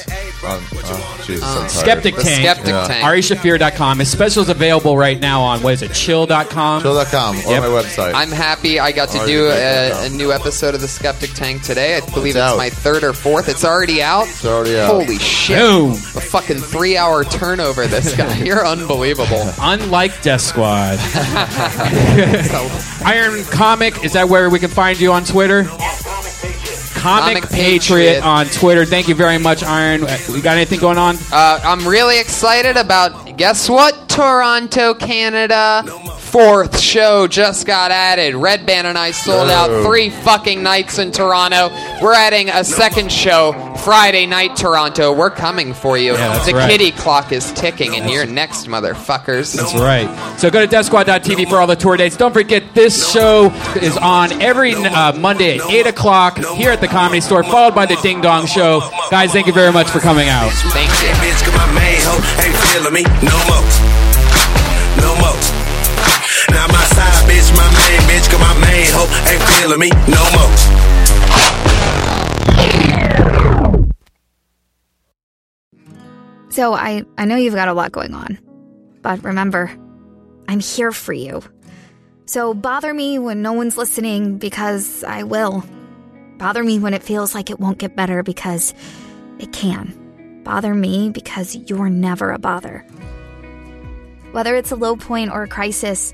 Speaker 7: On, oh, Jesus,
Speaker 4: Uh,
Speaker 7: I'm tired.
Speaker 3: Skeptic Tank.
Speaker 7: Yeah.
Speaker 3: AriShafir.com. His special is available right now on, what is it, chill.com?
Speaker 7: Chill.com or my
Speaker 3: Yep.
Speaker 7: website.
Speaker 4: I'm happy I got to
Speaker 7: Already
Speaker 4: do
Speaker 7: back
Speaker 4: a,
Speaker 7: up.
Speaker 4: a new episode of the Skeptic Tank today. I believe it's,
Speaker 7: out.
Speaker 4: my third or fourth. It's already out.
Speaker 7: It's already out.
Speaker 4: Holy shit!
Speaker 3: Boom.
Speaker 4: A fucking three-hour turnover. This guy, (laughs) you're unbelievable.
Speaker 3: Unlike Death Squad.
Speaker 4: So-
Speaker 3: Iron Comic, is that where we can find you on Twitter? Comic,
Speaker 4: Comic
Speaker 3: Patriot.
Speaker 4: Patriot.
Speaker 3: on Twitter. Thank you very much, Iron. Uh, We got anything going on?
Speaker 4: Uh, I'm really excited about, guess what? Toronto, Canada. Fourth show just got added. Red Band and I sold out
Speaker 19: No.
Speaker 4: three fucking nights in Toronto. We're adding a second show Friday night, Toronto. We're coming for you.
Speaker 3: Yeah, that's
Speaker 4: the
Speaker 3: right.
Speaker 4: kitty clock is ticking, and you're next, motherfuckers.
Speaker 3: That's right. So go to DeathSquad.tv for all the tour dates. Don't forget, this show is on every uh, Monday at 8 o'clock here at the Comedy Store, followed by the Ding Dong Show. Guys, thank you very much for coming out.
Speaker 4: Thank
Speaker 2: you. Bitch, cause my main hoe ain't feeling me no more. No more. Now my side bitch, my main bitch, cause my main hoe ain't feeling me no more.
Speaker 22: So I, I know you've got a lot going on, but remember, I'm here for you. So bother me when no one's listening because I will. Bother me when it feels like it won't get better because it can. Bother me because you're never a bother. Whether it's a low point or a crisis,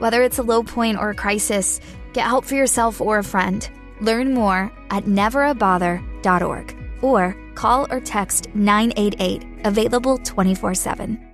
Speaker 22: Whether it's a low point or a crisis, get help for yourself or a friend. Learn more at neverabother.org or call or text 988, available 24 7.